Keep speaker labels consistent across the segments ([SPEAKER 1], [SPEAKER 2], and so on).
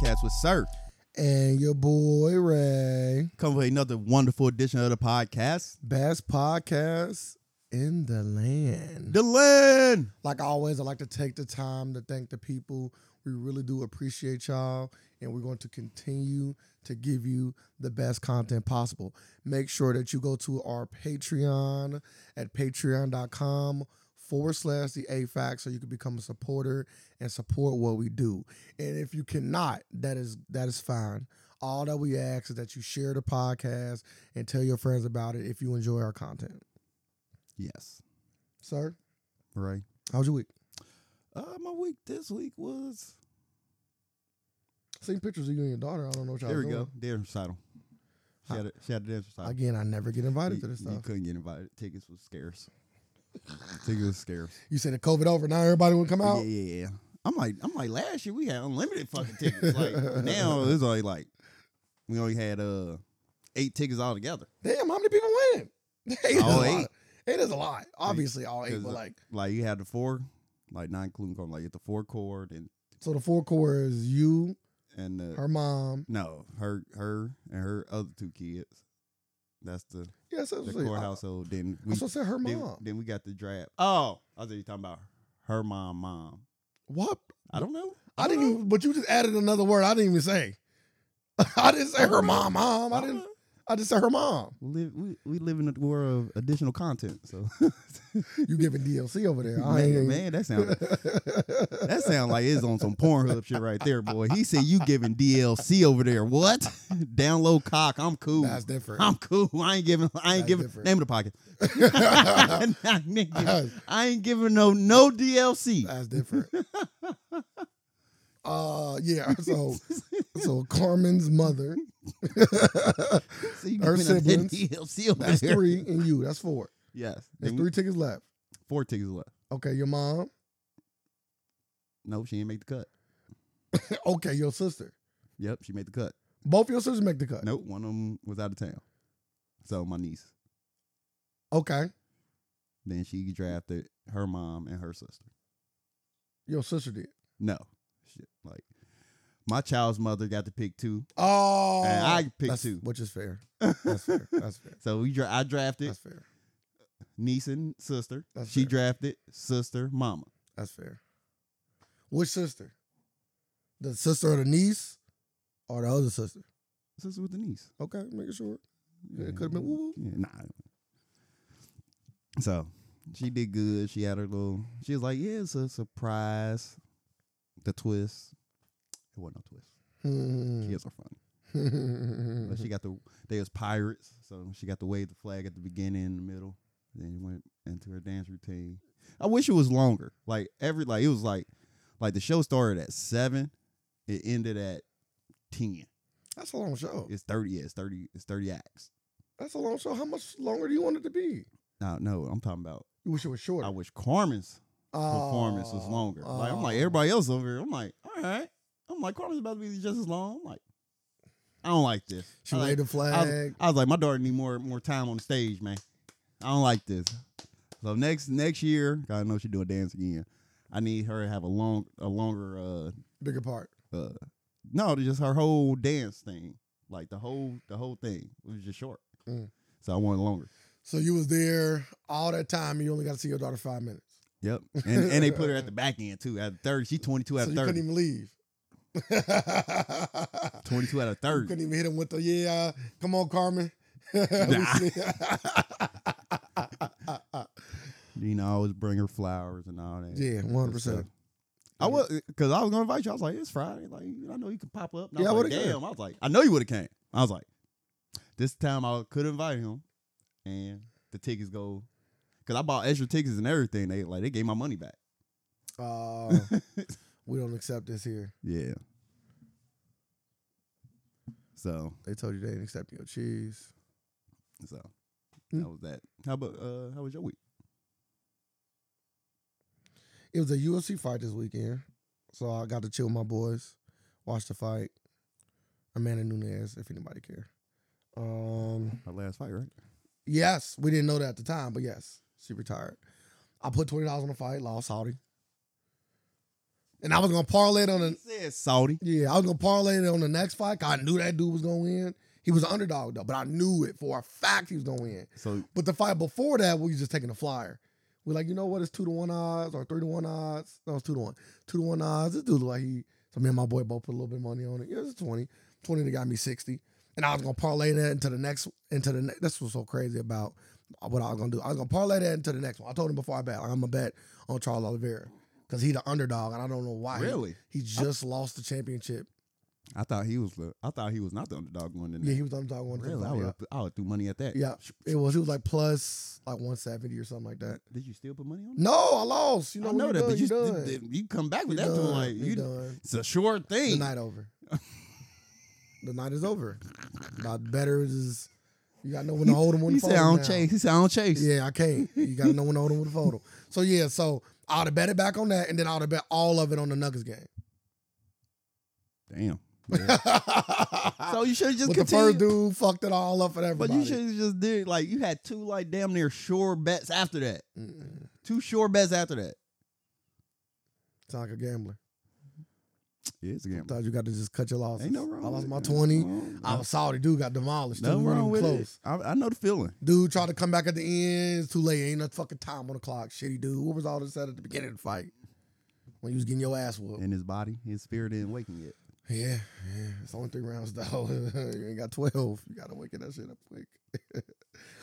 [SPEAKER 1] Yes, sir.
[SPEAKER 2] And your boy Ray.
[SPEAKER 1] Come with another wonderful edition of the podcast,
[SPEAKER 2] Best podcast in the land.
[SPEAKER 1] The Land.
[SPEAKER 2] Like always, I like to take the time to thank the people. We really do appreciate y'all, and we're going to continue to give you the best content possible. Make sure that you go to our Patreon at patreon.com forward slash the AFAC so you can become a supporter and support what we do. And if you cannot, that is that is fine. All that we ask is that you share the podcast and tell your friends about it if you enjoy our content.
[SPEAKER 1] Yes,
[SPEAKER 2] Sir,
[SPEAKER 1] right.
[SPEAKER 2] how was your week?
[SPEAKER 1] Uh, my week this week was.
[SPEAKER 2] Seen pictures of you and your daughter. I don't know what y'all
[SPEAKER 1] There we
[SPEAKER 2] doing.
[SPEAKER 1] go. Dance recital. She had a, she had a dance recital.
[SPEAKER 2] Again, I never get invited
[SPEAKER 1] You-
[SPEAKER 2] to this
[SPEAKER 1] You
[SPEAKER 2] stuff.
[SPEAKER 1] couldn't get invited. Tickets was scarce. Tickets was scarce.
[SPEAKER 2] You said the COVID over, now everybody would come
[SPEAKER 1] Yeah,
[SPEAKER 2] out.
[SPEAKER 1] yeah, yeah. I'm like, I'm like, last year we had unlimited fucking tickets. Like now it's only like we only had uh eight tickets altogether.
[SPEAKER 2] Damn, how many people went? Eight
[SPEAKER 1] All
[SPEAKER 2] is a
[SPEAKER 1] eight.
[SPEAKER 2] lot. Eight is a lot. Obviously, all eight,
[SPEAKER 1] 'Cause,
[SPEAKER 2] but
[SPEAKER 1] uh,
[SPEAKER 2] like,
[SPEAKER 1] Like you had the four, like not including corn, like you had the four chord and
[SPEAKER 2] so the four core is you,
[SPEAKER 1] and the,
[SPEAKER 2] her mom.
[SPEAKER 1] no her her and her other two kids. That's the
[SPEAKER 2] Yes, yeah,
[SPEAKER 1] the
[SPEAKER 2] so,
[SPEAKER 1] core household. Then
[SPEAKER 2] I,
[SPEAKER 1] we
[SPEAKER 2] supposed to say her
[SPEAKER 1] then,
[SPEAKER 2] mom.
[SPEAKER 1] then we got the draft. Oh, I thought you were talking about her mom, mom.
[SPEAKER 2] what?
[SPEAKER 1] I don't know.
[SPEAKER 2] I,
[SPEAKER 1] don't
[SPEAKER 2] didn't.
[SPEAKER 1] know.
[SPEAKER 2] Even, but you just added another word. I didn't even say. I didn't say
[SPEAKER 1] I
[SPEAKER 2] her
[SPEAKER 1] don't know.
[SPEAKER 2] mom. Mom. I
[SPEAKER 1] don't
[SPEAKER 2] didn't.
[SPEAKER 1] know.
[SPEAKER 2] I just said her mom.
[SPEAKER 1] Live, we, we live in a world of additional content. So
[SPEAKER 2] You giving DLC over there? I
[SPEAKER 1] man,
[SPEAKER 2] ain't.
[SPEAKER 1] man, that sounds that sound like it's on some Pornhub shit right there, boy. He said you giving DLC over there. What? Download cock. I'm cool.
[SPEAKER 2] That's different.
[SPEAKER 1] I'm cool. I ain't giving. I ain't
[SPEAKER 2] That's
[SPEAKER 1] giving.
[SPEAKER 2] different.
[SPEAKER 1] Name of the pocket. I, ain't giving, I ain't giving no no DLC.
[SPEAKER 2] That's different. uh yeah. So so Carmen's mother.
[SPEAKER 1] So you
[SPEAKER 2] Her
[SPEAKER 1] giving us that
[SPEAKER 2] siblings.
[SPEAKER 1] DLC over
[SPEAKER 2] That's
[SPEAKER 1] there.
[SPEAKER 2] three and you. That's four.
[SPEAKER 1] Yes.
[SPEAKER 2] There's
[SPEAKER 1] Then
[SPEAKER 2] three tickets left.
[SPEAKER 1] Four tickets left.
[SPEAKER 2] Okay, your mom.
[SPEAKER 1] No, she ain't make the cut.
[SPEAKER 2] Okay, your sister.
[SPEAKER 1] Yep, she made the cut.
[SPEAKER 2] Both your sisters make the cut.
[SPEAKER 1] Nope, one of them was out of town. So my niece.
[SPEAKER 2] Okay,
[SPEAKER 1] Then she drafted her mom and her sister.
[SPEAKER 2] your sister did.
[SPEAKER 1] No. Shit. Like my child's mother got to pick two.
[SPEAKER 2] Oh,
[SPEAKER 1] And I picked
[SPEAKER 2] that's-
[SPEAKER 1] two.
[SPEAKER 2] which is fair. That's fair. That's fair.
[SPEAKER 1] So we dra- I drafted
[SPEAKER 2] That's fair.
[SPEAKER 1] niece and sister.
[SPEAKER 2] That's
[SPEAKER 1] she
[SPEAKER 2] fair.
[SPEAKER 1] drafted sister, mama.
[SPEAKER 2] That's fair. Which sister? The sister or the niece, or the other sister?
[SPEAKER 1] Sister with the niece.
[SPEAKER 2] Okay, making sure. Yeah, it could've been woo-woo.
[SPEAKER 1] Yeah, nah. So she did good. She had her little she was like, Yeah, it's a surprise. The twist. It wasn't no twist.
[SPEAKER 2] Hmm.
[SPEAKER 1] Kids are funny. But
[SPEAKER 2] Mm-hmm.
[SPEAKER 1] she got the they was pirates, so she got to wave the flag at the beginning, in the middle. Then she went into her dance routine. I wish it was longer. Like every like it was like like the show started at seven, it ended at ten.
[SPEAKER 2] That's a long show.
[SPEAKER 1] It's thirty. Yeah, it's thirty. It's thirty acts.
[SPEAKER 2] That's a long show. How much longer do you want it to be?
[SPEAKER 1] No, no, I'm talking about.
[SPEAKER 2] You wish it was shorter.
[SPEAKER 1] I wish Carmen's performance was
[SPEAKER 2] Oh,
[SPEAKER 1] longer. like I'm like
[SPEAKER 2] oh.
[SPEAKER 1] everybody else over here. I'm like, all right. I'm like Carmen's about to be just as long. I'm like, I don't like this.
[SPEAKER 2] She
[SPEAKER 1] I like
[SPEAKER 2] waved the flag.
[SPEAKER 1] I was like, my daughter need more more time on the stage, man. I don't like this. So next next year, 'cause I know she do a dance again. I need her to have a long a longer
[SPEAKER 2] Bigger part.
[SPEAKER 1] uh uh no, just her whole dance thing. Like the whole the whole thing was just short.
[SPEAKER 2] Mm.
[SPEAKER 1] So I wanted longer.
[SPEAKER 2] So you was there all that time, and you only got to see your daughter five minutes.
[SPEAKER 1] Yep. And and they put her at the back end too. At 30, she 22 out
[SPEAKER 2] so
[SPEAKER 1] of
[SPEAKER 2] you
[SPEAKER 1] 30.
[SPEAKER 2] couldn't even leave. you
[SPEAKER 1] 22 out of 30.
[SPEAKER 2] couldn't even hit him with the yeah. Come on, Carmen. We
[SPEAKER 1] Nah.
[SPEAKER 2] see-
[SPEAKER 1] You know, I always bring her flowers and all that.
[SPEAKER 2] yeah, one hundred percent.
[SPEAKER 1] I was because I was gonna invite you. I was like, it's Friday. Like I know you can pop up. And
[SPEAKER 2] Yeah,
[SPEAKER 1] I
[SPEAKER 2] I
[SPEAKER 1] was like,
[SPEAKER 2] would've
[SPEAKER 1] damn.
[SPEAKER 2] came.
[SPEAKER 1] I was like, I know you would have came. I was like, this time I could invite him, and the tickets go because I bought extra tickets and everything. They like they gave my money back.
[SPEAKER 2] Uh, we don't accept this here.
[SPEAKER 1] Yeah. So
[SPEAKER 2] They told you they didn't accept your cheese.
[SPEAKER 1] so
[SPEAKER 2] Mm.
[SPEAKER 1] that was that. How about uh how was your week?
[SPEAKER 2] It was a UFC fight this weekend, so I got to chill with my boys, watch the fight. Amanda Nunes, if anybody care. Um,
[SPEAKER 1] My last fight, right?
[SPEAKER 2] yes, we didn't know that at the time, but yes, she retired. I put twenty dollars on the fight, lost Saudi. And I was gonna parlay it on
[SPEAKER 1] He
[SPEAKER 2] the
[SPEAKER 1] said Saudi.
[SPEAKER 2] yeah, I was gonna parlay it on the next fight. 'cause I knew that dude was gonna win. He was an underdog though, but I knew it for a fact he was gonna win.
[SPEAKER 1] So
[SPEAKER 2] But the fight before that, we was just taking a flyer. We're like, you know what? It's two to one odds or three to one odds. No, it's two to one. Two to one odds. This dude look like he. So me and my boy both put a little bit of money on it. Yeah, it's 20. 20 that got me 60. And I was gonna parlay that into the next, into the next. That's what's so crazy about what I was gonna do. I was gonna parlay that into the next one. I told him before I bet, like, I'm gonna bet on Charles Oliveira. Cause he the underdog, and I don't know why. He-
[SPEAKER 1] really,
[SPEAKER 2] He, just lost the championship.
[SPEAKER 1] I thought he was the. I thought he was not the underdog going in
[SPEAKER 2] Yeah,
[SPEAKER 1] there.
[SPEAKER 2] he was the underdog one.
[SPEAKER 1] really, I would. I would threw money at that.
[SPEAKER 2] Yeah. It was he was like plus like 170 or something like that.
[SPEAKER 1] Did you still put money on? it?
[SPEAKER 2] No, I lost. You know,
[SPEAKER 1] I
[SPEAKER 2] when
[SPEAKER 1] know
[SPEAKER 2] you
[SPEAKER 1] that,
[SPEAKER 2] done,
[SPEAKER 1] but you
[SPEAKER 2] you done.
[SPEAKER 1] did- did- you come back
[SPEAKER 2] You
[SPEAKER 1] with that
[SPEAKER 2] done.
[SPEAKER 1] doing like
[SPEAKER 2] You
[SPEAKER 1] you.
[SPEAKER 2] done.
[SPEAKER 1] It's a sure
[SPEAKER 2] The
[SPEAKER 1] thing.
[SPEAKER 2] night over. the night is over. Not better is you gotta know when to hold him on
[SPEAKER 1] He
[SPEAKER 2] the
[SPEAKER 1] said
[SPEAKER 2] photo
[SPEAKER 1] I don't
[SPEAKER 2] now.
[SPEAKER 1] chase. He said I don't chase.
[SPEAKER 2] Yeah, I can't. You gotta know when to hold him with the photo. So yeah, so I would have bet it back on that, and then I would have bet all of it on the Nuggets game.
[SPEAKER 1] Damn. Yeah. so you should just
[SPEAKER 2] but
[SPEAKER 1] continue.
[SPEAKER 2] the first dude fucked it all up for
[SPEAKER 1] But
[SPEAKER 2] everybody.
[SPEAKER 1] you should just did like you had two like damn near sure bets after that.
[SPEAKER 2] Mm-mm.
[SPEAKER 1] Two sure bets after that.
[SPEAKER 2] Sound like a gambler.
[SPEAKER 1] Yeah, it's a game.
[SPEAKER 2] Sometimes you got to just cut your losses.
[SPEAKER 1] Ain't no wrong.
[SPEAKER 2] I lost
[SPEAKER 1] with
[SPEAKER 2] my
[SPEAKER 1] it.
[SPEAKER 2] twenty.
[SPEAKER 1] Nothing
[SPEAKER 2] I
[SPEAKER 1] wrong.
[SPEAKER 2] was sorry, dude got demolished. Dude,
[SPEAKER 1] Nothing
[SPEAKER 2] we weren't
[SPEAKER 1] wrong
[SPEAKER 2] even
[SPEAKER 1] with
[SPEAKER 2] close.
[SPEAKER 1] it. I, I know the feeling.
[SPEAKER 2] Dude tried to come back at the end. It's too late. Ain't no fucking time on the clock. Shitty dude. What was all this at at the beginning of the fight? When you was getting your ass whooped.
[SPEAKER 1] And his body, his spirit didn't waken yet.
[SPEAKER 2] Yeah, yeah. It's only three rounds though. you ain't got twelve. You gotta waken that shit up quick.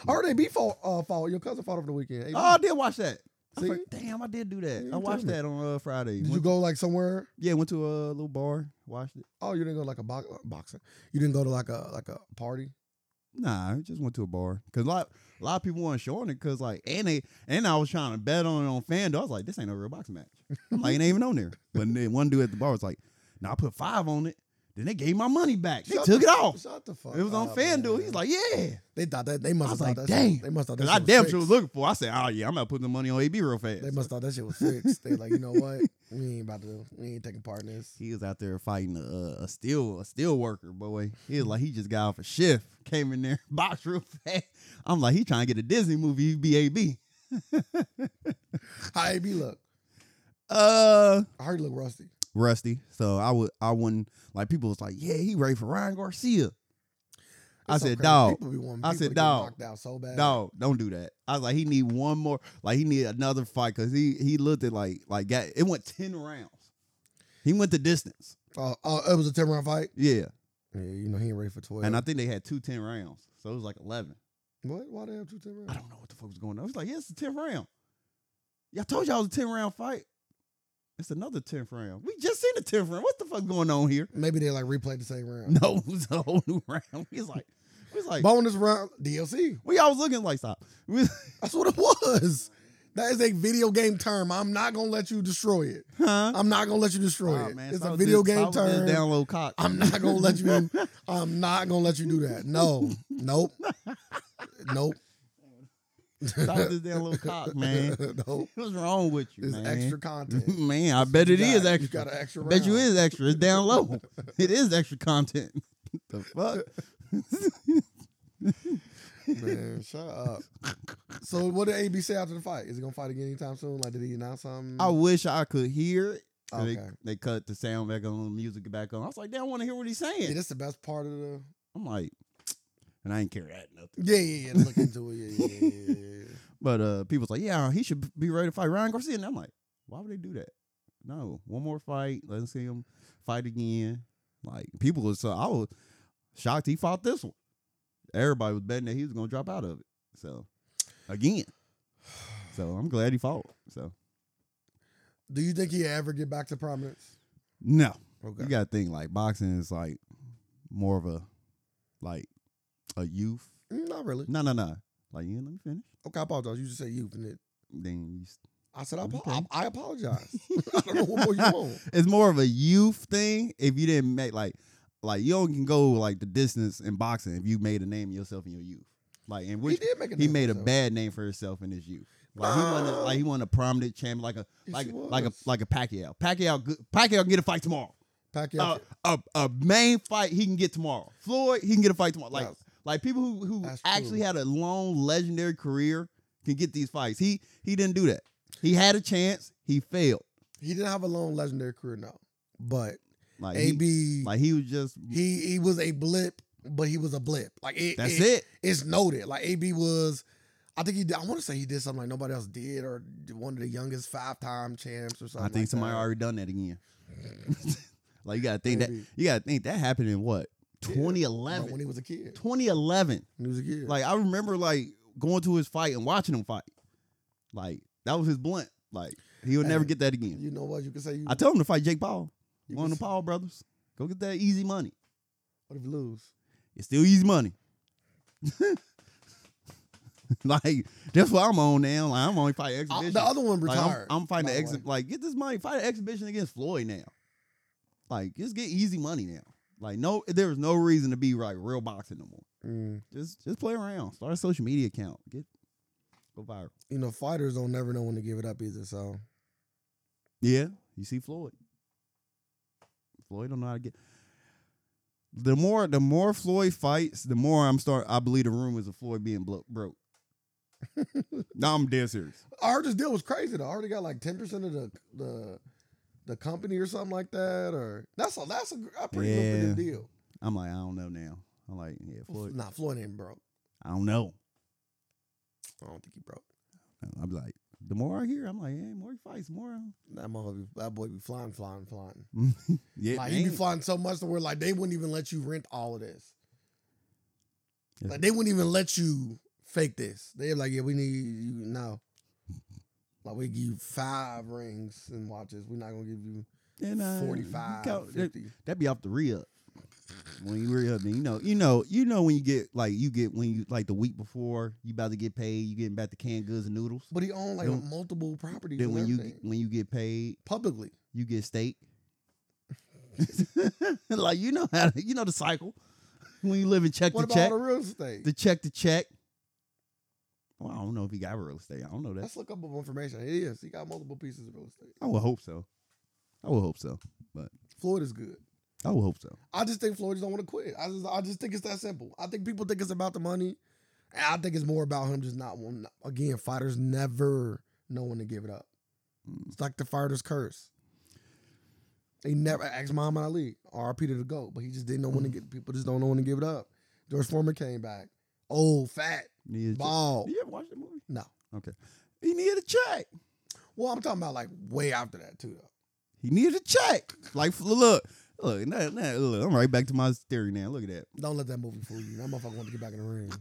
[SPEAKER 2] or they beat fought, uh, fought. Your cousin fought over the weekend. Hey,
[SPEAKER 1] Oh, I did watch that. I
[SPEAKER 2] See?
[SPEAKER 1] forgot- damn, I did do that.
[SPEAKER 2] You
[SPEAKER 1] I
[SPEAKER 2] told
[SPEAKER 1] watched
[SPEAKER 2] me.
[SPEAKER 1] that on uh, Friday.
[SPEAKER 2] did
[SPEAKER 1] Went-
[SPEAKER 2] you go like somewhere?
[SPEAKER 1] Yeah, went to a little bar, watched it.
[SPEAKER 2] Oh, you didn't go to, like a box, boxing. You didn't go to like a like a party.
[SPEAKER 1] Nah, I just went to a bar because a lot, a lot of people weren't showing it because like and they and I was trying to bet on it on FanDuel. I was like, this ain't no real boxing match. I'm like, it ain't even on there. But then one dude at the bar was like, now I put five on it. Then they gave my money back. They
[SPEAKER 2] Shut
[SPEAKER 1] took
[SPEAKER 2] the-
[SPEAKER 1] it off.
[SPEAKER 2] Shut the fuck.
[SPEAKER 1] It was on
[SPEAKER 2] up,
[SPEAKER 1] FanDuel.
[SPEAKER 2] man.
[SPEAKER 1] He's like, yeah.
[SPEAKER 2] they thought that they must
[SPEAKER 1] I was
[SPEAKER 2] have thought
[SPEAKER 1] like,
[SPEAKER 2] that.
[SPEAKER 1] damn.
[SPEAKER 2] Shit, they must have
[SPEAKER 1] Cause
[SPEAKER 2] thought
[SPEAKER 1] I
[SPEAKER 2] that. shit
[SPEAKER 1] damn
[SPEAKER 2] was
[SPEAKER 1] sure was
[SPEAKER 2] fixed.
[SPEAKER 1] looking for. it. I said, oh yeah, I'm not putting the money on AB real fast.
[SPEAKER 2] They must thought that shit was fixed. they like, you know what? We ain't about to. We ain't taking part in this.
[SPEAKER 1] He was out there fighting a, a steel a steel worker boy. He was like he just got off a shift, came in there, boxed real fast. I'm like he trying to get a Disney movie. He be AB.
[SPEAKER 2] How AB look?
[SPEAKER 1] Uh,
[SPEAKER 2] I heard he look rusty.
[SPEAKER 1] rusty. So I would I wouldn't like people was like yeah he ready for Ryan Garcia. I
[SPEAKER 2] It's so
[SPEAKER 1] said,
[SPEAKER 2] crazy.
[SPEAKER 1] "Dawg."
[SPEAKER 2] People be wanting-
[SPEAKER 1] I
[SPEAKER 2] people
[SPEAKER 1] said,
[SPEAKER 2] to get
[SPEAKER 1] "Dawg."
[SPEAKER 2] knocked out so bad.
[SPEAKER 1] No, don't do that. I was like he need one more. Like he need another fight because he he looked at like like got, it went ten rounds. He went the distance.
[SPEAKER 2] Oh, oh, it was a ten round fight.
[SPEAKER 1] Yeah,
[SPEAKER 2] Yeah, you know he ain't ready for twelve.
[SPEAKER 1] and I think they had two 10 rounds, so it was like eleven.
[SPEAKER 2] what? Why they have two ten rounds?
[SPEAKER 1] I don't know what the fuck was going on. It's like, yeah, it's the 10th round. Y'all told y'all it was a 10 round fight. It's another 10th round. We just seen the 10th round. What the fuck going on here?
[SPEAKER 2] Maybe they like replayed the same round.
[SPEAKER 1] No, it was a whole new round. We was like, we was like,
[SPEAKER 2] Bonus round DLC.
[SPEAKER 1] we all was looking like stop. We was-
[SPEAKER 2] That's what it was. That is a video game term. I'm not gonna let you destroy it.
[SPEAKER 1] huh?
[SPEAKER 2] I'm not gonna let you destroy
[SPEAKER 1] Nah,
[SPEAKER 2] it.
[SPEAKER 1] man,
[SPEAKER 2] it's
[SPEAKER 1] so I
[SPEAKER 2] a
[SPEAKER 1] was
[SPEAKER 2] video
[SPEAKER 1] just- so I
[SPEAKER 2] game
[SPEAKER 1] was just
[SPEAKER 2] term.
[SPEAKER 1] Download cock.
[SPEAKER 2] I'm not gonna let you. I'm not gonna let you do that. No. Nope. Nope.
[SPEAKER 1] Stop this download cock, man.
[SPEAKER 2] nope.
[SPEAKER 1] What's wrong with you,
[SPEAKER 2] It's
[SPEAKER 1] man?
[SPEAKER 2] extra content.
[SPEAKER 1] man, I bet it
[SPEAKER 2] You
[SPEAKER 1] is
[SPEAKER 2] got-
[SPEAKER 1] extra.
[SPEAKER 2] You got an extra
[SPEAKER 1] I bet you
[SPEAKER 2] round.
[SPEAKER 1] is extra. It's down low. it is extra content. the fuck?
[SPEAKER 2] Man, shut up. So what did AB say after the fight? Is he gonna fight again anytime soon? Like, did he announce something?
[SPEAKER 1] I wish I could hear it. And
[SPEAKER 2] Okay.
[SPEAKER 1] They, they cut the sound back on, the music back on. I was like, they don't want to hear what he's
[SPEAKER 2] yeah,
[SPEAKER 1] saying.
[SPEAKER 2] that's the best part of the.
[SPEAKER 1] I'm like, and I ain't care that nothing.
[SPEAKER 2] Yeah, yeah, yeah. Look into it. Yeah, yeah, yeah, yeah, yeah.
[SPEAKER 1] But uh, people's like, yeah, he should be ready to fight Ryan Garcia. And I'm like, why would they do that? No, one more fight. Let's see him fight again. Like people was so I was shocked he fought this one. Everybody was betting that he was gonna drop out of it. So again, so I'm glad he fought. So
[SPEAKER 2] Do you think he ever get back to prominence?
[SPEAKER 1] no,
[SPEAKER 2] Okay.
[SPEAKER 1] You gotta think like boxing is like more of a like a youth.
[SPEAKER 2] Mm, Not really.
[SPEAKER 1] No, no, no. Like yeah, let me finish.
[SPEAKER 2] Okay, I apologize. You just said you and it.
[SPEAKER 1] Then you, s-
[SPEAKER 2] I said I, apo-
[SPEAKER 1] Okay.
[SPEAKER 2] I, I apologize. I don't know what more you want.
[SPEAKER 1] it's more of a youth thing. If you didn't make like like you only can go like the distance in boxing if you made a name of yourself in your youth. Like in
[SPEAKER 2] he
[SPEAKER 1] which
[SPEAKER 2] did make a
[SPEAKER 1] he,
[SPEAKER 2] name
[SPEAKER 1] made a
[SPEAKER 2] for himself.
[SPEAKER 1] bad name for himself in his youth. Like he won a,
[SPEAKER 2] No.
[SPEAKER 1] like he won a prominent champion like a
[SPEAKER 2] Yes,
[SPEAKER 1] like
[SPEAKER 2] he
[SPEAKER 1] like a
[SPEAKER 2] was.
[SPEAKER 1] like a Pacquiao. Pacquiao good Pacquiao can get a fight tomorrow.
[SPEAKER 2] Pacquiao.
[SPEAKER 1] a, Uh, a a main fight he can get tomorrow. Floyd he can get a fight tomorrow. Like
[SPEAKER 2] Yes.
[SPEAKER 1] like people who who
[SPEAKER 2] That's
[SPEAKER 1] actually
[SPEAKER 2] true.
[SPEAKER 1] had a long legendary career can get these fights. He he didn't do that. He had a chance. He failed.
[SPEAKER 2] He didn't have a long legendary career, no. But
[SPEAKER 1] Like he,
[SPEAKER 2] AB,
[SPEAKER 1] like he was just
[SPEAKER 2] he he was a blip, but he was a blip. Like it,
[SPEAKER 1] that's it.
[SPEAKER 2] It's noted. Like AB was, I think he. Did, I want to say he did something like nobody else did, or one of the youngest five time champs or something.
[SPEAKER 1] I think
[SPEAKER 2] like
[SPEAKER 1] somebody
[SPEAKER 2] that.
[SPEAKER 1] already done that again. like you gotta think that
[SPEAKER 2] Maybe.
[SPEAKER 1] you gotta think that happened in what
[SPEAKER 2] Yeah.
[SPEAKER 1] 2011.
[SPEAKER 2] when he was a kid.
[SPEAKER 1] 2011.
[SPEAKER 2] When he was a kid.
[SPEAKER 1] Like I remember like going to his fight and watching him fight. Like that was his blunt. Like he would never
[SPEAKER 2] Hey.
[SPEAKER 1] get that again.
[SPEAKER 2] you know what? You can say you.
[SPEAKER 1] I told him to fight Jake Paul.
[SPEAKER 2] you
[SPEAKER 1] One
[SPEAKER 2] can
[SPEAKER 1] of the
[SPEAKER 2] say-
[SPEAKER 1] Paul brothers. Go get that easy money.
[SPEAKER 2] What if you lose?
[SPEAKER 1] It's still easy money. like that's what I'm on now. Like I'm only fighting
[SPEAKER 2] Uh,
[SPEAKER 1] exhibition.
[SPEAKER 2] the other one
[SPEAKER 1] Like, I'm,
[SPEAKER 2] retired.
[SPEAKER 1] I'm fighting
[SPEAKER 2] by
[SPEAKER 1] an
[SPEAKER 2] the
[SPEAKER 1] exit.
[SPEAKER 2] way.
[SPEAKER 1] Like, get this money. Fight an exhibition against Floyd now. Like, just get easy money now. Like, no, there's no reason to be like real boxing no more.
[SPEAKER 2] Mm.
[SPEAKER 1] Just, just play around. Start a social media account. Get go viral.
[SPEAKER 2] You know, fighters don't never know when to give it up either. So
[SPEAKER 1] Yeah, you see Floyd. Floyd don't know how to get. The more, the more Floyd fights, the more I'm start. I believe the rumors of Floyd being blo- broke. no, I'm dead serious.
[SPEAKER 2] our this deal was crazy. though. I already got like ten percent of the the the company or something like that. Or that's a that's a, gr- a pretty lucrative
[SPEAKER 1] Yeah.
[SPEAKER 2] deal.
[SPEAKER 1] I'm like, I don't know now. I'm like, yeah, Floyd.
[SPEAKER 2] Nah, Floyd ain't broke.
[SPEAKER 1] I don't know.
[SPEAKER 2] I don't think he broke.
[SPEAKER 1] I'm like, the more I hear, I'm like, yeah, more he fights, more.
[SPEAKER 2] That motherfucker, be- that boy be flying, flying, flying.
[SPEAKER 1] Yeah,
[SPEAKER 2] like he be
[SPEAKER 1] man.
[SPEAKER 2] flying so much to where like they wouldn't even let you rent all of this.
[SPEAKER 1] Yeah.
[SPEAKER 2] Like they wouldn't even let you fake this. They're like, yeah, we need you no. Like we give you five rings and watches. We're not gonna give you
[SPEAKER 1] And, uh, you
[SPEAKER 2] 45,
[SPEAKER 1] count- that,
[SPEAKER 2] 50.
[SPEAKER 1] that'd be off the re up. When you re up, then you know, you know, you know when you get like you get when you like the week before you about to get paid, you getting back to canned goods and noodles.
[SPEAKER 2] But he owned like
[SPEAKER 1] Then-
[SPEAKER 2] multiple properties.
[SPEAKER 1] Then
[SPEAKER 2] and
[SPEAKER 1] when you
[SPEAKER 2] everything.
[SPEAKER 1] when you get paid,
[SPEAKER 2] publicly,
[SPEAKER 1] you get steak. like you know how to, you know the cycle when you live in check
[SPEAKER 2] what
[SPEAKER 1] to
[SPEAKER 2] about
[SPEAKER 1] check,
[SPEAKER 2] all the real estate?
[SPEAKER 1] the check to check. Well, I don't know if he got real estate. I don't know that.
[SPEAKER 2] Let's look up more information. He is. He got multiple pieces of real estate.
[SPEAKER 1] I would hope so. I would hope so.
[SPEAKER 2] Floyd is good.
[SPEAKER 1] I would hope so.
[SPEAKER 2] I just think Floyd just don't want to quit. I just I just think it's that simple. I think people think it's about the money. And I think it's more about him just not wanting again, fighters never know when to give it up.
[SPEAKER 1] Mm.
[SPEAKER 2] It's like the fighter's curse. They never asked Muhammad Ali, RP to the GOAT, but he just didn't know when to
[SPEAKER 1] Mm.
[SPEAKER 2] get people just don't know when to give it up. George Foreman came back. Old, fat,
[SPEAKER 1] Needed a check.
[SPEAKER 2] bald.
[SPEAKER 1] Did you ever watch the movie?
[SPEAKER 2] No.
[SPEAKER 1] He needed a check.
[SPEAKER 2] Well, I'm talking about like way after that too though.
[SPEAKER 1] He needed a check. Like look, look, nah, nah, look. I'm right back to my theory now. Look at that.
[SPEAKER 2] Don't let that movie fool you. That motherfucker wanted to get back in the ring.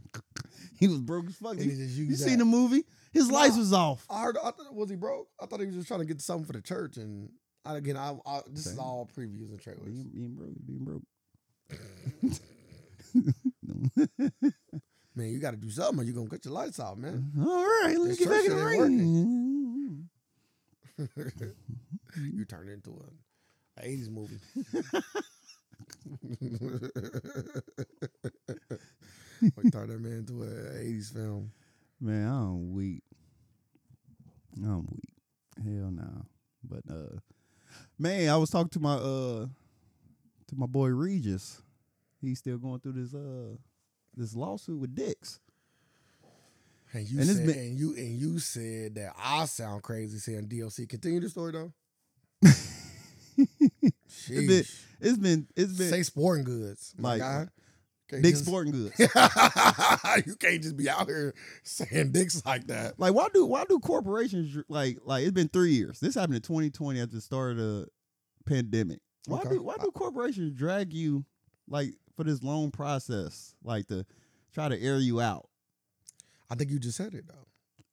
[SPEAKER 1] He was broke as fuck.
[SPEAKER 2] And he
[SPEAKER 1] You,
[SPEAKER 2] just
[SPEAKER 1] you
[SPEAKER 2] used that.
[SPEAKER 1] seen the movie? His
[SPEAKER 2] Nah.
[SPEAKER 1] lights was off.
[SPEAKER 2] I heard. I thought, was he broke? I thought he was just trying to get something for the church. And I, again, I, I this is
[SPEAKER 1] Same.
[SPEAKER 2] all previews and trailers.
[SPEAKER 1] Being, being broke, being broke.
[SPEAKER 2] Man, you got to do something, or you gonna cut your lights out, man.
[SPEAKER 1] All right, let's
[SPEAKER 2] This
[SPEAKER 1] get back in
[SPEAKER 2] church
[SPEAKER 1] the
[SPEAKER 2] ain't
[SPEAKER 1] ring.
[SPEAKER 2] you turned into a eighties movie. we turned that man into an eighties film.
[SPEAKER 1] Man, I'm weak. I'm weak. Hell no. But uh man, I was talking to my uh to my boy Regis. He's still going through this uh this lawsuit with Dix.
[SPEAKER 2] And you
[SPEAKER 1] And it's
[SPEAKER 2] said,
[SPEAKER 1] been-
[SPEAKER 2] and you and you said that I sound crazy saying DLC. Continue the story though.
[SPEAKER 1] It's been-
[SPEAKER 2] Sheesh.
[SPEAKER 1] It's been it's been
[SPEAKER 2] Say sporting goods, my
[SPEAKER 1] Like,
[SPEAKER 2] guy. Can't
[SPEAKER 1] Dick's
[SPEAKER 2] just-
[SPEAKER 1] Sporting Goods.
[SPEAKER 2] you can't just be out here saying dicks like that.
[SPEAKER 1] Like why do why do corporations like like it's been three years. This happened in 2020 at the start of the pandemic. Why
[SPEAKER 2] Okay.
[SPEAKER 1] do why do corporations drag you like for this long process? Like to try to air you out.
[SPEAKER 2] I think you just said it though.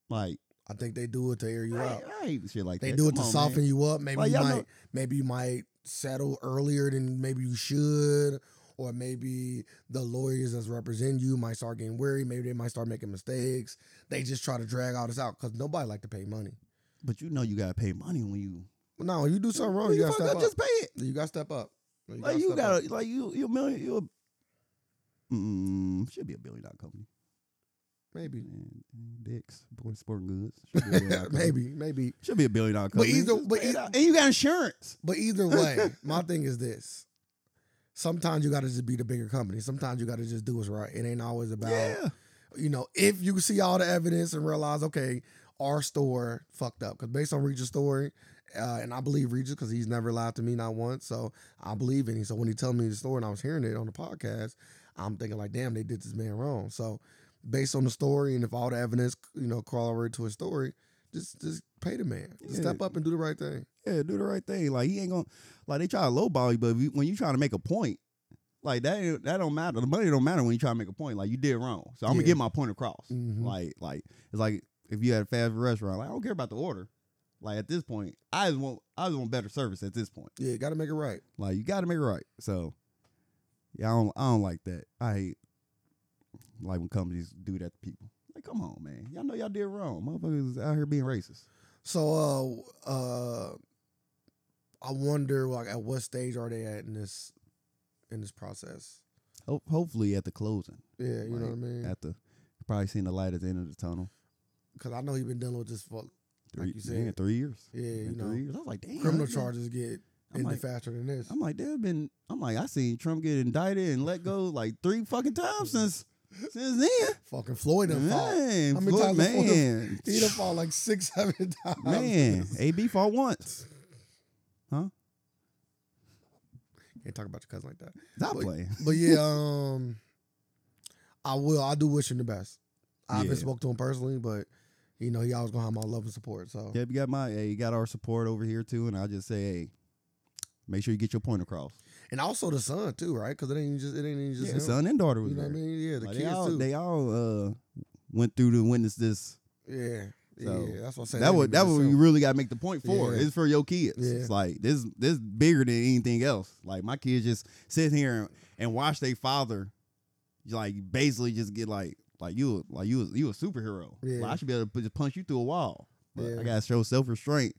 [SPEAKER 1] Like
[SPEAKER 2] I think they do it to air you
[SPEAKER 1] I,
[SPEAKER 2] out.
[SPEAKER 1] I hate shit like
[SPEAKER 2] They
[SPEAKER 1] that.
[SPEAKER 2] do it
[SPEAKER 1] Come
[SPEAKER 2] to
[SPEAKER 1] on,
[SPEAKER 2] soften
[SPEAKER 1] man.
[SPEAKER 2] you up. Maybe
[SPEAKER 1] Like,
[SPEAKER 2] you
[SPEAKER 1] y'all
[SPEAKER 2] might,
[SPEAKER 1] know-
[SPEAKER 2] maybe you might settle earlier than maybe you should, or maybe the lawyers that's representing you might start getting weary. Maybe they might start making mistakes. They just try to drag all this out because nobody like to pay money.
[SPEAKER 1] But you know you gotta pay money when you.
[SPEAKER 2] Well, no, you do something wrong, you, gotta
[SPEAKER 1] fuck
[SPEAKER 2] step
[SPEAKER 1] up,
[SPEAKER 2] up.
[SPEAKER 1] just pay it.
[SPEAKER 2] You gotta step up. You
[SPEAKER 1] like you
[SPEAKER 2] step up.
[SPEAKER 1] gotta like you you a million you a. Mm, should be a billion dollar company.
[SPEAKER 2] maybe,
[SPEAKER 1] Man, Dicks, Boy Sporting Goods. Should be a billion dollar company.
[SPEAKER 2] maybe, maybe.
[SPEAKER 1] Should be a billion dollar company.
[SPEAKER 2] either-
[SPEAKER 1] Just
[SPEAKER 2] but
[SPEAKER 1] pay it
[SPEAKER 2] eith-
[SPEAKER 1] out. e and you got insurance.
[SPEAKER 2] But either way, my thing is this. Sometimes you got to just be the bigger company. Sometimes you got to just do what's right. It ain't always about,
[SPEAKER 1] yeah.
[SPEAKER 2] you know, if you see all the evidence and realize, okay, our store fucked up. Because based on Regis' story uh, and I believe Regis because he's never lied to me not once. So I believe in him. So when he told me the story and I was hearing it on the podcast, I'm thinking like, damn, they did this man wrong. So based on the story and if all the evidence, you know, corroborated to his story, just just pay the man. Just
[SPEAKER 1] Yeah.
[SPEAKER 2] Step up and do the right thing.
[SPEAKER 1] Yeah, do the right thing. Like he ain't gonna like they try to lowball you, but if you- when you trying to make a point, like that ain't- that don't matter. The money don't matter when you try to make a point. Like you did wrong, so I'm
[SPEAKER 2] Yeah.
[SPEAKER 1] gonna get my point across.
[SPEAKER 2] Mhm.
[SPEAKER 1] Like like it's like if you had a fast food restaurant, like I don't care about the order. Like at this point, I just want I just want better service. At this point,
[SPEAKER 2] Yeah, got to make it right.
[SPEAKER 1] like you got to make it right. So yeah, I don't I don't like that. I hate like when companies do that to people. Like come on, man, y'all know y'all did wrong. Motherfuckers is out here being racist.
[SPEAKER 2] So uh uh I wonder like at what stage are they at in this in this process?
[SPEAKER 1] Ho- hopefully at the closing,
[SPEAKER 2] Yeah, you know
[SPEAKER 1] Like,
[SPEAKER 2] what I mean?
[SPEAKER 1] at the probably seen the light at the end of the tunnel.
[SPEAKER 2] Because I know he's been dealing with this for
[SPEAKER 1] Three,
[SPEAKER 2] Like you
[SPEAKER 1] man,
[SPEAKER 2] said.
[SPEAKER 1] three years.
[SPEAKER 2] yeah, you
[SPEAKER 1] Been
[SPEAKER 2] know.
[SPEAKER 1] three years. I was like, damn.
[SPEAKER 2] criminal
[SPEAKER 1] that's not-
[SPEAKER 2] charges get
[SPEAKER 1] I'm
[SPEAKER 2] ended
[SPEAKER 1] like,
[SPEAKER 2] faster than this.
[SPEAKER 1] I'm like, there have been. I'm like, I seen Trump get indicted and let go like three fucking times since since then.
[SPEAKER 2] Fucking Floyd done fought.
[SPEAKER 1] Man,
[SPEAKER 2] How many
[SPEAKER 1] Floyd-
[SPEAKER 2] times did Floyd-
[SPEAKER 1] man,
[SPEAKER 2] He done fought like six, seven times.
[SPEAKER 1] man, AB fought once.
[SPEAKER 2] Can't talk about your cousin like that.
[SPEAKER 1] Stop
[SPEAKER 2] Like-
[SPEAKER 1] playing.
[SPEAKER 2] But yeah, um, I will. I do wish him the best. I haven't
[SPEAKER 1] Yeah.
[SPEAKER 2] spoke to him personally, but you know he always gonna have my love and support. So
[SPEAKER 1] Yeah, you got my, hey, you got our support over here too, and I just say, hey, make sure you get your point across.
[SPEAKER 2] and also the son too, right? Because it ain't just it ain't even just
[SPEAKER 1] Yeah,
[SPEAKER 2] him.
[SPEAKER 1] son and daughter was
[SPEAKER 2] You know
[SPEAKER 1] there.
[SPEAKER 2] what I mean? Yeah, the
[SPEAKER 1] Like, they
[SPEAKER 2] kids
[SPEAKER 1] all,
[SPEAKER 2] too.
[SPEAKER 1] they all uh, went through to witness this.
[SPEAKER 2] yeah,
[SPEAKER 1] So,
[SPEAKER 2] yeah. That's what I'm saying.
[SPEAKER 1] that would that would you really gotta make the point for.
[SPEAKER 2] Yeah.
[SPEAKER 1] It's for your kids.
[SPEAKER 2] Yeah.
[SPEAKER 1] It's like this this bigger than anything else. Like my kids just sit here and, and watch their father like basically just get like like you like you you a superhero.
[SPEAKER 2] Yeah.
[SPEAKER 1] Like, I should be able to pu- just punch you through a wall. But
[SPEAKER 2] Yeah.
[SPEAKER 1] I gotta show self restraint.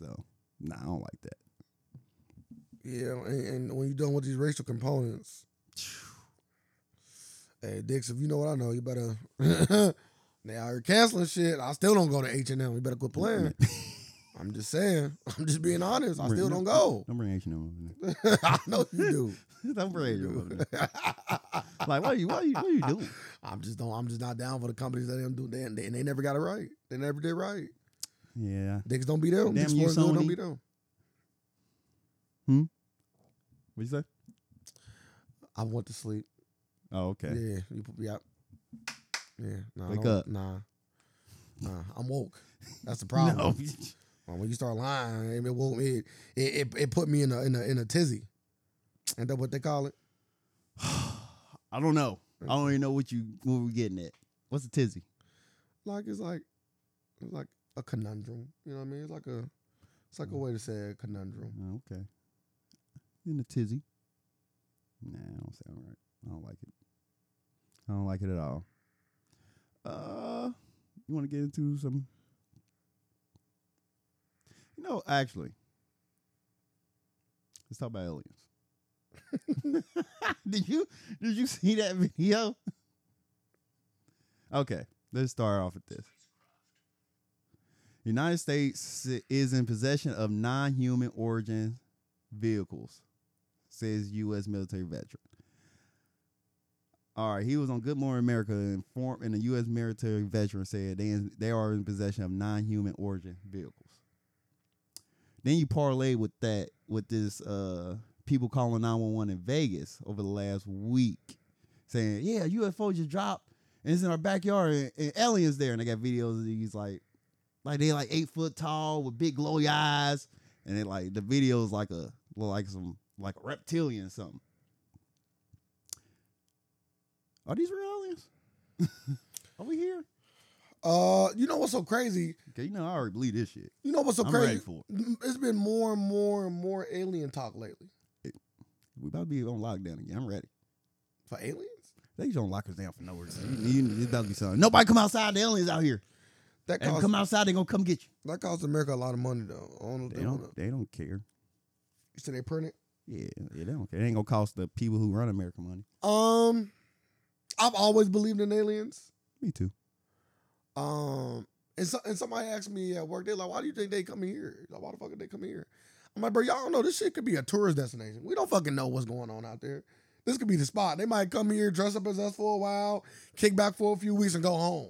[SPEAKER 1] So nah, I don't like that.
[SPEAKER 2] Yeah, and, and when you're done with these racial components, hey Dix, if you know what I know, you better. now you're canceling shit. I still don't go to H and M. You better quit playing. I'm just saying. I'm just being honest. I
[SPEAKER 1] Right,
[SPEAKER 2] still
[SPEAKER 1] no.
[SPEAKER 2] don't go.
[SPEAKER 1] Don't bring H and
[SPEAKER 2] I know you
[SPEAKER 1] M. Don't bring H and
[SPEAKER 2] do.
[SPEAKER 1] M. Like what are you what are you what are you doing?
[SPEAKER 2] I'm just don't. I'm just not down for the companies that them do. They, they, they never got it right. They never did right.
[SPEAKER 1] Yeah.
[SPEAKER 2] Dicks don't be them.
[SPEAKER 1] Damn
[SPEAKER 2] Dicks
[SPEAKER 1] you,
[SPEAKER 2] Sporting Goods don't
[SPEAKER 1] Sony.
[SPEAKER 2] be them.
[SPEAKER 1] What you say?
[SPEAKER 2] I went to sleep.
[SPEAKER 1] Oh okay.
[SPEAKER 2] Yeah, you put yeah. Yeah, nah, I
[SPEAKER 1] Wake
[SPEAKER 2] don't-
[SPEAKER 1] up.
[SPEAKER 2] Nah, nah, I'm woke. That's the problem.
[SPEAKER 1] No.
[SPEAKER 2] Well, When you start lying, it woke it it, it it put me in a in a in a tizzy. Ain't that what they call it?
[SPEAKER 1] I don't know. I don't even know what you what we're getting at. What's a tizzy?
[SPEAKER 2] Like it's like it's like a conundrum. You know what I mean? It's like a it's
[SPEAKER 1] Mm.
[SPEAKER 2] like a way to say a conundrum.
[SPEAKER 1] Oh, okay. In a tizzy. Nah, I don't sound right. I don't like it. I don't like it at all. Uh you wanna get into some You know, actually. Let's talk about aliens. did you did you see that video? Okay, let's start off with this. United States is in possession of non-human origin vehicles, says U.S. military veteran. All right, he was on Good Morning America, and, form, and the U.S. military veteran said they they are in possession of non-human origin vehicles. Then you parlay with that with this uh, people calling 911 in Vegas over the last week, saying, "Yeah, UFO just dropped, and it's in our backyard, and, and aliens there." And they got videos of these like like they like eight foot tall with big glowy eyes, and they like the videos like a look like some like a reptilian or something. Are these real aliens? Are we here?
[SPEAKER 2] Uh, you know what's so crazy?
[SPEAKER 1] Okay, you know I already believe this shit.
[SPEAKER 2] You know what's so
[SPEAKER 1] I'm ready
[SPEAKER 2] crazy?
[SPEAKER 1] for it.
[SPEAKER 2] Mm, It's been more and more and more alien talk lately
[SPEAKER 1] We about to be on lockdown again. I'm ready.
[SPEAKER 2] for aliens.
[SPEAKER 1] They just don't lock us down for no reason. You, you, it's about to be something. Nobody come outside. The aliens out here.
[SPEAKER 2] That
[SPEAKER 1] They
[SPEAKER 2] costs
[SPEAKER 1] come outside. They gonna come get you.
[SPEAKER 2] that costs America a lot of money though. I don't,
[SPEAKER 1] They don't. They don't care.
[SPEAKER 2] You said they print it.
[SPEAKER 1] Yeah, yeah, they don't care. It ain't gonna cost the people who run America money.
[SPEAKER 2] Um, I've always believed in aliens.
[SPEAKER 1] Me too.
[SPEAKER 2] Um, and so, and somebody asked me at work, they're like, "Why do you think they come here? Like, why the fuck did they come here?" I'm like, "Bro, y'all don't know this shit could be a tourist destination. We don't fucking know what's going on out there. This could be the spot. They might come here, dress up as us for a while, kick back for a few weeks, and go home.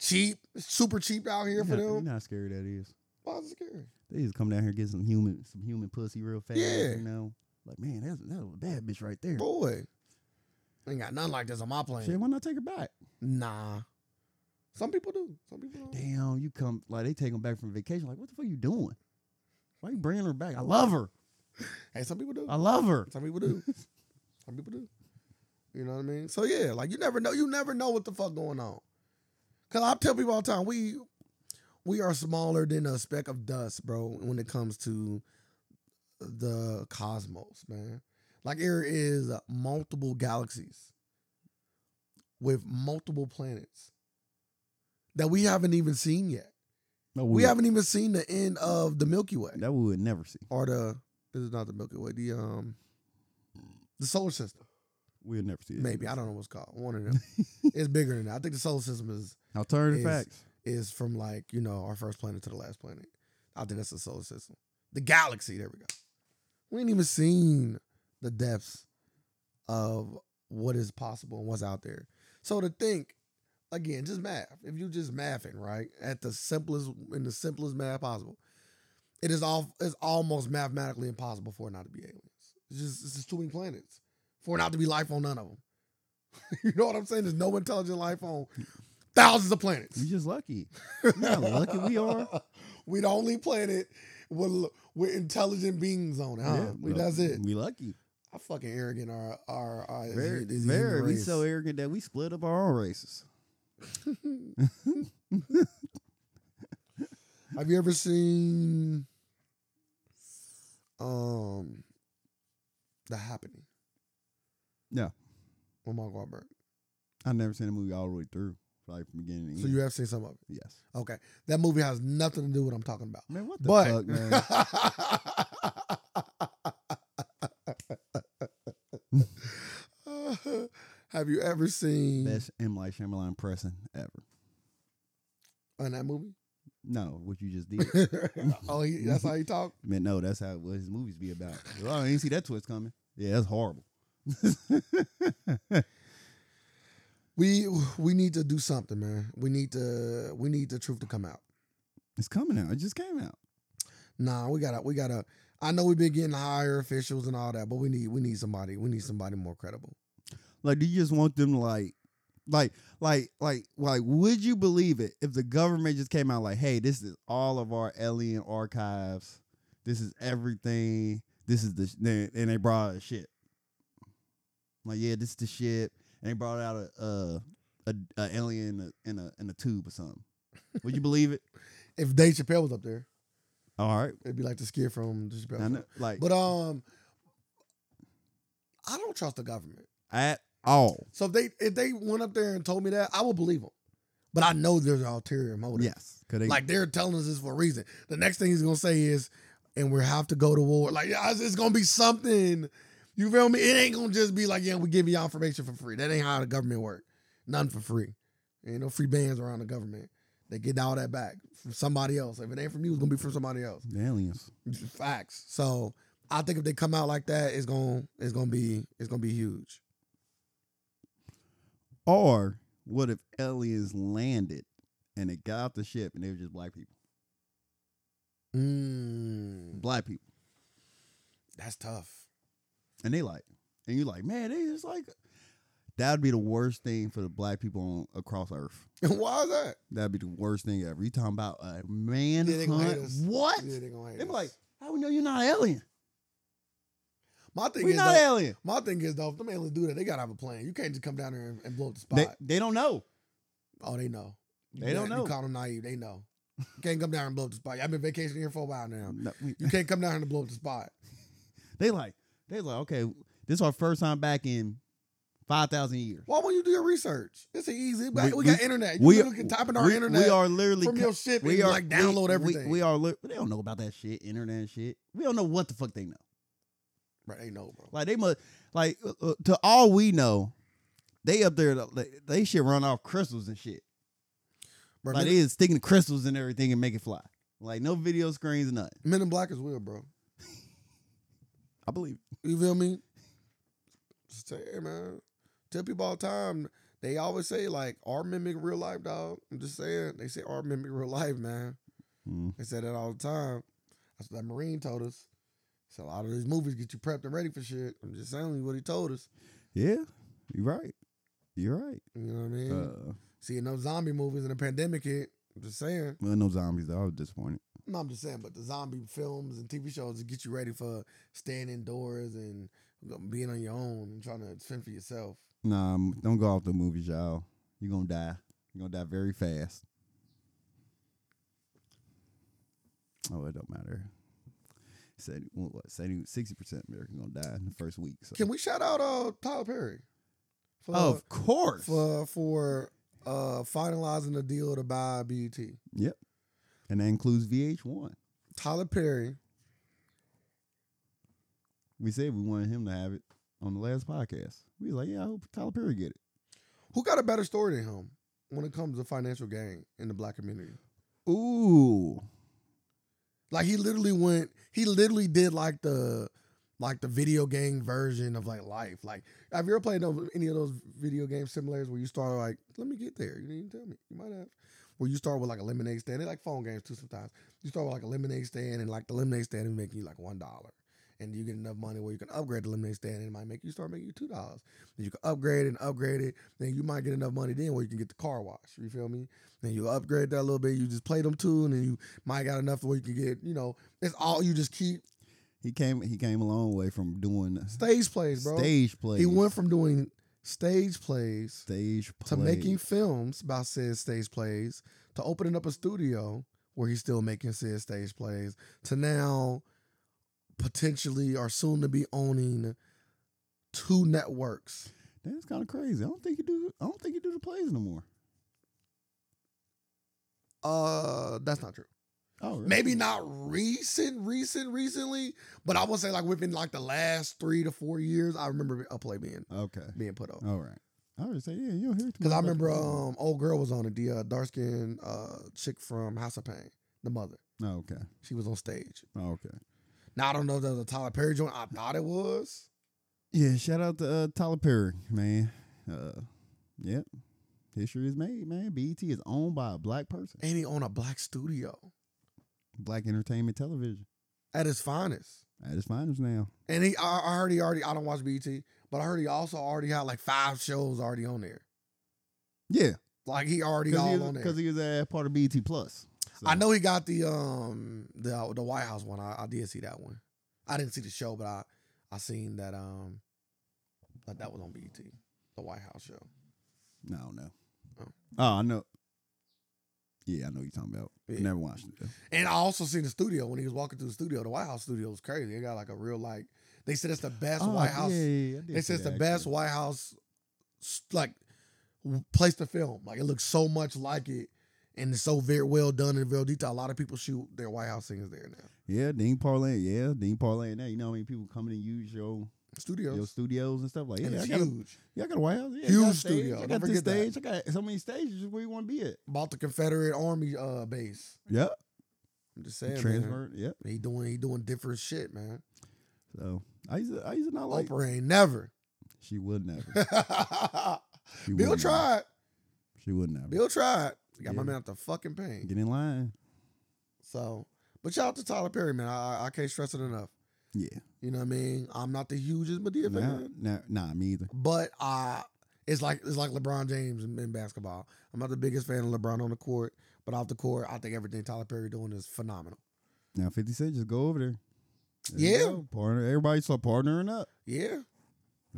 [SPEAKER 2] Cheap, super cheap out here
[SPEAKER 1] You
[SPEAKER 2] for
[SPEAKER 1] know, you
[SPEAKER 2] them.
[SPEAKER 1] know how scary that is.
[SPEAKER 2] Why is it scary?
[SPEAKER 1] They just come down here and get some human some human pussy real fast.
[SPEAKER 2] Yeah.
[SPEAKER 1] You know? Like, man, that's that was a bad bitch right there.
[SPEAKER 2] Boy, ain't got nothing like this on my plane.
[SPEAKER 1] Shit, why not take her back?
[SPEAKER 2] Nah. Some people do. Some people don't.
[SPEAKER 1] Damn, you come like they take them back from vacation. Like, what the fuck you doing? Why you bringing her back? I love her.
[SPEAKER 2] Hey, some people do.
[SPEAKER 1] I love her.
[SPEAKER 2] Some people do. Some people do. You know what I mean? So yeah, like you never know. You never know what the fuck going on. Cause I tell people all the time, we we are smaller than a speck of dust, bro. When it comes to the cosmos, man. Like there is multiple galaxies with multiple planets that we haven't even seen yet.
[SPEAKER 1] No,
[SPEAKER 2] We haven't even seen the end of the Milky Way
[SPEAKER 1] that we would never see.
[SPEAKER 2] or the this is not the Milky Way, the um the solar system.
[SPEAKER 1] We'll never see it.
[SPEAKER 2] Maybe I don't know what's called. One of them. it's bigger than that. I think the solar system is
[SPEAKER 1] Alternative
[SPEAKER 2] Is-
[SPEAKER 1] facts.
[SPEAKER 2] is from like you know our first planet to the last planet. I think that's the solar system, the galaxy. There we go. We ain't even seen the depths of what is possible and what's out there. So to think, again, just math. If you just mathing right at the simplest in the simplest math possible, it is all it's almost mathematically impossible for it not to be aliens. It's just it's just too many planets for it not to be life on none of them. you know what I'm saying? There's no intelligent life on thousands of planets.
[SPEAKER 1] We just lucky. You know how lucky we are.
[SPEAKER 2] We the only planet with with intelligent beings on it. Huh?
[SPEAKER 1] Yeah,
[SPEAKER 2] Uh-huh. We-
[SPEAKER 1] well,
[SPEAKER 2] that's it.
[SPEAKER 1] We lucky.
[SPEAKER 2] How fucking arrogant are our our
[SPEAKER 1] Very,
[SPEAKER 2] is- is the
[SPEAKER 1] very.
[SPEAKER 2] human
[SPEAKER 1] We
[SPEAKER 2] race?
[SPEAKER 1] so arrogant that we split up our own races.
[SPEAKER 2] Have you ever seen um the happening?
[SPEAKER 1] No.
[SPEAKER 2] With Mark Wahlberg.
[SPEAKER 1] I've never seen a movie all the way through, like from beginning to
[SPEAKER 2] So
[SPEAKER 1] end.
[SPEAKER 2] you have seen some of it.
[SPEAKER 1] yes.
[SPEAKER 2] Okay. That movie has nothing to do with what I'm talking about.
[SPEAKER 1] Man, what the fuck,
[SPEAKER 2] But
[SPEAKER 1] man?
[SPEAKER 2] have you ever seen
[SPEAKER 1] Best M. Light Shyamalan pressing ever.
[SPEAKER 2] in that movie?
[SPEAKER 1] No, what you just did. Mm-hmm.
[SPEAKER 2] oh, he, that's how he talk.
[SPEAKER 1] man, no, that's how what his movies be about. Well, I didn't see that twist coming. Yeah, that's horrible.
[SPEAKER 2] We we need to do something, man. We need to we need the truth to come out.
[SPEAKER 1] It's coming out. It just came out.
[SPEAKER 2] Nah, we gotta we gotta. I know we've been getting higher officials and all that, but we need we need somebody. We need somebody more credible.
[SPEAKER 1] Like, do you just want them to like, like, like, like, like? Would you believe it if the government just came out like, "Hey, this is all of our alien archives. This is everything. This is the sh-, and and they brought out the shit. Like, yeah, this is the shit. And they brought out a uh, a, a alien in a, in a in a tube or something. Would you believe it?
[SPEAKER 2] If Dave Chappelle was up there,
[SPEAKER 1] All right,
[SPEAKER 2] it'd be like the skit from the Chappelle.
[SPEAKER 1] I
[SPEAKER 2] Show.
[SPEAKER 1] know, like
[SPEAKER 2] But um, I don't trust the government.
[SPEAKER 1] at all.
[SPEAKER 2] So if they if they went up there and told me that, I would believe them. But I know there's an ulterior motive.
[SPEAKER 1] Yes, 'Cause they,
[SPEAKER 2] Like they're telling us this for a reason. The next thing he's gonna say is, and we have to go to war. Like yeah, it's it's gonna be something. You feel me? It ain't gonna just be like, yeah, we give you information for free. That ain't how the government work. Nothing for free. Ain't no free bands around the government. They get all that back from somebody else. If it ain't from you, it's gonna be from somebody else.
[SPEAKER 1] the aliens.
[SPEAKER 2] Facts. So I think if they come out like that, it's gonna it's gonna be it's gonna be huge.
[SPEAKER 1] Or what if aliens landed and it got off the ship and they were just black people?
[SPEAKER 2] Mm,
[SPEAKER 1] Black people.
[SPEAKER 2] that's tough.
[SPEAKER 1] And they like, and you like, man, they just like, that'd be the worst thing for the black people on, across Earth.
[SPEAKER 2] Why is that?
[SPEAKER 1] That'd be the worst thing ever. You talking about a man
[SPEAKER 2] Yeah, they gonna hate us.
[SPEAKER 1] What?
[SPEAKER 2] Yeah, they gonna hate
[SPEAKER 1] they be
[SPEAKER 2] us.
[SPEAKER 1] like, how we know you're not an alien?
[SPEAKER 2] my thing
[SPEAKER 1] We
[SPEAKER 2] is
[SPEAKER 1] not
[SPEAKER 2] though-
[SPEAKER 1] alien.
[SPEAKER 2] My thing is though, if them aliens do that, they gotta have a plan. You can't just come down there and, and blow up the spot.
[SPEAKER 1] They, they don't know.
[SPEAKER 2] oh, they know.
[SPEAKER 1] They don't
[SPEAKER 2] you
[SPEAKER 1] know.
[SPEAKER 2] Call them naive. They know. You can't come down and blow up the spot. I've been vacationing here for a while now.
[SPEAKER 1] No, we-
[SPEAKER 2] You can't come down here and blow up the spot.
[SPEAKER 1] they like, they like, okay, this is our first time back in 5,000 years.
[SPEAKER 2] Why won't you do your research? It's easy. But
[SPEAKER 1] We-
[SPEAKER 2] we, got internet. You
[SPEAKER 1] we,
[SPEAKER 2] literally can type in our
[SPEAKER 1] we-
[SPEAKER 2] internet
[SPEAKER 1] We are literally
[SPEAKER 2] from
[SPEAKER 1] co-
[SPEAKER 2] your ship
[SPEAKER 1] we
[SPEAKER 2] and
[SPEAKER 1] are
[SPEAKER 2] like download
[SPEAKER 1] we,
[SPEAKER 2] everything.
[SPEAKER 1] We, we are li- they don't know about that shit, internet shit. We don't know what the fuck they know.
[SPEAKER 2] Right, they know, bro.
[SPEAKER 1] Like they must like uh, uh, to all we know, they up there like, they should run off crystals and shit.
[SPEAKER 2] bro
[SPEAKER 1] Like
[SPEAKER 2] men,
[SPEAKER 1] they is sticking to crystals and everything and make it fly. Like no video screens, nothing.
[SPEAKER 2] Men in black is real, bro.
[SPEAKER 1] I believe.
[SPEAKER 2] You feel me? Just say, hey, man. Tell people all the time. They always say like, "Art mimic real life, dog." I'm just saying. They say art mimic real life, man.
[SPEAKER 1] Mm.
[SPEAKER 2] They said that all the time. That's what that Marine told us. So a lot of these movies get you prepped and ready for shit. I'm just telling you what he told us.
[SPEAKER 1] Yeah, you're right. You're right.
[SPEAKER 2] You know what I mean?
[SPEAKER 1] Uh,
[SPEAKER 2] Seeing those zombie movies and the pandemic hit. I'm just saying.
[SPEAKER 1] well, no zombies. Though. I was disappointed.
[SPEAKER 2] No, I'm just saying, but the zombie films and TV shows to get you ready for staying indoors and being on your own and trying to fend for yourself.
[SPEAKER 1] Nah, m- don't go off the movies, y'all. You're gonna die. You're gonna die very fast. Oh, it don't matter. Said what? what, Said sixty percent American gonna die in the first week. So.
[SPEAKER 2] Can we shout out uh, Tyler Perry? For,
[SPEAKER 1] of course.
[SPEAKER 2] for for uh, finalizing the deal to buy E BET.
[SPEAKER 1] Yep. And that includes VH1.
[SPEAKER 2] Tyler Perry,
[SPEAKER 1] We said we wanted him to have it on the last podcast. We was like, yeah, I hope Tyler Perry get it.
[SPEAKER 2] who got a better story than him when it comes to financial gain in the black community?
[SPEAKER 1] Ooh.
[SPEAKER 2] Like he literally went, he literally did like the like the video game version of like life. Like, have you ever played those, any of those video game simulators where you start like, let me get there? You didn't even tell me. You might have. Where you start with like a lemonade stand. They like phone games too sometimes. You start with like a lemonade stand and like the lemonade stand is making you like one dollar. And you get enough money where you can upgrade the lemonade stand and it might make you start making you two dollars. Then you can upgrade and upgrade it. Then you might get enough money then where you can get the car wash. You feel me? Then you upgrade that a little bit. You just play them two and then you might got enough where you can get, you know, it's all you just keep
[SPEAKER 1] He came he came a long way from doing
[SPEAKER 2] stage plays, bro.
[SPEAKER 1] stage plays.
[SPEAKER 2] He went from doing stage plays
[SPEAKER 1] stage plays.
[SPEAKER 2] to making films about said stage plays to opening up a studio where he's still making said stage plays to now potentially or soon to be owning two networks.
[SPEAKER 1] That's kind of crazy. I don't think he do I don't think he do the plays no more.
[SPEAKER 2] Uh that's not true.
[SPEAKER 1] Oh really?
[SPEAKER 2] Maybe not recent, recent, recently, but I would say like within like the last three to four years, I remember a play being
[SPEAKER 1] Okay.
[SPEAKER 2] being put on.
[SPEAKER 1] All right. I would say, yeah, you don't hear too
[SPEAKER 2] Because
[SPEAKER 1] much
[SPEAKER 2] I
[SPEAKER 1] about the
[SPEAKER 2] remember
[SPEAKER 1] plays.
[SPEAKER 2] um old girl was on it, the uh, dark skinned uh, chick from House of Pain, the mother.
[SPEAKER 1] Oh, okay.
[SPEAKER 2] She was on stage.
[SPEAKER 1] Oh, okay.
[SPEAKER 2] Now I don't know if that was a Tyler Perry joint. I thought it was.
[SPEAKER 1] Yeah, shout out to uh, Tyler Perry, man. Uh yep. History is made, man. BET is owned by a black person.
[SPEAKER 2] And he owned a black studio
[SPEAKER 1] Black entertainment television.
[SPEAKER 2] at his finest.
[SPEAKER 1] At its finest now.
[SPEAKER 2] And he I, I heard he already I don't watch BET, but I heard he also already had like five shows already on there.
[SPEAKER 1] Yeah.
[SPEAKER 2] Like he already
[SPEAKER 1] Because
[SPEAKER 2] all
[SPEAKER 1] he, was-
[SPEAKER 2] on there.
[SPEAKER 1] 'cause he was a part of BT Plus. So-
[SPEAKER 2] I know he got the um the the White House one. I, I did see that one. I didn't see the show, but I I seen that um that that was on BET, the White House show.
[SPEAKER 1] No, I don't know.
[SPEAKER 2] Oh.
[SPEAKER 1] Oh, I know. Yeah, I know what you're talking about.
[SPEAKER 2] Yeah.
[SPEAKER 1] Never watched it. Though.
[SPEAKER 2] And I also seen the studio when he was walking through the studio. The White House studio was crazy. They got like a real like they said it's the best
[SPEAKER 1] Oh,
[SPEAKER 2] White House.
[SPEAKER 1] Yeah, yeah, yeah, I did
[SPEAKER 2] They
[SPEAKER 1] see
[SPEAKER 2] said it's the
[SPEAKER 1] that,
[SPEAKER 2] best
[SPEAKER 1] actually.
[SPEAKER 2] White House s- like w- place to film. Like it looks so much like it, and it's so very well done and real detail. A lot of people shoot their White House scenes there now.
[SPEAKER 1] Yeah, Dean Parlay. Yeah, Dean Parlay. Now you know how many people coming and use your
[SPEAKER 2] Studios.
[SPEAKER 1] your studios and stuff like. Oh, Yeah,
[SPEAKER 2] and
[SPEAKER 1] I
[SPEAKER 2] it's
[SPEAKER 1] got a,
[SPEAKER 2] huge.
[SPEAKER 1] yeah, I got a White House. Yeah, I
[SPEAKER 2] Huge
[SPEAKER 1] got a stage,
[SPEAKER 2] studio.
[SPEAKER 1] I
[SPEAKER 2] Don't
[SPEAKER 1] got this
[SPEAKER 2] forget that.
[SPEAKER 1] stage. I got so many stages where you want to be at.
[SPEAKER 2] Bought the Confederate Army uh base.
[SPEAKER 1] Yep.
[SPEAKER 2] I'm just saying. Man.
[SPEAKER 1] Transfer. Yep.
[SPEAKER 2] He doing he doing different shit, man.
[SPEAKER 1] So I used to, I used to not like.
[SPEAKER 2] Oprah ain't never.
[SPEAKER 1] She would never. She
[SPEAKER 2] Bill
[SPEAKER 1] would never.
[SPEAKER 2] tried.
[SPEAKER 1] She would never.
[SPEAKER 2] Bill tried. He got my
[SPEAKER 1] Yeah.
[SPEAKER 2] man out the fucking pain.
[SPEAKER 1] Get in line.
[SPEAKER 2] So, but shout out to Tyler Perry, man. I, I- I can't stress it enough.
[SPEAKER 1] Yeah.
[SPEAKER 2] You know what I mean? I'm not the hugest Medea
[SPEAKER 1] Nah,
[SPEAKER 2] fan,
[SPEAKER 1] nah, nah, me either.
[SPEAKER 2] but I it's like it's like LeBron James in, in basketball. I'm not the biggest fan of LeBron on the court, but off the court, I think everything Tyler Perry doing is phenomenal.
[SPEAKER 1] Now Fifty Cent, just go over there. you
[SPEAKER 2] Yeah.
[SPEAKER 1] go. partner. Everybody start partnering up.
[SPEAKER 2] Yeah.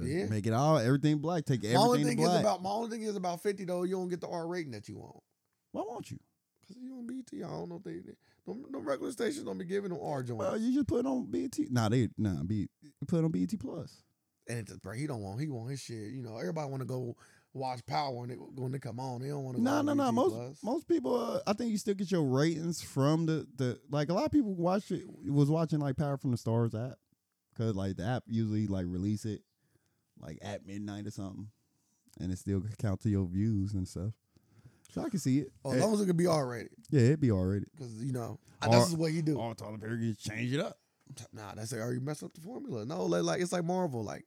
[SPEAKER 2] Yeah.
[SPEAKER 1] make it all everything black. Take
[SPEAKER 2] My only
[SPEAKER 1] everything to
[SPEAKER 2] thing
[SPEAKER 1] black.
[SPEAKER 2] is about my only thing is about 50 though. You don't get the R rating that you want
[SPEAKER 1] Why won't you?
[SPEAKER 2] because you on BT. I don't know if they don't. No regular stations don't be giving them R joint.
[SPEAKER 1] Well, you just put it on BT. Nah, they nah B. Put it on BT Plus.
[SPEAKER 2] and it's just, bro, he don't want he want his shit. You know, everybody want to go watch Power and they, when they come on, they don't want to.
[SPEAKER 1] No,
[SPEAKER 2] go
[SPEAKER 1] no,
[SPEAKER 2] on
[SPEAKER 1] no.
[SPEAKER 2] BET+.
[SPEAKER 1] Most most people, uh, I think you still get your ratings from the the like a lot of people watch it was watching like Power from the Stars app because like the app usually like release it like at midnight or something, and it still count to your views and stuff. So I can see it.
[SPEAKER 2] Oh,
[SPEAKER 1] Eh,
[SPEAKER 2] as long as it can be R rated,
[SPEAKER 1] yeah, it'd be already.
[SPEAKER 2] because you know I-
[SPEAKER 1] R-
[SPEAKER 2] this is what he do.
[SPEAKER 1] All Tyler Perry can change it up.
[SPEAKER 2] Nah, that's like, are you messing up the formula? No, like, like it's like Marvel, like.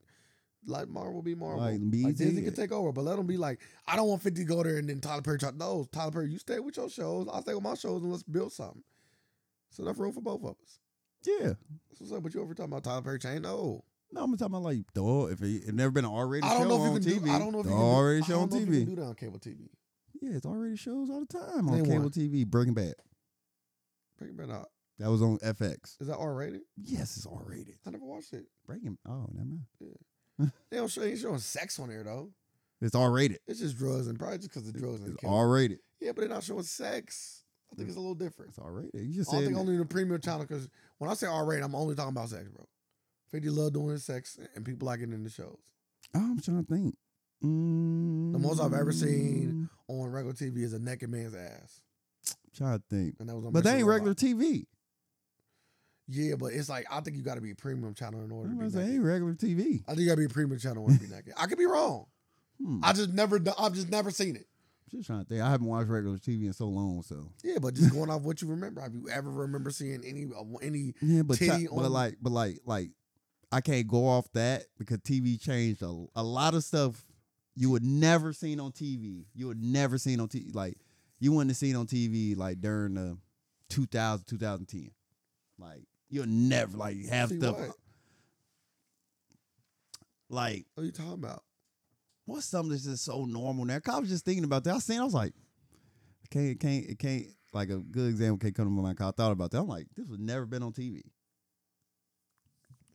[SPEAKER 2] Like Marvel be Marvel,
[SPEAKER 1] Like,
[SPEAKER 2] like,
[SPEAKER 1] be easy.
[SPEAKER 2] Disney can take over, but let them be like, I don't want Fifty to go there and then Tyler Perry try. No, Tyler Perry, you stay with your shows. I'll stay with my shows and let's build something. It's enough room for both of us.
[SPEAKER 1] Yeah.
[SPEAKER 2] That's what's up. But you over talking about Tyler Perry Chain? No.
[SPEAKER 1] No, I'm talking about like, dog, if it, it never been an R-rated
[SPEAKER 2] I don't
[SPEAKER 1] show
[SPEAKER 2] know
[SPEAKER 1] on
[SPEAKER 2] if you can
[SPEAKER 1] TV.
[SPEAKER 2] do. I don't know if
[SPEAKER 1] the
[SPEAKER 2] you can do.
[SPEAKER 1] R-rated
[SPEAKER 2] I
[SPEAKER 1] show on
[SPEAKER 2] don't know if you
[SPEAKER 1] TV.
[SPEAKER 2] can do that on cable TV.
[SPEAKER 1] yeah, it's R-rated shows all the time on
[SPEAKER 2] Name
[SPEAKER 1] cable
[SPEAKER 2] one.
[SPEAKER 1] TV. Breaking Bad.
[SPEAKER 2] Breaking Bad out.
[SPEAKER 1] That was on FX.
[SPEAKER 2] Is that R rated?
[SPEAKER 1] Yes, it's R-rated.
[SPEAKER 2] I never watched it.
[SPEAKER 1] Breaking. Oh, never mind.
[SPEAKER 2] They don't show ain't showing sex on there though.
[SPEAKER 1] It's R-rated.
[SPEAKER 2] It's just drugs and probably just because the drugs and
[SPEAKER 1] It's
[SPEAKER 2] the kill.
[SPEAKER 1] R-rated.
[SPEAKER 2] Yeah, but they're not showing sex. I think it's a little different.
[SPEAKER 1] It's R-rated. You just
[SPEAKER 2] I don't
[SPEAKER 1] said
[SPEAKER 2] think only in the premium channel because when I say R rated, I'm only talking about sex, bro. Fifty love doing sex and people like it in the shows
[SPEAKER 1] I'm trying to think. Mm,
[SPEAKER 2] most I've ever seen- on regular TV is a naked man's ass,
[SPEAKER 1] trying to think.
[SPEAKER 2] and that was on
[SPEAKER 1] But
[SPEAKER 2] Mr.
[SPEAKER 1] they ain't
[SPEAKER 2] Robot.
[SPEAKER 1] regular TV.
[SPEAKER 2] Yeah, but it's like I think you got to be a premium channel in order to
[SPEAKER 1] I'm
[SPEAKER 2] be
[SPEAKER 1] gonna say,
[SPEAKER 2] naked.
[SPEAKER 1] ain't regular TV.
[SPEAKER 2] I think you got to be a premium channel in order to be naked. I could be wrong.
[SPEAKER 1] Hmm.
[SPEAKER 2] I just never, do- I've just never seen it.
[SPEAKER 1] Just trying to think. I haven't watched regular TV in so long, so
[SPEAKER 2] Yeah, but just going off what you remember. Have you ever remember seeing any uh, any?
[SPEAKER 1] yeah. But ti-
[SPEAKER 2] Titty
[SPEAKER 1] but
[SPEAKER 2] on-
[SPEAKER 1] like but like like I can't go off that because TV changed a, a lot of stuff you would never seen on TV. You would never seen on TV like you wouldn't have seen on TV like during the 2000 2010. Like you'll never like have
[SPEAKER 2] See
[SPEAKER 1] stuff
[SPEAKER 2] what?
[SPEAKER 1] like
[SPEAKER 2] What are you talking about?
[SPEAKER 1] what's something that's just so normal now? 'Cause I was just thinking about that. I seen, I was like, I can't, it can't, it can't. Like a good example can't come to my mind. 'cause I thought about that. I'm like, this was never been on TV.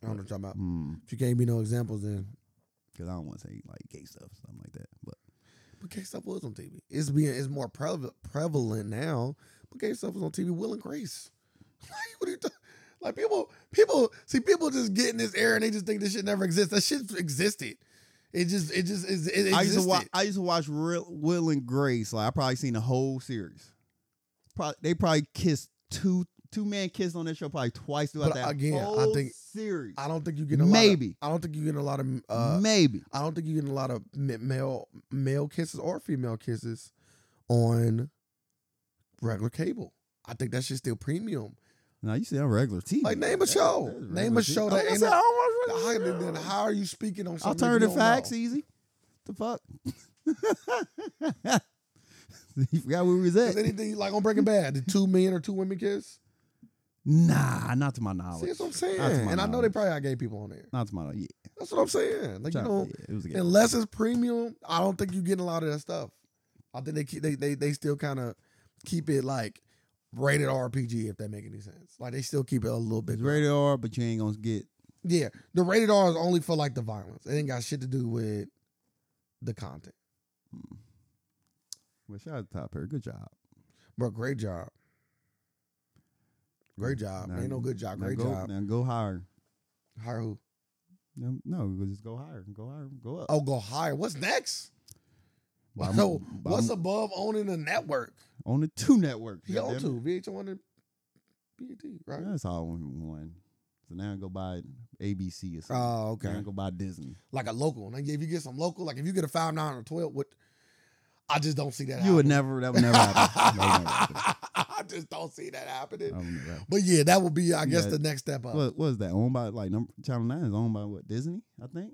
[SPEAKER 2] I don't know what you're talking about.
[SPEAKER 1] Hmm.
[SPEAKER 2] If you gave me no examples, then
[SPEAKER 1] Cause I don't want to say like gay stuff, or something like that. But
[SPEAKER 2] But gay stuff was on TV. It's being it's more prev- prevalent now. But gay stuff was on TV. Will and Grace. Like what are you talking? Like people, people see people just get in this air and they just think this shit never exists. That shit existed. It just, it just, it, it existed.
[SPEAKER 1] I used to watch, I used to watch Real, Will and Grace. Like I probably seen the whole series. Probably they probably kissed two two men kissed on that show probably twice throughout
[SPEAKER 2] But
[SPEAKER 1] that
[SPEAKER 2] again, I
[SPEAKER 1] whole
[SPEAKER 2] think-
[SPEAKER 1] series.
[SPEAKER 2] I don't think you get a lot of-
[SPEAKER 1] Maybe.
[SPEAKER 2] I don't think you get a lot of. Uh,
[SPEAKER 1] Maybe
[SPEAKER 2] I don't think you get a lot of m- male male kisses or female kisses on regular cable. I think that shit's still premium.
[SPEAKER 1] now you see on regular TV.
[SPEAKER 2] Like, name a
[SPEAKER 1] That's-
[SPEAKER 2] show.
[SPEAKER 1] that's
[SPEAKER 2] Name
[SPEAKER 1] regular
[SPEAKER 2] a
[SPEAKER 1] TV.
[SPEAKER 2] show
[SPEAKER 1] Like
[SPEAKER 2] that
[SPEAKER 1] I
[SPEAKER 2] ain't
[SPEAKER 1] said,
[SPEAKER 2] no-
[SPEAKER 1] I don't watch
[SPEAKER 2] How,
[SPEAKER 1] regular
[SPEAKER 2] then how are you speaking on something? that
[SPEAKER 1] Alternative
[SPEAKER 2] you don't know?
[SPEAKER 1] facts, easy. The fuck? you forgot where we was
[SPEAKER 2] Is
[SPEAKER 1] at?
[SPEAKER 2] anything like on Breaking Bad? Did two men or two women kiss?
[SPEAKER 1] Nah, not to my
[SPEAKER 2] See,
[SPEAKER 1] knowledge.
[SPEAKER 2] that's what I'm saying.
[SPEAKER 1] That's my
[SPEAKER 2] And I know they
[SPEAKER 1] knowledge.
[SPEAKER 2] probably got gay people on there.
[SPEAKER 1] Not to my knowledge. Yeah,
[SPEAKER 2] That's what I'm saying. Like you
[SPEAKER 1] Tryna-
[SPEAKER 2] know,
[SPEAKER 1] yeah, it was a game.
[SPEAKER 2] unless it's premium, I don't think you getting a lot of that stuff. I think they keep, they they they still kind of keep it like rated RPG if that make any sense. Like they still keep it a little bit.
[SPEAKER 1] It's rated R, but you ain't gonna get.
[SPEAKER 2] Yeah, the rated R is only for like the violence. It ain't got shit to do with the content.
[SPEAKER 1] Well, shout out to Top Hair. Good job.
[SPEAKER 2] But great job. Great job.
[SPEAKER 1] Now
[SPEAKER 2] ain't no
[SPEAKER 1] you-
[SPEAKER 2] good job.
[SPEAKER 1] now
[SPEAKER 2] Great
[SPEAKER 1] go,
[SPEAKER 2] job.
[SPEAKER 1] Now go higher.
[SPEAKER 2] Hire who?
[SPEAKER 1] No, no, just go higher. Go higher. Go up.
[SPEAKER 2] Oh, go higher. What's next?
[SPEAKER 1] Bottom-
[SPEAKER 2] so what's
[SPEAKER 1] bottom-
[SPEAKER 2] above owning a network?
[SPEAKER 1] on the two networks?
[SPEAKER 2] He
[SPEAKER 1] goddamn
[SPEAKER 2] owned
[SPEAKER 1] it.
[SPEAKER 2] two, VH1 and BET, right?
[SPEAKER 1] That's all one. one. So now go buy ABC or something.
[SPEAKER 2] Oh,
[SPEAKER 1] Now
[SPEAKER 2] okay.
[SPEAKER 1] go buy Disney.
[SPEAKER 2] Like a local one. Like if you get some local, like if you get a five nine or twelve, what? I just don't see that.
[SPEAKER 1] You would never.
[SPEAKER 2] happening.
[SPEAKER 1] That would never happen. That would never happen.
[SPEAKER 2] I just don't see that happening.
[SPEAKER 1] That would never happen.
[SPEAKER 2] but yeah, that would be, I guess,
[SPEAKER 1] Oh. Yeah.
[SPEAKER 2] the next step up.
[SPEAKER 1] what what is that owned by like number channel 9 is owned by what disney i think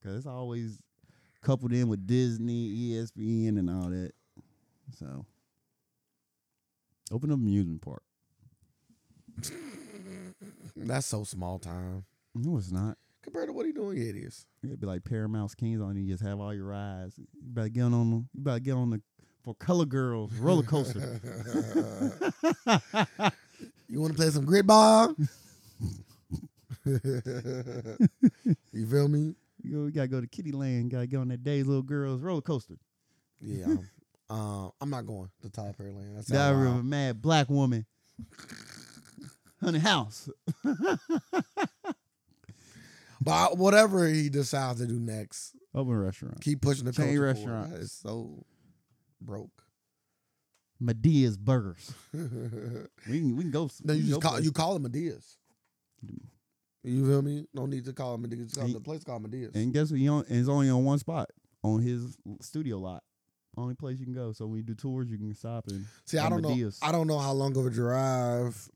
[SPEAKER 1] because it's always coupled in with disney E espn and all that so open up amusement park
[SPEAKER 2] That's so small time
[SPEAKER 1] no it's not
[SPEAKER 2] compared to what he doing. Yeah, it is.
[SPEAKER 1] it'd be like paramount's kings on you just have all your rides you better get on them you better get on the for color girls roller coaster
[SPEAKER 2] You want to play some grid ball? you feel me?
[SPEAKER 1] you go- you gotta go to kitty land gotta get on that day's little girls roller coaster
[SPEAKER 2] Yeah. I'm- Uh, I'm not going to Tyler Perry Land. That's
[SPEAKER 1] diary of
[SPEAKER 2] wild.
[SPEAKER 1] a mad black woman honey house
[SPEAKER 2] But I- whatever he decides to do next,
[SPEAKER 1] open restaurant
[SPEAKER 2] keep pushing the
[SPEAKER 1] Chain
[SPEAKER 2] culture forward.
[SPEAKER 1] restaurants.
[SPEAKER 2] That is so broke.
[SPEAKER 1] Medea's Burgers.
[SPEAKER 2] no,
[SPEAKER 1] We can, we can go. s- we
[SPEAKER 2] you
[SPEAKER 1] can go
[SPEAKER 2] just call
[SPEAKER 1] places.
[SPEAKER 2] you call him Adidas. You feel me? No need to call him Adidas. Just Call
[SPEAKER 1] He-
[SPEAKER 2] the place called Adidas.
[SPEAKER 1] And guess what? You on, it's only on one spot on his studio lot. Only place you can go. So when you do tours, you can stop and
[SPEAKER 2] See, I
[SPEAKER 1] and
[SPEAKER 2] don't know.
[SPEAKER 1] Adidas.
[SPEAKER 2] I don't know how long of a drive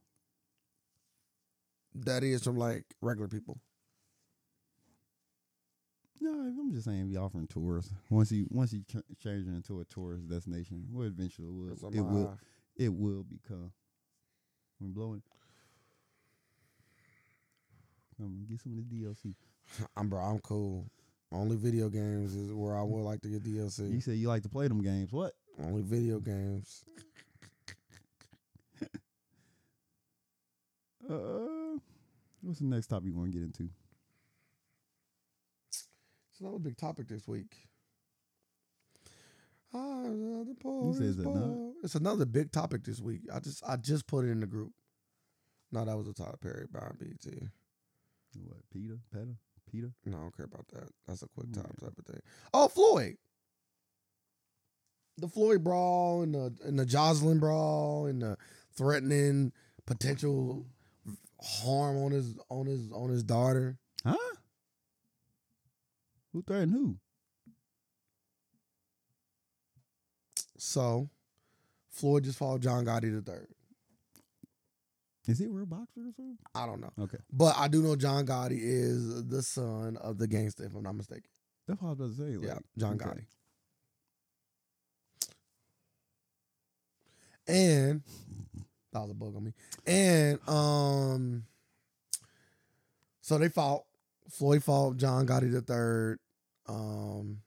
[SPEAKER 2] that is from like regular people.
[SPEAKER 1] no. I'm just saying, be offering tours once you once you ch- change it into a tourist destination, well, eventually it will
[SPEAKER 2] That's on
[SPEAKER 1] it
[SPEAKER 2] my
[SPEAKER 1] will
[SPEAKER 2] eye.
[SPEAKER 1] it will become when we blowing. Come get some of the DLC.
[SPEAKER 2] "Ah,
[SPEAKER 3] I'm bro. I'm cool. Only video games is where I would like to get
[SPEAKER 1] You
[SPEAKER 3] DLC.
[SPEAKER 1] said you like to play them games. What?
[SPEAKER 3] Only video games.
[SPEAKER 1] Uh, what's the next topic you want to get into?
[SPEAKER 2] It's another big topic this week.
[SPEAKER 3] Ah, the
[SPEAKER 1] You
[SPEAKER 3] poor
[SPEAKER 1] said
[SPEAKER 3] is
[SPEAKER 1] is that not-
[SPEAKER 3] poor.
[SPEAKER 2] It's another big topic this week. I just I just put it in the group. No, that was a Tyler Perry Brian BT.
[SPEAKER 1] What? Peter? Peter? Peter?
[SPEAKER 3] No, I don't care about that. That's a quick
[SPEAKER 1] Yeah.
[SPEAKER 3] top type of thing.
[SPEAKER 2] Oh, Floyd. The Floyd brawl and the and the Jocelyn brawl and the threatening potential harm on his on his on his daughter.
[SPEAKER 1] Huh? Who threatened who?
[SPEAKER 2] So Floyd just fought John Gotti the third.
[SPEAKER 1] Is he a real boxer or something?
[SPEAKER 2] I don't know.
[SPEAKER 1] Okay.
[SPEAKER 2] But I do know John Gotti is the son of the gangster, if I'm not mistaken.
[SPEAKER 1] That's what I was about to say. Like,
[SPEAKER 2] yeah, John
[SPEAKER 1] okay.
[SPEAKER 2] Gotti. And that was a bug on me. And um, so they fought. Floyd fought John Gotti the third, um,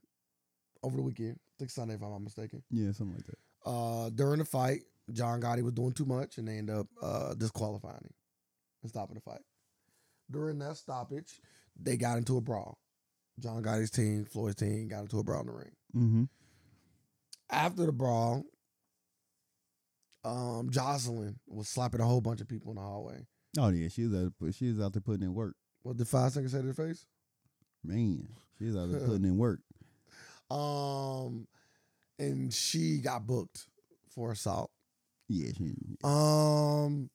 [SPEAKER 2] over the weekend. I think Sunday, if I'm not mistaken.
[SPEAKER 1] Yeah, something like that.
[SPEAKER 2] Uh, during the fight, John Gotti was doing too much, and they end up uh disqualifying him and stopping the fight. During that stoppage, they got into a brawl. John Gotti's team, Floyd's team, got into a brawl in the ring
[SPEAKER 1] Mm-hmm.
[SPEAKER 2] after the brawl, um, Jocelyn was slapping a whole bunch of people in the hallway.
[SPEAKER 1] Oh yeah, she was out. There, she was out there putting in work.
[SPEAKER 2] What did Five Seconds say to the face?
[SPEAKER 1] Man, she was out there putting in work.
[SPEAKER 2] Um, and she got booked for assault.
[SPEAKER 1] Yeah, she.
[SPEAKER 2] Um,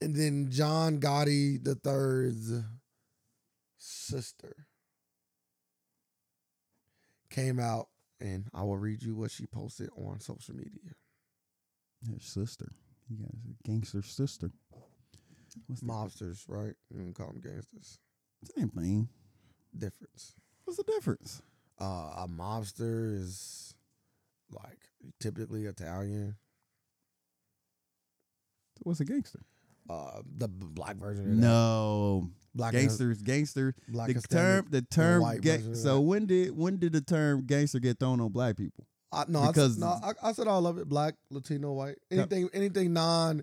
[SPEAKER 2] and then John Gotti the third's sister came out, and I will read you what she posted on social media.
[SPEAKER 1] Her sister. You got a gangster sister. What's the
[SPEAKER 2] Mobsters, right? You can call them gangsters.
[SPEAKER 1] same thing?
[SPEAKER 2] Difference.
[SPEAKER 1] What's the difference?
[SPEAKER 2] uh, a mobster is like typically Italian.
[SPEAKER 1] What's a gangster?
[SPEAKER 2] Uh, the b- black version of that.
[SPEAKER 1] No,
[SPEAKER 2] black
[SPEAKER 1] gangsters, gangster.
[SPEAKER 2] black
[SPEAKER 1] the
[SPEAKER 2] Hispanic.
[SPEAKER 1] term, the term.
[SPEAKER 2] white
[SPEAKER 1] ga-
[SPEAKER 2] version of
[SPEAKER 1] so
[SPEAKER 2] that.
[SPEAKER 1] when did when did the term gangster get thrown on black people?
[SPEAKER 2] I, no, because
[SPEAKER 1] because-
[SPEAKER 2] I, no, I, I said all of it: black, Latino, white,
[SPEAKER 1] Yeah.
[SPEAKER 2] anything, anything non.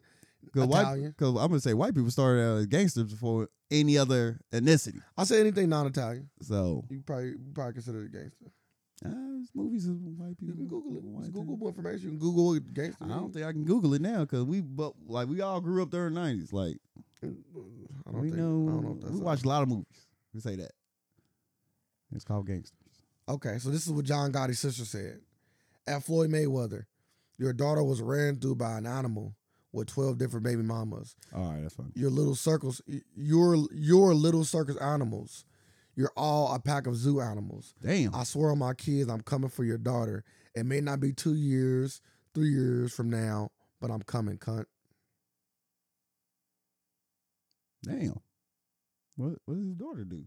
[SPEAKER 1] Because
[SPEAKER 2] Italian.
[SPEAKER 1] I'm gonna say white people started out as gangsters before any other ethnicity.
[SPEAKER 2] I said anything non-Italian.
[SPEAKER 1] So
[SPEAKER 2] You probably you probably consider it gangster.
[SPEAKER 1] uh, there's movies of white
[SPEAKER 2] You
[SPEAKER 1] people.
[SPEAKER 2] can Google it.
[SPEAKER 1] white
[SPEAKER 2] Just
[SPEAKER 1] people.
[SPEAKER 2] Google more information. You can Google what gangster.
[SPEAKER 1] Mm-hmm. I don't
[SPEAKER 2] means.
[SPEAKER 1] think I can Google it now because we but like we all grew up during the nineties. Like
[SPEAKER 2] uh, I don't
[SPEAKER 1] we
[SPEAKER 2] think.
[SPEAKER 1] know,
[SPEAKER 2] I don't know if that's
[SPEAKER 1] we
[SPEAKER 2] all.
[SPEAKER 1] watched a lot of movies. We say that it's called gangsters.
[SPEAKER 2] Okay, so this is what John Gotti's sister said. At Floyd Mayweather, your daughter was ran through by an animal with twelve different baby mamas.
[SPEAKER 1] All right, that's fine.
[SPEAKER 2] your little circles y- your your little circus animals you're all a pack of zoo animals
[SPEAKER 1] Damn,
[SPEAKER 2] i swear on my kids i'm coming for your daughter it may not be two years three years from now but i'm coming cunt
[SPEAKER 1] damn. What what does his daughter do?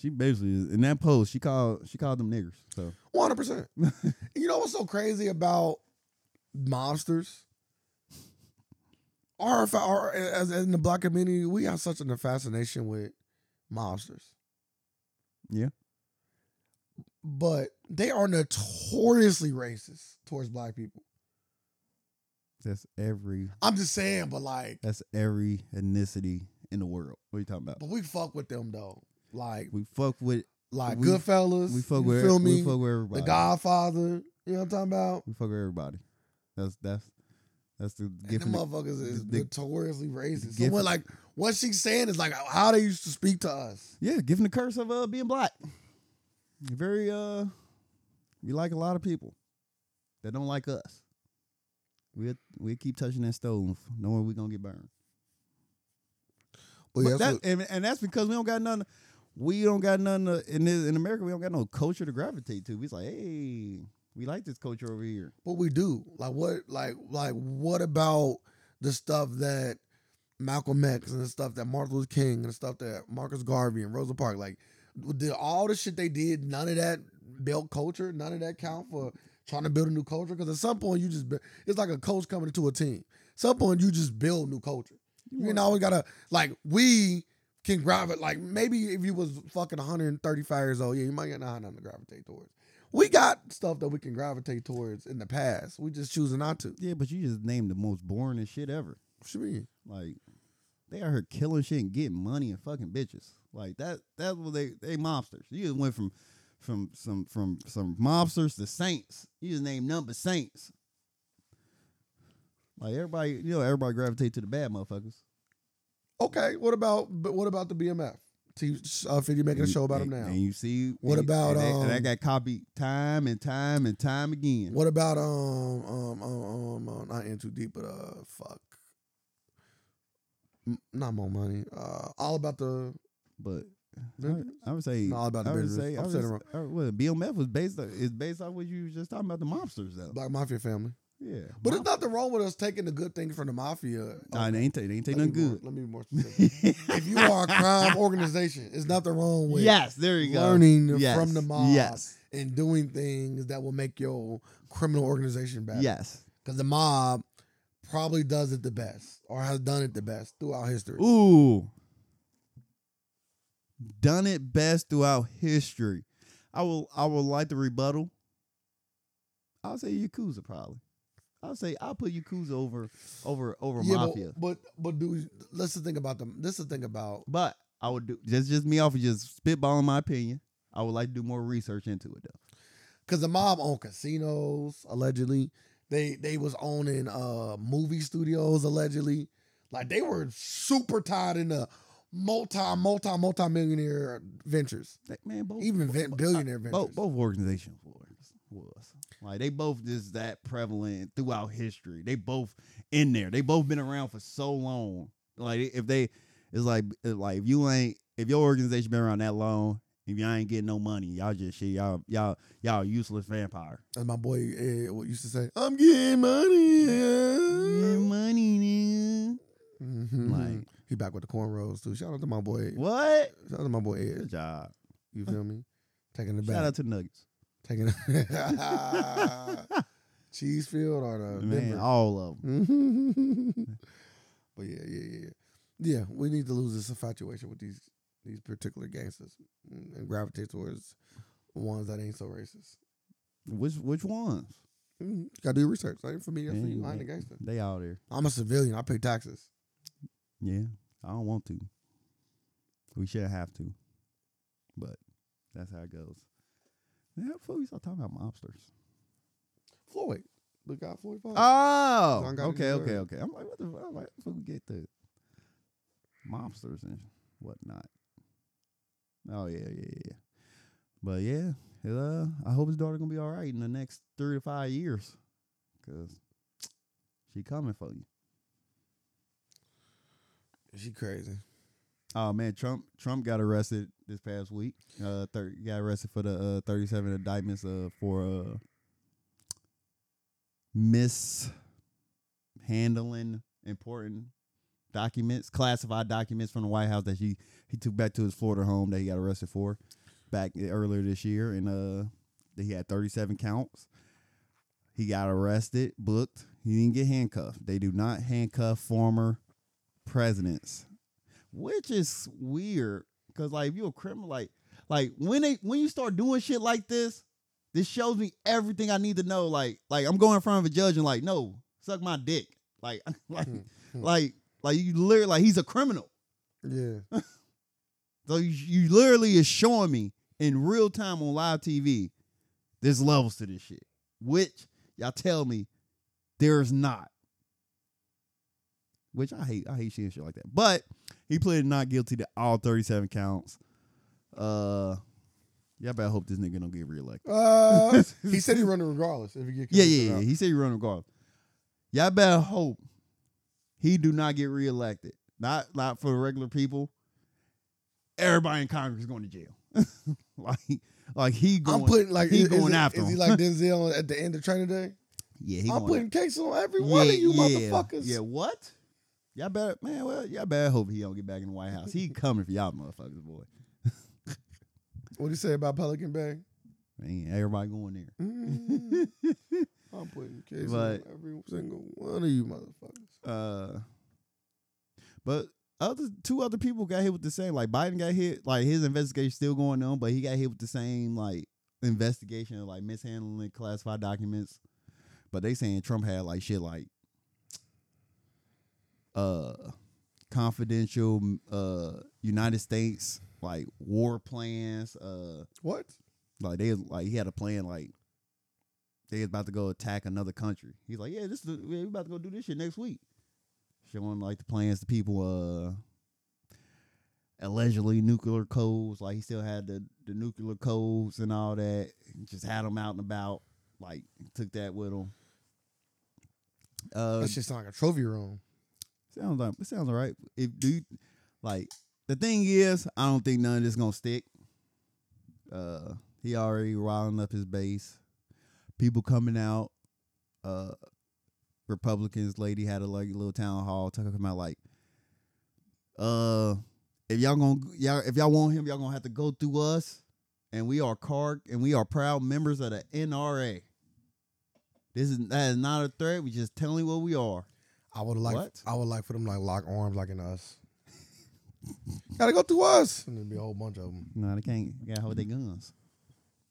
[SPEAKER 1] She basically is, in that post. She called she called them niggers. So
[SPEAKER 2] 100% you know what's so crazy about mobsters or, if I- or as, as in the black community we have such an fascination with mobsters
[SPEAKER 1] Yeah.
[SPEAKER 2] but they are notoriously racist towards black people
[SPEAKER 1] that's every
[SPEAKER 2] I'm just saying, but like,
[SPEAKER 1] that's every ethnicity in the world. What are you talking about?
[SPEAKER 2] but we fuck with them though. Like,
[SPEAKER 1] We fuck with
[SPEAKER 2] like
[SPEAKER 1] we-
[SPEAKER 2] Goodfellas.
[SPEAKER 1] we fuck
[SPEAKER 2] you
[SPEAKER 1] with
[SPEAKER 2] feel
[SPEAKER 1] we
[SPEAKER 2] me?
[SPEAKER 1] fuck with everybody.
[SPEAKER 2] the Godfather. You know what I'm talking about?
[SPEAKER 1] We fuck with everybody. That's that's that's the
[SPEAKER 2] And
[SPEAKER 1] gift.
[SPEAKER 2] them
[SPEAKER 1] and the-
[SPEAKER 2] motherfuckers is
[SPEAKER 1] the-
[SPEAKER 2] notoriously racist.
[SPEAKER 1] gift-
[SPEAKER 2] So when like what she's saying is like how they used to speak to us.
[SPEAKER 1] yeah, given the curse of uh, being black. You're very uh, we like a lot of people that don't like us. We will we will keep touching that stove, knowing we're gonna get burned.
[SPEAKER 2] But
[SPEAKER 1] But
[SPEAKER 2] yeah, that's
[SPEAKER 1] that-
[SPEAKER 2] what-
[SPEAKER 1] and, and that's because we don't got nothing. We don't got nothing to- in this, in America. We don't got no culture to gravitate to. We's like, hey, we like this culture over here.
[SPEAKER 2] what we do. Like what like like what about the stuff that Malcolm X and the stuff that Martin Luther King and the stuff that Marcus Garvey and Rosa Parks like did all the shit they did, none of that built culture, none of that count for trying to build a new culture because at some point you just bu- it's like a coach coming into a team. some point you just build new culture. You ain't always gotta like we can gravitate. Like maybe if you was fucking 135 years old, yeah, you might not have nothing to gravitate towards. We got stuff that we can gravitate towards in the past. We just choosing not to.
[SPEAKER 1] Yeah, but you just named the most boring shit ever.
[SPEAKER 2] What you mean?
[SPEAKER 1] Like they out here killing shit and getting money and fucking bitches. Like that that's what they they mobsters. You just went from from some from some mobsters to saints. You just named number saints. Like everybody, you know, everybody gravitate to the bad motherfuckers.
[SPEAKER 2] Okay, what about but what about the BMF? T uh, 50 making a
[SPEAKER 1] And-
[SPEAKER 2] show about him
[SPEAKER 1] and-
[SPEAKER 2] now.
[SPEAKER 1] And you see
[SPEAKER 2] What
[SPEAKER 1] and-
[SPEAKER 2] about,
[SPEAKER 1] and that, and
[SPEAKER 2] um,
[SPEAKER 1] that got copied time and time and time again.
[SPEAKER 2] What about um um um um uh, not in too deep, but uh fuck, M- not more money. Uh, all about the
[SPEAKER 1] But I,
[SPEAKER 2] Maybe.
[SPEAKER 1] would- I would say
[SPEAKER 2] No, all about the
[SPEAKER 1] I would
[SPEAKER 2] business.
[SPEAKER 1] say I
[SPEAKER 2] I'm
[SPEAKER 1] would
[SPEAKER 2] saying
[SPEAKER 1] say-
[SPEAKER 2] wrong.
[SPEAKER 1] I would- well, BMF was based on, is based on what you was just talking about the mobsters though.
[SPEAKER 2] Black Mafia family.
[SPEAKER 1] yeah,
[SPEAKER 2] But it's nothing wrong with us taking the good things from the mafia. Oh,
[SPEAKER 1] Nah, it ain't, it ain't
[SPEAKER 2] Let
[SPEAKER 1] take
[SPEAKER 2] me
[SPEAKER 1] nothing
[SPEAKER 2] be more-
[SPEAKER 1] good.
[SPEAKER 2] let me be more specific. if you are a crime organization, it's nothing wrong with
[SPEAKER 1] yes, there you go.
[SPEAKER 2] learning
[SPEAKER 1] Yes,
[SPEAKER 2] from the mob
[SPEAKER 1] Yes,
[SPEAKER 2] and doing things that will make your criminal organization better.
[SPEAKER 1] yes.
[SPEAKER 2] Because the mob probably does it the best or has done it the best throughout history.
[SPEAKER 1] Ooh, done it best throughout history. I will. I would like to rebuttal. I'll say Yakuza probably. I'll say I'll put Yakuza over over over
[SPEAKER 2] yeah,
[SPEAKER 1] mafia.
[SPEAKER 2] But, but but dude, let's just think about them. This is the thing about
[SPEAKER 1] But I would do just just me off of just spitballing my opinion. I would like to do more research into it though.
[SPEAKER 2] because the mob owned casinos allegedly. They they was owning uh movie studios allegedly. Like they were super tied into multi multi multi millionaire ventures,
[SPEAKER 1] Like, man, both
[SPEAKER 2] even vent billionaire ventures.
[SPEAKER 1] both, both organizations was was like they both just that prevalent throughout history. They both in there. They both been around for so long. Like if they, it's like it's like if you ain't if your organization been around that long. If y'all ain't getting no money, y'all just shit. Y'all, y'all, y'all useless vampire.
[SPEAKER 2] As my boy eh, what used to say, "I'm getting money."
[SPEAKER 1] Yeah,
[SPEAKER 2] yeah."
[SPEAKER 1] money, nigga.
[SPEAKER 2] Mhm.
[SPEAKER 1] Mm-hmm. Like-
[SPEAKER 2] he back with the cornrows too. Shout out to my boy.
[SPEAKER 1] What?
[SPEAKER 2] Shout out to my boy
[SPEAKER 1] Good
[SPEAKER 2] Ed.
[SPEAKER 1] job.
[SPEAKER 2] You feel me? Taking the
[SPEAKER 1] Shout
[SPEAKER 2] back.
[SPEAKER 1] out to the Nuggets.
[SPEAKER 2] Taking Cheesefield or the
[SPEAKER 1] Man,
[SPEAKER 2] Uh, Denver?
[SPEAKER 1] all of them.
[SPEAKER 2] but yeah, yeah, yeah, yeah. Yeah, we need to lose this infatuation with these these particular gangsters mm, and gravitate towards ones that ain't so racist.
[SPEAKER 1] Which which ones?
[SPEAKER 2] Mm, gotta do your research. I ain't familiar.
[SPEAKER 1] Yeah,
[SPEAKER 2] you. I ain't a
[SPEAKER 1] yeah.
[SPEAKER 2] gangster.
[SPEAKER 1] They out there.
[SPEAKER 2] I'm a civilian. I pay taxes.
[SPEAKER 1] Yeah, I don't want to. We should have to, but that's how it goes. Yeah, before we start talking about mobsters.
[SPEAKER 2] Floyd, the guy Floyd. Floyd.
[SPEAKER 1] Oh,
[SPEAKER 2] John got
[SPEAKER 1] okay,
[SPEAKER 2] his
[SPEAKER 1] okay,
[SPEAKER 2] word.
[SPEAKER 1] okay. I'm like, what the? fuck? I'm like, where we get the mobsters and whatnot. Oh yeah, yeah, yeah, yeah. But yeah, it, uh, I hope his daughter gonna be all right in the next three to five years, cause she coming for you.
[SPEAKER 2] she crazy.
[SPEAKER 1] Oh man, Trump Trump got arrested this past week. Uh, thir- he got arrested for the uh, thirty-seven indictments uh, for uh, mishandling important documents, classified documents from the White House that he he took back to his Florida home that he got arrested for back e, earlier this year, and uh, he had thirty-seven counts. He got arrested, booked. He didn't get handcuffed. They do not handcuff former presidents which is weird because like if you're a criminal like like when they when you start doing shit like this this shows me everything i need to know like like i'm going in front of a judge and like no suck my dick like like
[SPEAKER 2] Hmm.
[SPEAKER 1] like like you literally like he's a criminal
[SPEAKER 2] Yeah,
[SPEAKER 1] so you, you literally is showing me in real time on live tv there's levels to this shit which y'all tell me there's not which i hate i hate seeing shit like that but he pleaded not guilty to all 37 counts uh y'all better hope this nigga don't get reelected
[SPEAKER 2] uh, he said he running regardless if he get
[SPEAKER 1] yeah,
[SPEAKER 2] convicted
[SPEAKER 1] yeah,
[SPEAKER 2] or
[SPEAKER 1] yeah.
[SPEAKER 2] not.
[SPEAKER 1] He said he run regardless. Y'all better hope he do not get reelected. Not not for the regular people. Everybody in Congress going to jail. like like he going.
[SPEAKER 2] I'm putting like
[SPEAKER 1] he
[SPEAKER 2] is- is
[SPEAKER 1] going
[SPEAKER 2] it-
[SPEAKER 1] after
[SPEAKER 2] Is he
[SPEAKER 1] him.
[SPEAKER 2] like Denzel at the end of training day?
[SPEAKER 1] yeah, he
[SPEAKER 2] I'm
[SPEAKER 1] going.
[SPEAKER 2] putting cases on every one of you motherfuckers.
[SPEAKER 1] Yeah, what? Y'all better man. Well, y'all better hope he don't get back in the White House. He coming for y'all motherfuckers, boy.
[SPEAKER 2] What do you say about Pelican Bay? Mm-hmm.
[SPEAKER 1] Ain't everybody going there.
[SPEAKER 4] Mm, I'm putting cases
[SPEAKER 1] But-
[SPEAKER 4] on every single one of you motherfuckers.
[SPEAKER 1] Uh, but other two other people got hit with the same. Like Biden got hit. Like his investigation still going on, but he got hit with the same like investigation of like mishandling classified documents. But they saying Trump had like shit like uh confidential uh United States like war plans uh
[SPEAKER 4] What?
[SPEAKER 1] like they was- like he had a plan like they was about to go attack another country. He's like, yeah, this is we about to go do this shit next week, showing like the plans to people. Uh, allegedly nuclear codes. Like he still had the the nuclear codes and all that. Just had them out and about. Like took that with Uh, him. Uh,
[SPEAKER 4] That's just like a trophy room.
[SPEAKER 1] sounds like it sounds all right. If do you, like the thing is, I don't think none of this gonna stick. Uh, he already riling up his base. People coming out. Uh, Republicans lady had a like little town hall talking about like, uh, if y'all gonna y'all if y'all want him, y'all gonna have to go through us, and we are card and we are proud members of the NRA. This is that is not a threat. We just telling you what we are.
[SPEAKER 2] I would like.
[SPEAKER 1] What?
[SPEAKER 2] I would like for them like lock arms like in us. Gotta go through us, and there'd be a whole bunch of them.
[SPEAKER 1] No, they can't. They gotta hold their
[SPEAKER 2] Mm-hmm.
[SPEAKER 1] guns.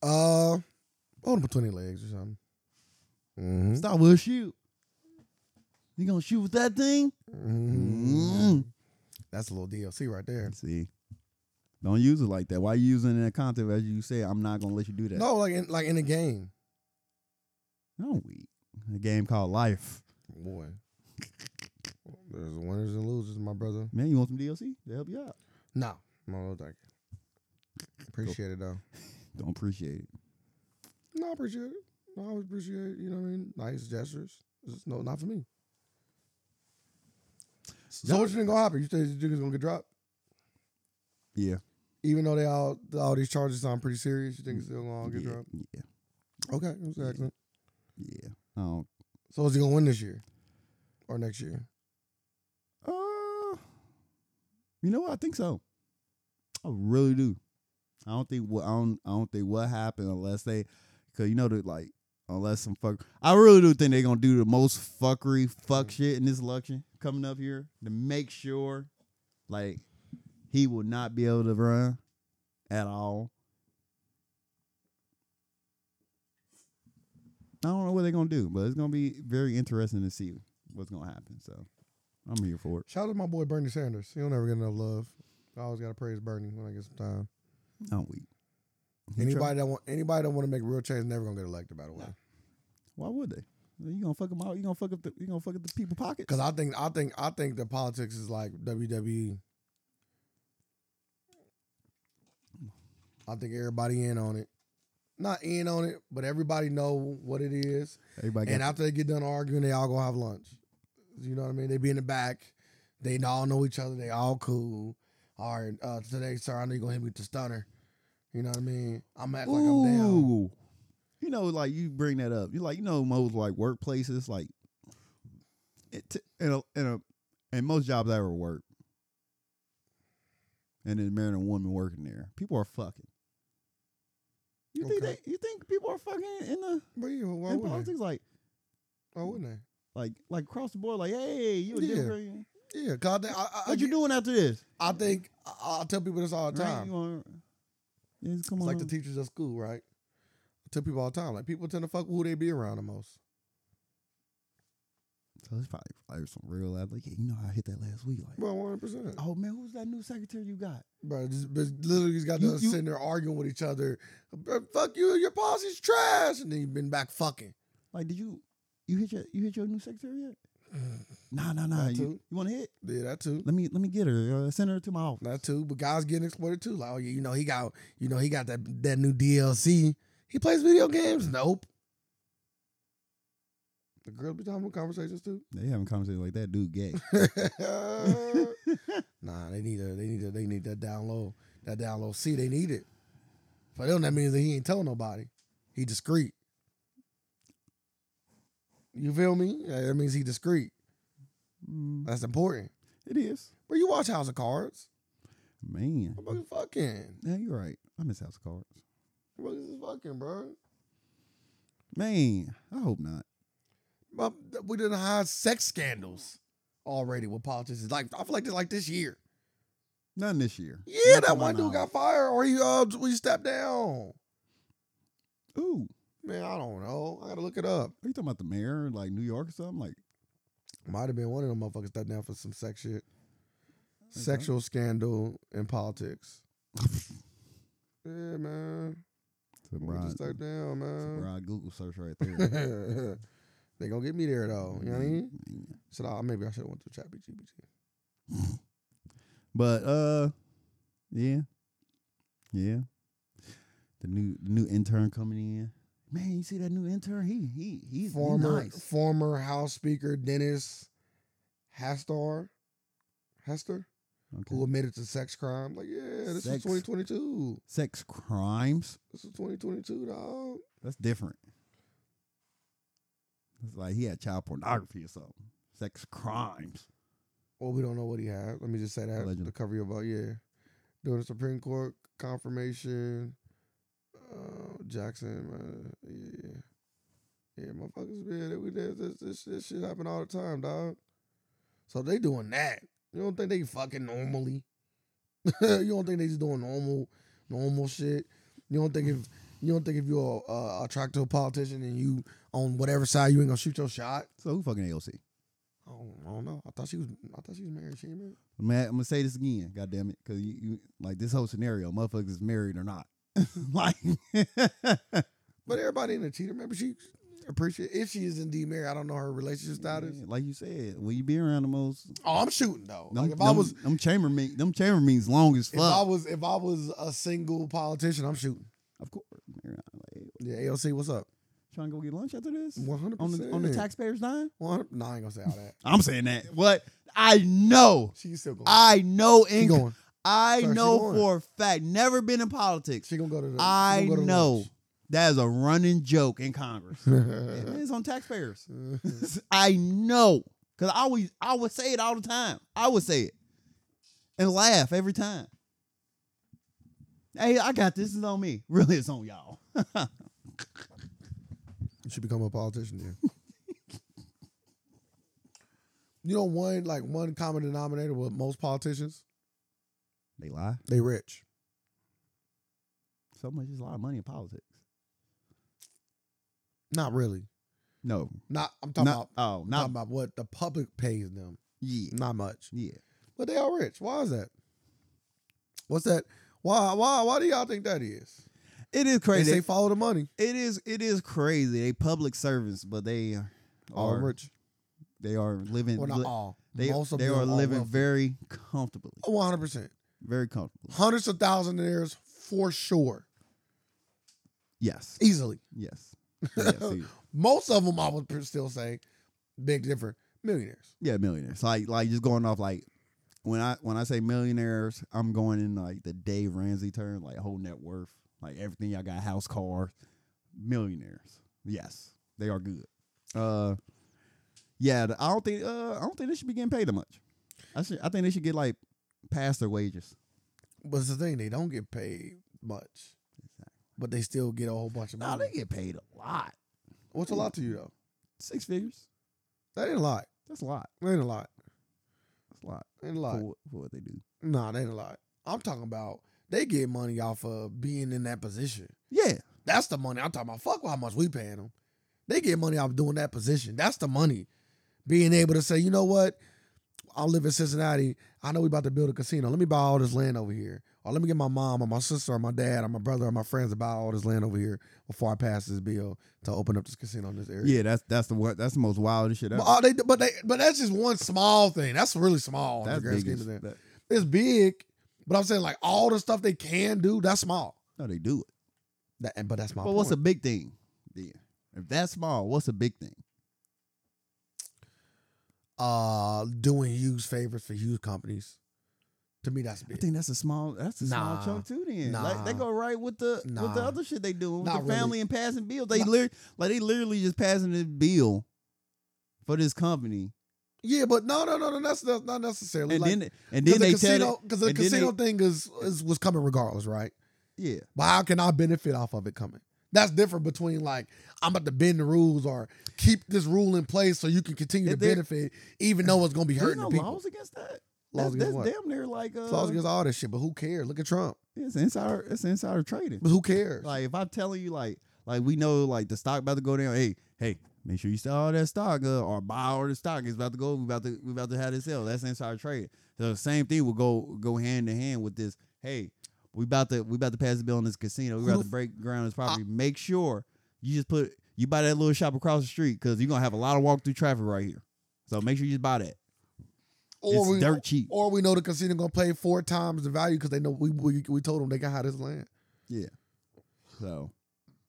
[SPEAKER 2] Uh, hold them between their legs or something. Mm-hmm.
[SPEAKER 1] Stop will shoot. You gonna shoot with that thing?
[SPEAKER 2] Mm. That's a little DLC right there.
[SPEAKER 1] See, don't use it like that. Why you using it in a context as you say? I'm not gonna let you do that.
[SPEAKER 2] No, like in like in a game.
[SPEAKER 1] no, we a game called life.
[SPEAKER 2] Boy. There's winners and losers, my brother.
[SPEAKER 1] Man, you want some DLC to help you out?
[SPEAKER 2] No. No, thank you. Appreciate it though.
[SPEAKER 1] Don't appreciate it.
[SPEAKER 2] No, I appreciate it. No, I always appreciate, you know what I mean? Nice gestures. It's just- no, not for me. So what you think gonna happen? You think the niggas gonna get dropped?
[SPEAKER 1] Yeah,
[SPEAKER 2] Even though they all all these charges sound pretty serious, you think it's still gonna all get
[SPEAKER 1] yeah,
[SPEAKER 2] dropped?
[SPEAKER 1] yeah,
[SPEAKER 2] Okay, that's excellent.
[SPEAKER 1] yeah. Oh,
[SPEAKER 2] So is he gonna win this year? Or next year?
[SPEAKER 1] uh, you know what? I think so. I really do. I don't think what I don't I don't think what happened unless they, cause you know that like unless some fuck I really do think they're gonna do the most fuckery fuck shit in this election coming up here to make sure like he will not be able to run at all. I don't know what they're gonna do, but it's gonna be very interesting to see what's gonna happen. So I'm here for it.
[SPEAKER 2] Shout out to my boy Bernie Sanders. He'll never get enough love. I always gotta praise Bernie when I get some time.
[SPEAKER 1] I'm weak. He try-
[SPEAKER 2] Anybody that want anybody that want to make real change is never gonna get elected. By the way,
[SPEAKER 1] Why would they? You gonna fuck them out? You gonna fuck up the? You gonna fuck up the people pockets?
[SPEAKER 2] because I think I think I think that politics is like WWE. E. I think everybody in on it, not in on it, but everybody know what it is.
[SPEAKER 1] Everybody
[SPEAKER 2] and after they get done arguing, they all go have lunch. You know what I mean? They be in the back. They all know each other. They all cool. All right, uh, today, sir, I know you're gonna hit me with the stunner. You know what I mean? I'm act like I'm down.
[SPEAKER 1] Ooh. You know, like you bring that up. You like you know most like workplaces like it t- in a in a and most jobs I ever work. And then marrying a woman working there. People are fucking. You think
[SPEAKER 2] Okay.
[SPEAKER 1] they, you think people are fucking in the
[SPEAKER 2] But yeah, why
[SPEAKER 1] in
[SPEAKER 2] wouldn't they?
[SPEAKER 1] politics like
[SPEAKER 2] Why wouldn't they?
[SPEAKER 1] like like across the board like hey you a
[SPEAKER 2] Yeah.
[SPEAKER 1] Democrat?
[SPEAKER 2] Yeah, cause I, think- I, I,
[SPEAKER 1] What you doing after this?
[SPEAKER 2] I think I, I tell people this all the
[SPEAKER 1] Right?
[SPEAKER 2] time.
[SPEAKER 1] You wanna- Yeah, just come
[SPEAKER 2] It's
[SPEAKER 1] on.
[SPEAKER 2] like the teachers at school, right? I tell people all the time, like people tend to fuck with who they be around the most.
[SPEAKER 1] so it's probably like some real ass. Like, yeah, you know, how I hit that last week. Like,
[SPEAKER 2] Bro, one hundred percent.
[SPEAKER 1] oh man, who's that new secretary you got?
[SPEAKER 2] Bro, just but literally just got
[SPEAKER 1] You-
[SPEAKER 2] done
[SPEAKER 1] you-
[SPEAKER 2] sitting there arguing with each other. Bro, fuck you, your posse's trash, and then you've been back fucking.
[SPEAKER 1] Like, did you you hit your you hit your new secretary yet? Nah, nah, nah.
[SPEAKER 2] Mm. That
[SPEAKER 1] You,
[SPEAKER 2] too.
[SPEAKER 1] you want to hit?
[SPEAKER 2] Yeah, that too.
[SPEAKER 1] Let me let me get her. Uh, send her to my office.
[SPEAKER 2] That too. But guys getting exploited too. Like, oh yeah, you know he got, you know he got that that new DLC. He plays video games. Nope. The girls be having conversations too.
[SPEAKER 1] They having conversations like that dude gay.
[SPEAKER 2] nah, they need a they need a they need that down low that down low C. They need it. For them, that means that he ain't telling nobody. He discreet. You feel me? Yeah, That means he discreet.
[SPEAKER 1] Mm,
[SPEAKER 2] That's important.
[SPEAKER 1] it is.
[SPEAKER 2] But you watch House of Cards.
[SPEAKER 1] Man,
[SPEAKER 2] I'm fucking fucking.
[SPEAKER 1] yeah, you're right. I miss House of Cards.
[SPEAKER 2] What is this fucking, bro?
[SPEAKER 1] Man, I hope not.
[SPEAKER 2] Well, th- We didn't hide sex scandals already with politicians. Like I feel like this, like this year.
[SPEAKER 1] None this year.
[SPEAKER 2] Yeah,
[SPEAKER 1] Not to
[SPEAKER 2] that
[SPEAKER 1] my
[SPEAKER 2] one dude
[SPEAKER 1] knowledge.
[SPEAKER 2] got fired, or he uh, we stepped down.
[SPEAKER 1] Ooh,
[SPEAKER 2] Man, I don't know. I gotta look it up.
[SPEAKER 1] are you talking about the mayor, like New York or something? Like,
[SPEAKER 2] Might have been one of them motherfuckers stepped down for some sex shit,
[SPEAKER 1] Okay.
[SPEAKER 2] sexual scandal in politics. yeah, man.
[SPEAKER 1] it's a
[SPEAKER 2] We
[SPEAKER 1] broad,
[SPEAKER 2] just stepped down,
[SPEAKER 1] it's a
[SPEAKER 2] man.
[SPEAKER 1] broad Google search right Mm-hmm. there.
[SPEAKER 2] they gonna get me there though. You know what I mean? Should I? Maybe I should have went to chat GPT.
[SPEAKER 1] But uh, yeah, yeah. The new the new intern coming in. Man, you see that new intern? He he he's he
[SPEAKER 2] former
[SPEAKER 1] nice.
[SPEAKER 2] former House Speaker Dennis Hastar, Hester, who
[SPEAKER 1] Okay.
[SPEAKER 2] admitted to sex crime. Like, yeah, this
[SPEAKER 1] Sex.
[SPEAKER 2] is 2022.
[SPEAKER 1] Sex crimes.
[SPEAKER 2] This is 2022, dog.
[SPEAKER 1] That's different. It's like he had child pornography or something. Sex crimes.
[SPEAKER 2] Well, we don't know what he had. Let me just say that
[SPEAKER 1] Allegedly.
[SPEAKER 2] the cover of uh, yeah, during the Supreme Court confirmation. Uh, Jackson, man, yeah, yeah, motherfuckers, man, that we did this, this, this shit happen all the time, dog. So they doing that. You don't think they fucking normally? you don't think they just doing normal, normal shit? You don't think if you don't think if you're uh, attracted to a politician and you on whatever side you ain't gonna shoot your shot?
[SPEAKER 1] So who fucking AOC?
[SPEAKER 2] I don't, I don't know. I thought she was. I thought she was married. She ain't married.
[SPEAKER 1] Man, I'm gonna say this again, god damn it, because you, you like this whole scenario, motherfuckers is married or not. like,
[SPEAKER 2] But everybody in the cheater, remember she appreciate if she is indeed married. I don't know her relationship status.
[SPEAKER 1] like you said, when you be around the most,
[SPEAKER 2] Oh, I'm shooting though.
[SPEAKER 1] Mm-hmm. them,
[SPEAKER 2] like if I
[SPEAKER 1] them-
[SPEAKER 2] was,
[SPEAKER 1] them chamber meet, them chamber meetings long as
[SPEAKER 2] if I
[SPEAKER 1] fuck.
[SPEAKER 2] was, if I was a single politician, I'm shooting.
[SPEAKER 1] of course, man, like,
[SPEAKER 2] Yeah, AOC, what's up?
[SPEAKER 1] trying to go get lunch after this
[SPEAKER 2] One hundred
[SPEAKER 1] on the
[SPEAKER 2] percent
[SPEAKER 1] on the taxpayers' dime.
[SPEAKER 2] One, no, I ain't gonna say all that.
[SPEAKER 1] I'm saying that. What I know,
[SPEAKER 2] She's still going.
[SPEAKER 1] I know,
[SPEAKER 2] she
[SPEAKER 1] in-
[SPEAKER 2] going.
[SPEAKER 1] I
[SPEAKER 2] Sorry, she
[SPEAKER 1] know
[SPEAKER 2] going.
[SPEAKER 1] for a fact. Never been in politics.
[SPEAKER 2] She gonna go to. The, she
[SPEAKER 1] I
[SPEAKER 2] gonna go to
[SPEAKER 1] know
[SPEAKER 2] lunch.
[SPEAKER 1] that is a running joke in Congress. Yeah, it's on taxpayers. I know, cause I always I would say it all the time. I would say it and laugh every time. Hey, I got this. It's on me. Really, it's on y'all.
[SPEAKER 2] You should become a politician then. you know one like one common denominator with most politicians?
[SPEAKER 1] They lie.
[SPEAKER 2] They rich.
[SPEAKER 1] So much is a lot of money in politics.
[SPEAKER 2] Not really.
[SPEAKER 1] No,
[SPEAKER 2] Not I'm talking
[SPEAKER 1] not,
[SPEAKER 2] about
[SPEAKER 1] oh,
[SPEAKER 2] not
[SPEAKER 1] not
[SPEAKER 2] talking about what the public pays them.
[SPEAKER 1] yeah,
[SPEAKER 2] Not much.
[SPEAKER 1] yeah.
[SPEAKER 2] But they are rich. Why is that? What's that? Why why why do y'all think that is?
[SPEAKER 1] It is
[SPEAKER 2] They
[SPEAKER 1] crazy.
[SPEAKER 2] say follow the money.
[SPEAKER 1] it is it is crazy. They public servants, but they are
[SPEAKER 2] All rich.
[SPEAKER 1] they are living.
[SPEAKER 2] Well not
[SPEAKER 1] li-
[SPEAKER 2] all.
[SPEAKER 1] they
[SPEAKER 2] Most of
[SPEAKER 1] they
[SPEAKER 2] them
[SPEAKER 1] are living
[SPEAKER 2] wealthy.
[SPEAKER 1] very comfortably,
[SPEAKER 2] Oh, 100%.
[SPEAKER 1] very comfortably.
[SPEAKER 2] Hundreds of thousands of theirs for sure.
[SPEAKER 1] Yes,
[SPEAKER 2] Easily.
[SPEAKER 1] yes, yes. see.
[SPEAKER 2] Most of them I would per- still say big different millionaires.
[SPEAKER 1] Yeah, millionaires. Like like just going off like when I when I say millionaires, I'm going in like the Dave Ramsey term, like whole net worth, like everything y'all got, house, cars, millionaires. Yes, they are good. Uh, yeah, the- I don't think uh I don't think they should be getting paid that much. I should I think they should get like past their wages.
[SPEAKER 2] But it's the thing, they don't get paid much. But they still get a whole bunch of
[SPEAKER 1] No,
[SPEAKER 2] money.
[SPEAKER 1] they get paid a lot,
[SPEAKER 2] What's a lot to you though?
[SPEAKER 1] six figures.
[SPEAKER 2] That ain't a lot.
[SPEAKER 1] That's a lot.
[SPEAKER 2] That ain't a lot.
[SPEAKER 1] That's a lot
[SPEAKER 2] That ain't a lot.
[SPEAKER 1] for, what- for what they do.
[SPEAKER 2] Nah, they ain't a lot. I'm talking about they get money off of being in that position.
[SPEAKER 1] Yeah,
[SPEAKER 2] That's the money I'm talking about. Fuck how much we paying them. They get money off doing that position. That's the money. Being able to say, you know what? I live in Cincinnati. I know we about to build a casino. Let me buy all this land over here. Or let me get my mom or my sister or my dad or my brother or my friends to buy all this land over here before I pass this bill to open up this casino in this area.
[SPEAKER 1] yeah. That's that's the one. That's the most wildest shit.
[SPEAKER 2] But,
[SPEAKER 1] ever.
[SPEAKER 2] all they, but they, but that's just one small thing. That's really small. in the
[SPEAKER 1] That's
[SPEAKER 2] grand
[SPEAKER 1] big.
[SPEAKER 2] scheme
[SPEAKER 1] as-
[SPEAKER 2] of things.
[SPEAKER 1] that-
[SPEAKER 2] it's big, but I'm saying like all the stuff they can do, that's small.
[SPEAKER 1] No, they do it.
[SPEAKER 2] That, and- but that's my
[SPEAKER 1] But what's a
[SPEAKER 2] point.
[SPEAKER 1] big thing? Then, if that's small, what's a big thing?
[SPEAKER 2] uh doing huge favors for huge companies. To me, that's
[SPEAKER 1] I
[SPEAKER 2] big.
[SPEAKER 1] think that's a small. That's a
[SPEAKER 2] Nah.
[SPEAKER 1] small chunk too. Then, like they
[SPEAKER 2] Nah.
[SPEAKER 1] go right with the with the
[SPEAKER 2] Nah.
[SPEAKER 1] other shit they doing with
[SPEAKER 2] Not
[SPEAKER 1] the
[SPEAKER 2] really.
[SPEAKER 1] family and passing bills. They
[SPEAKER 2] Nah.
[SPEAKER 1] literally, like they literally just passing this bill for this company,
[SPEAKER 2] Yeah, but no, no, no, no. That's, that's not necessarily.
[SPEAKER 1] and
[SPEAKER 2] like,
[SPEAKER 1] then and then
[SPEAKER 2] the
[SPEAKER 1] they tell it-
[SPEAKER 2] casino because the
[SPEAKER 1] and then they-
[SPEAKER 2] casino thing is, is was coming regardless, right?
[SPEAKER 1] Yeah.
[SPEAKER 2] But how can I benefit off of it coming? That's different between like I'm about to bend the rules or keep this rule in place so you can continue
[SPEAKER 1] Is
[SPEAKER 2] to
[SPEAKER 1] there-
[SPEAKER 2] benefit, even though it's gonna be
[SPEAKER 1] There's
[SPEAKER 2] hurting
[SPEAKER 1] no
[SPEAKER 2] the people.
[SPEAKER 1] laws against that.
[SPEAKER 2] Laws
[SPEAKER 1] That's,
[SPEAKER 2] against
[SPEAKER 1] that's
[SPEAKER 2] what?
[SPEAKER 1] damn near like uh,
[SPEAKER 2] It's laws against all that shit, but who cares? Look at Trump.
[SPEAKER 1] it's insider it's insider trading.
[SPEAKER 2] But who cares?
[SPEAKER 1] Like if I'm telling you, like like we know like the stock about to go down. Hey, hey, make sure you sell all that stock uh, or buy all the stock. It's about to go. We about to we about to have this sell. That's inside trade. So the same thing will go go hand in hand with this. Hey, we about to we about to pass a bill on this casino. We
[SPEAKER 2] Who
[SPEAKER 1] about
[SPEAKER 2] the
[SPEAKER 1] to break ground on this property. make sure you just put you buy that little shop across the street because you're gonna have a lot of walk through traffic right here. So make sure you just buy that.
[SPEAKER 2] or
[SPEAKER 1] it's
[SPEAKER 2] we
[SPEAKER 1] dirt cheap.
[SPEAKER 2] or we know the casino gonna play four times the value because they know we, we we told them they got how this land.
[SPEAKER 1] so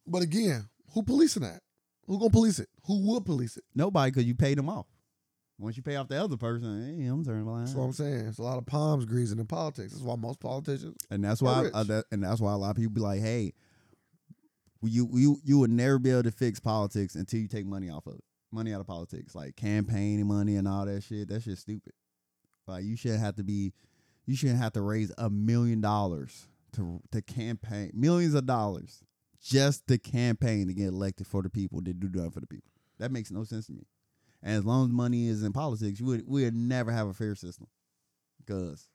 [SPEAKER 2] But again, who policing that? Who gonna police it? Who will police it?
[SPEAKER 1] nobody because you paid them off. Once you pay off the other person, hey, I'm turning my
[SPEAKER 2] That's
[SPEAKER 1] line.
[SPEAKER 2] what I'm saying. It's a lot of palms greasing in politics. That's why most politicians.
[SPEAKER 1] And that's why,
[SPEAKER 2] You're
[SPEAKER 1] uh,
[SPEAKER 2] rich.
[SPEAKER 1] that, and that's why a lot of people be like, "Hey, you you you would never be able to fix politics until you take money off of it, money out of politics, like campaigning money and all that shit. That shit's stupid. Like you shouldn't have to be, you shouldn't have to raise a million dollars to to campaign, millions of dollars just to campaign to get elected for the people to do nothing for the people. That makes no sense to me. And as long as money is in politics, you would we would never have a fair system, because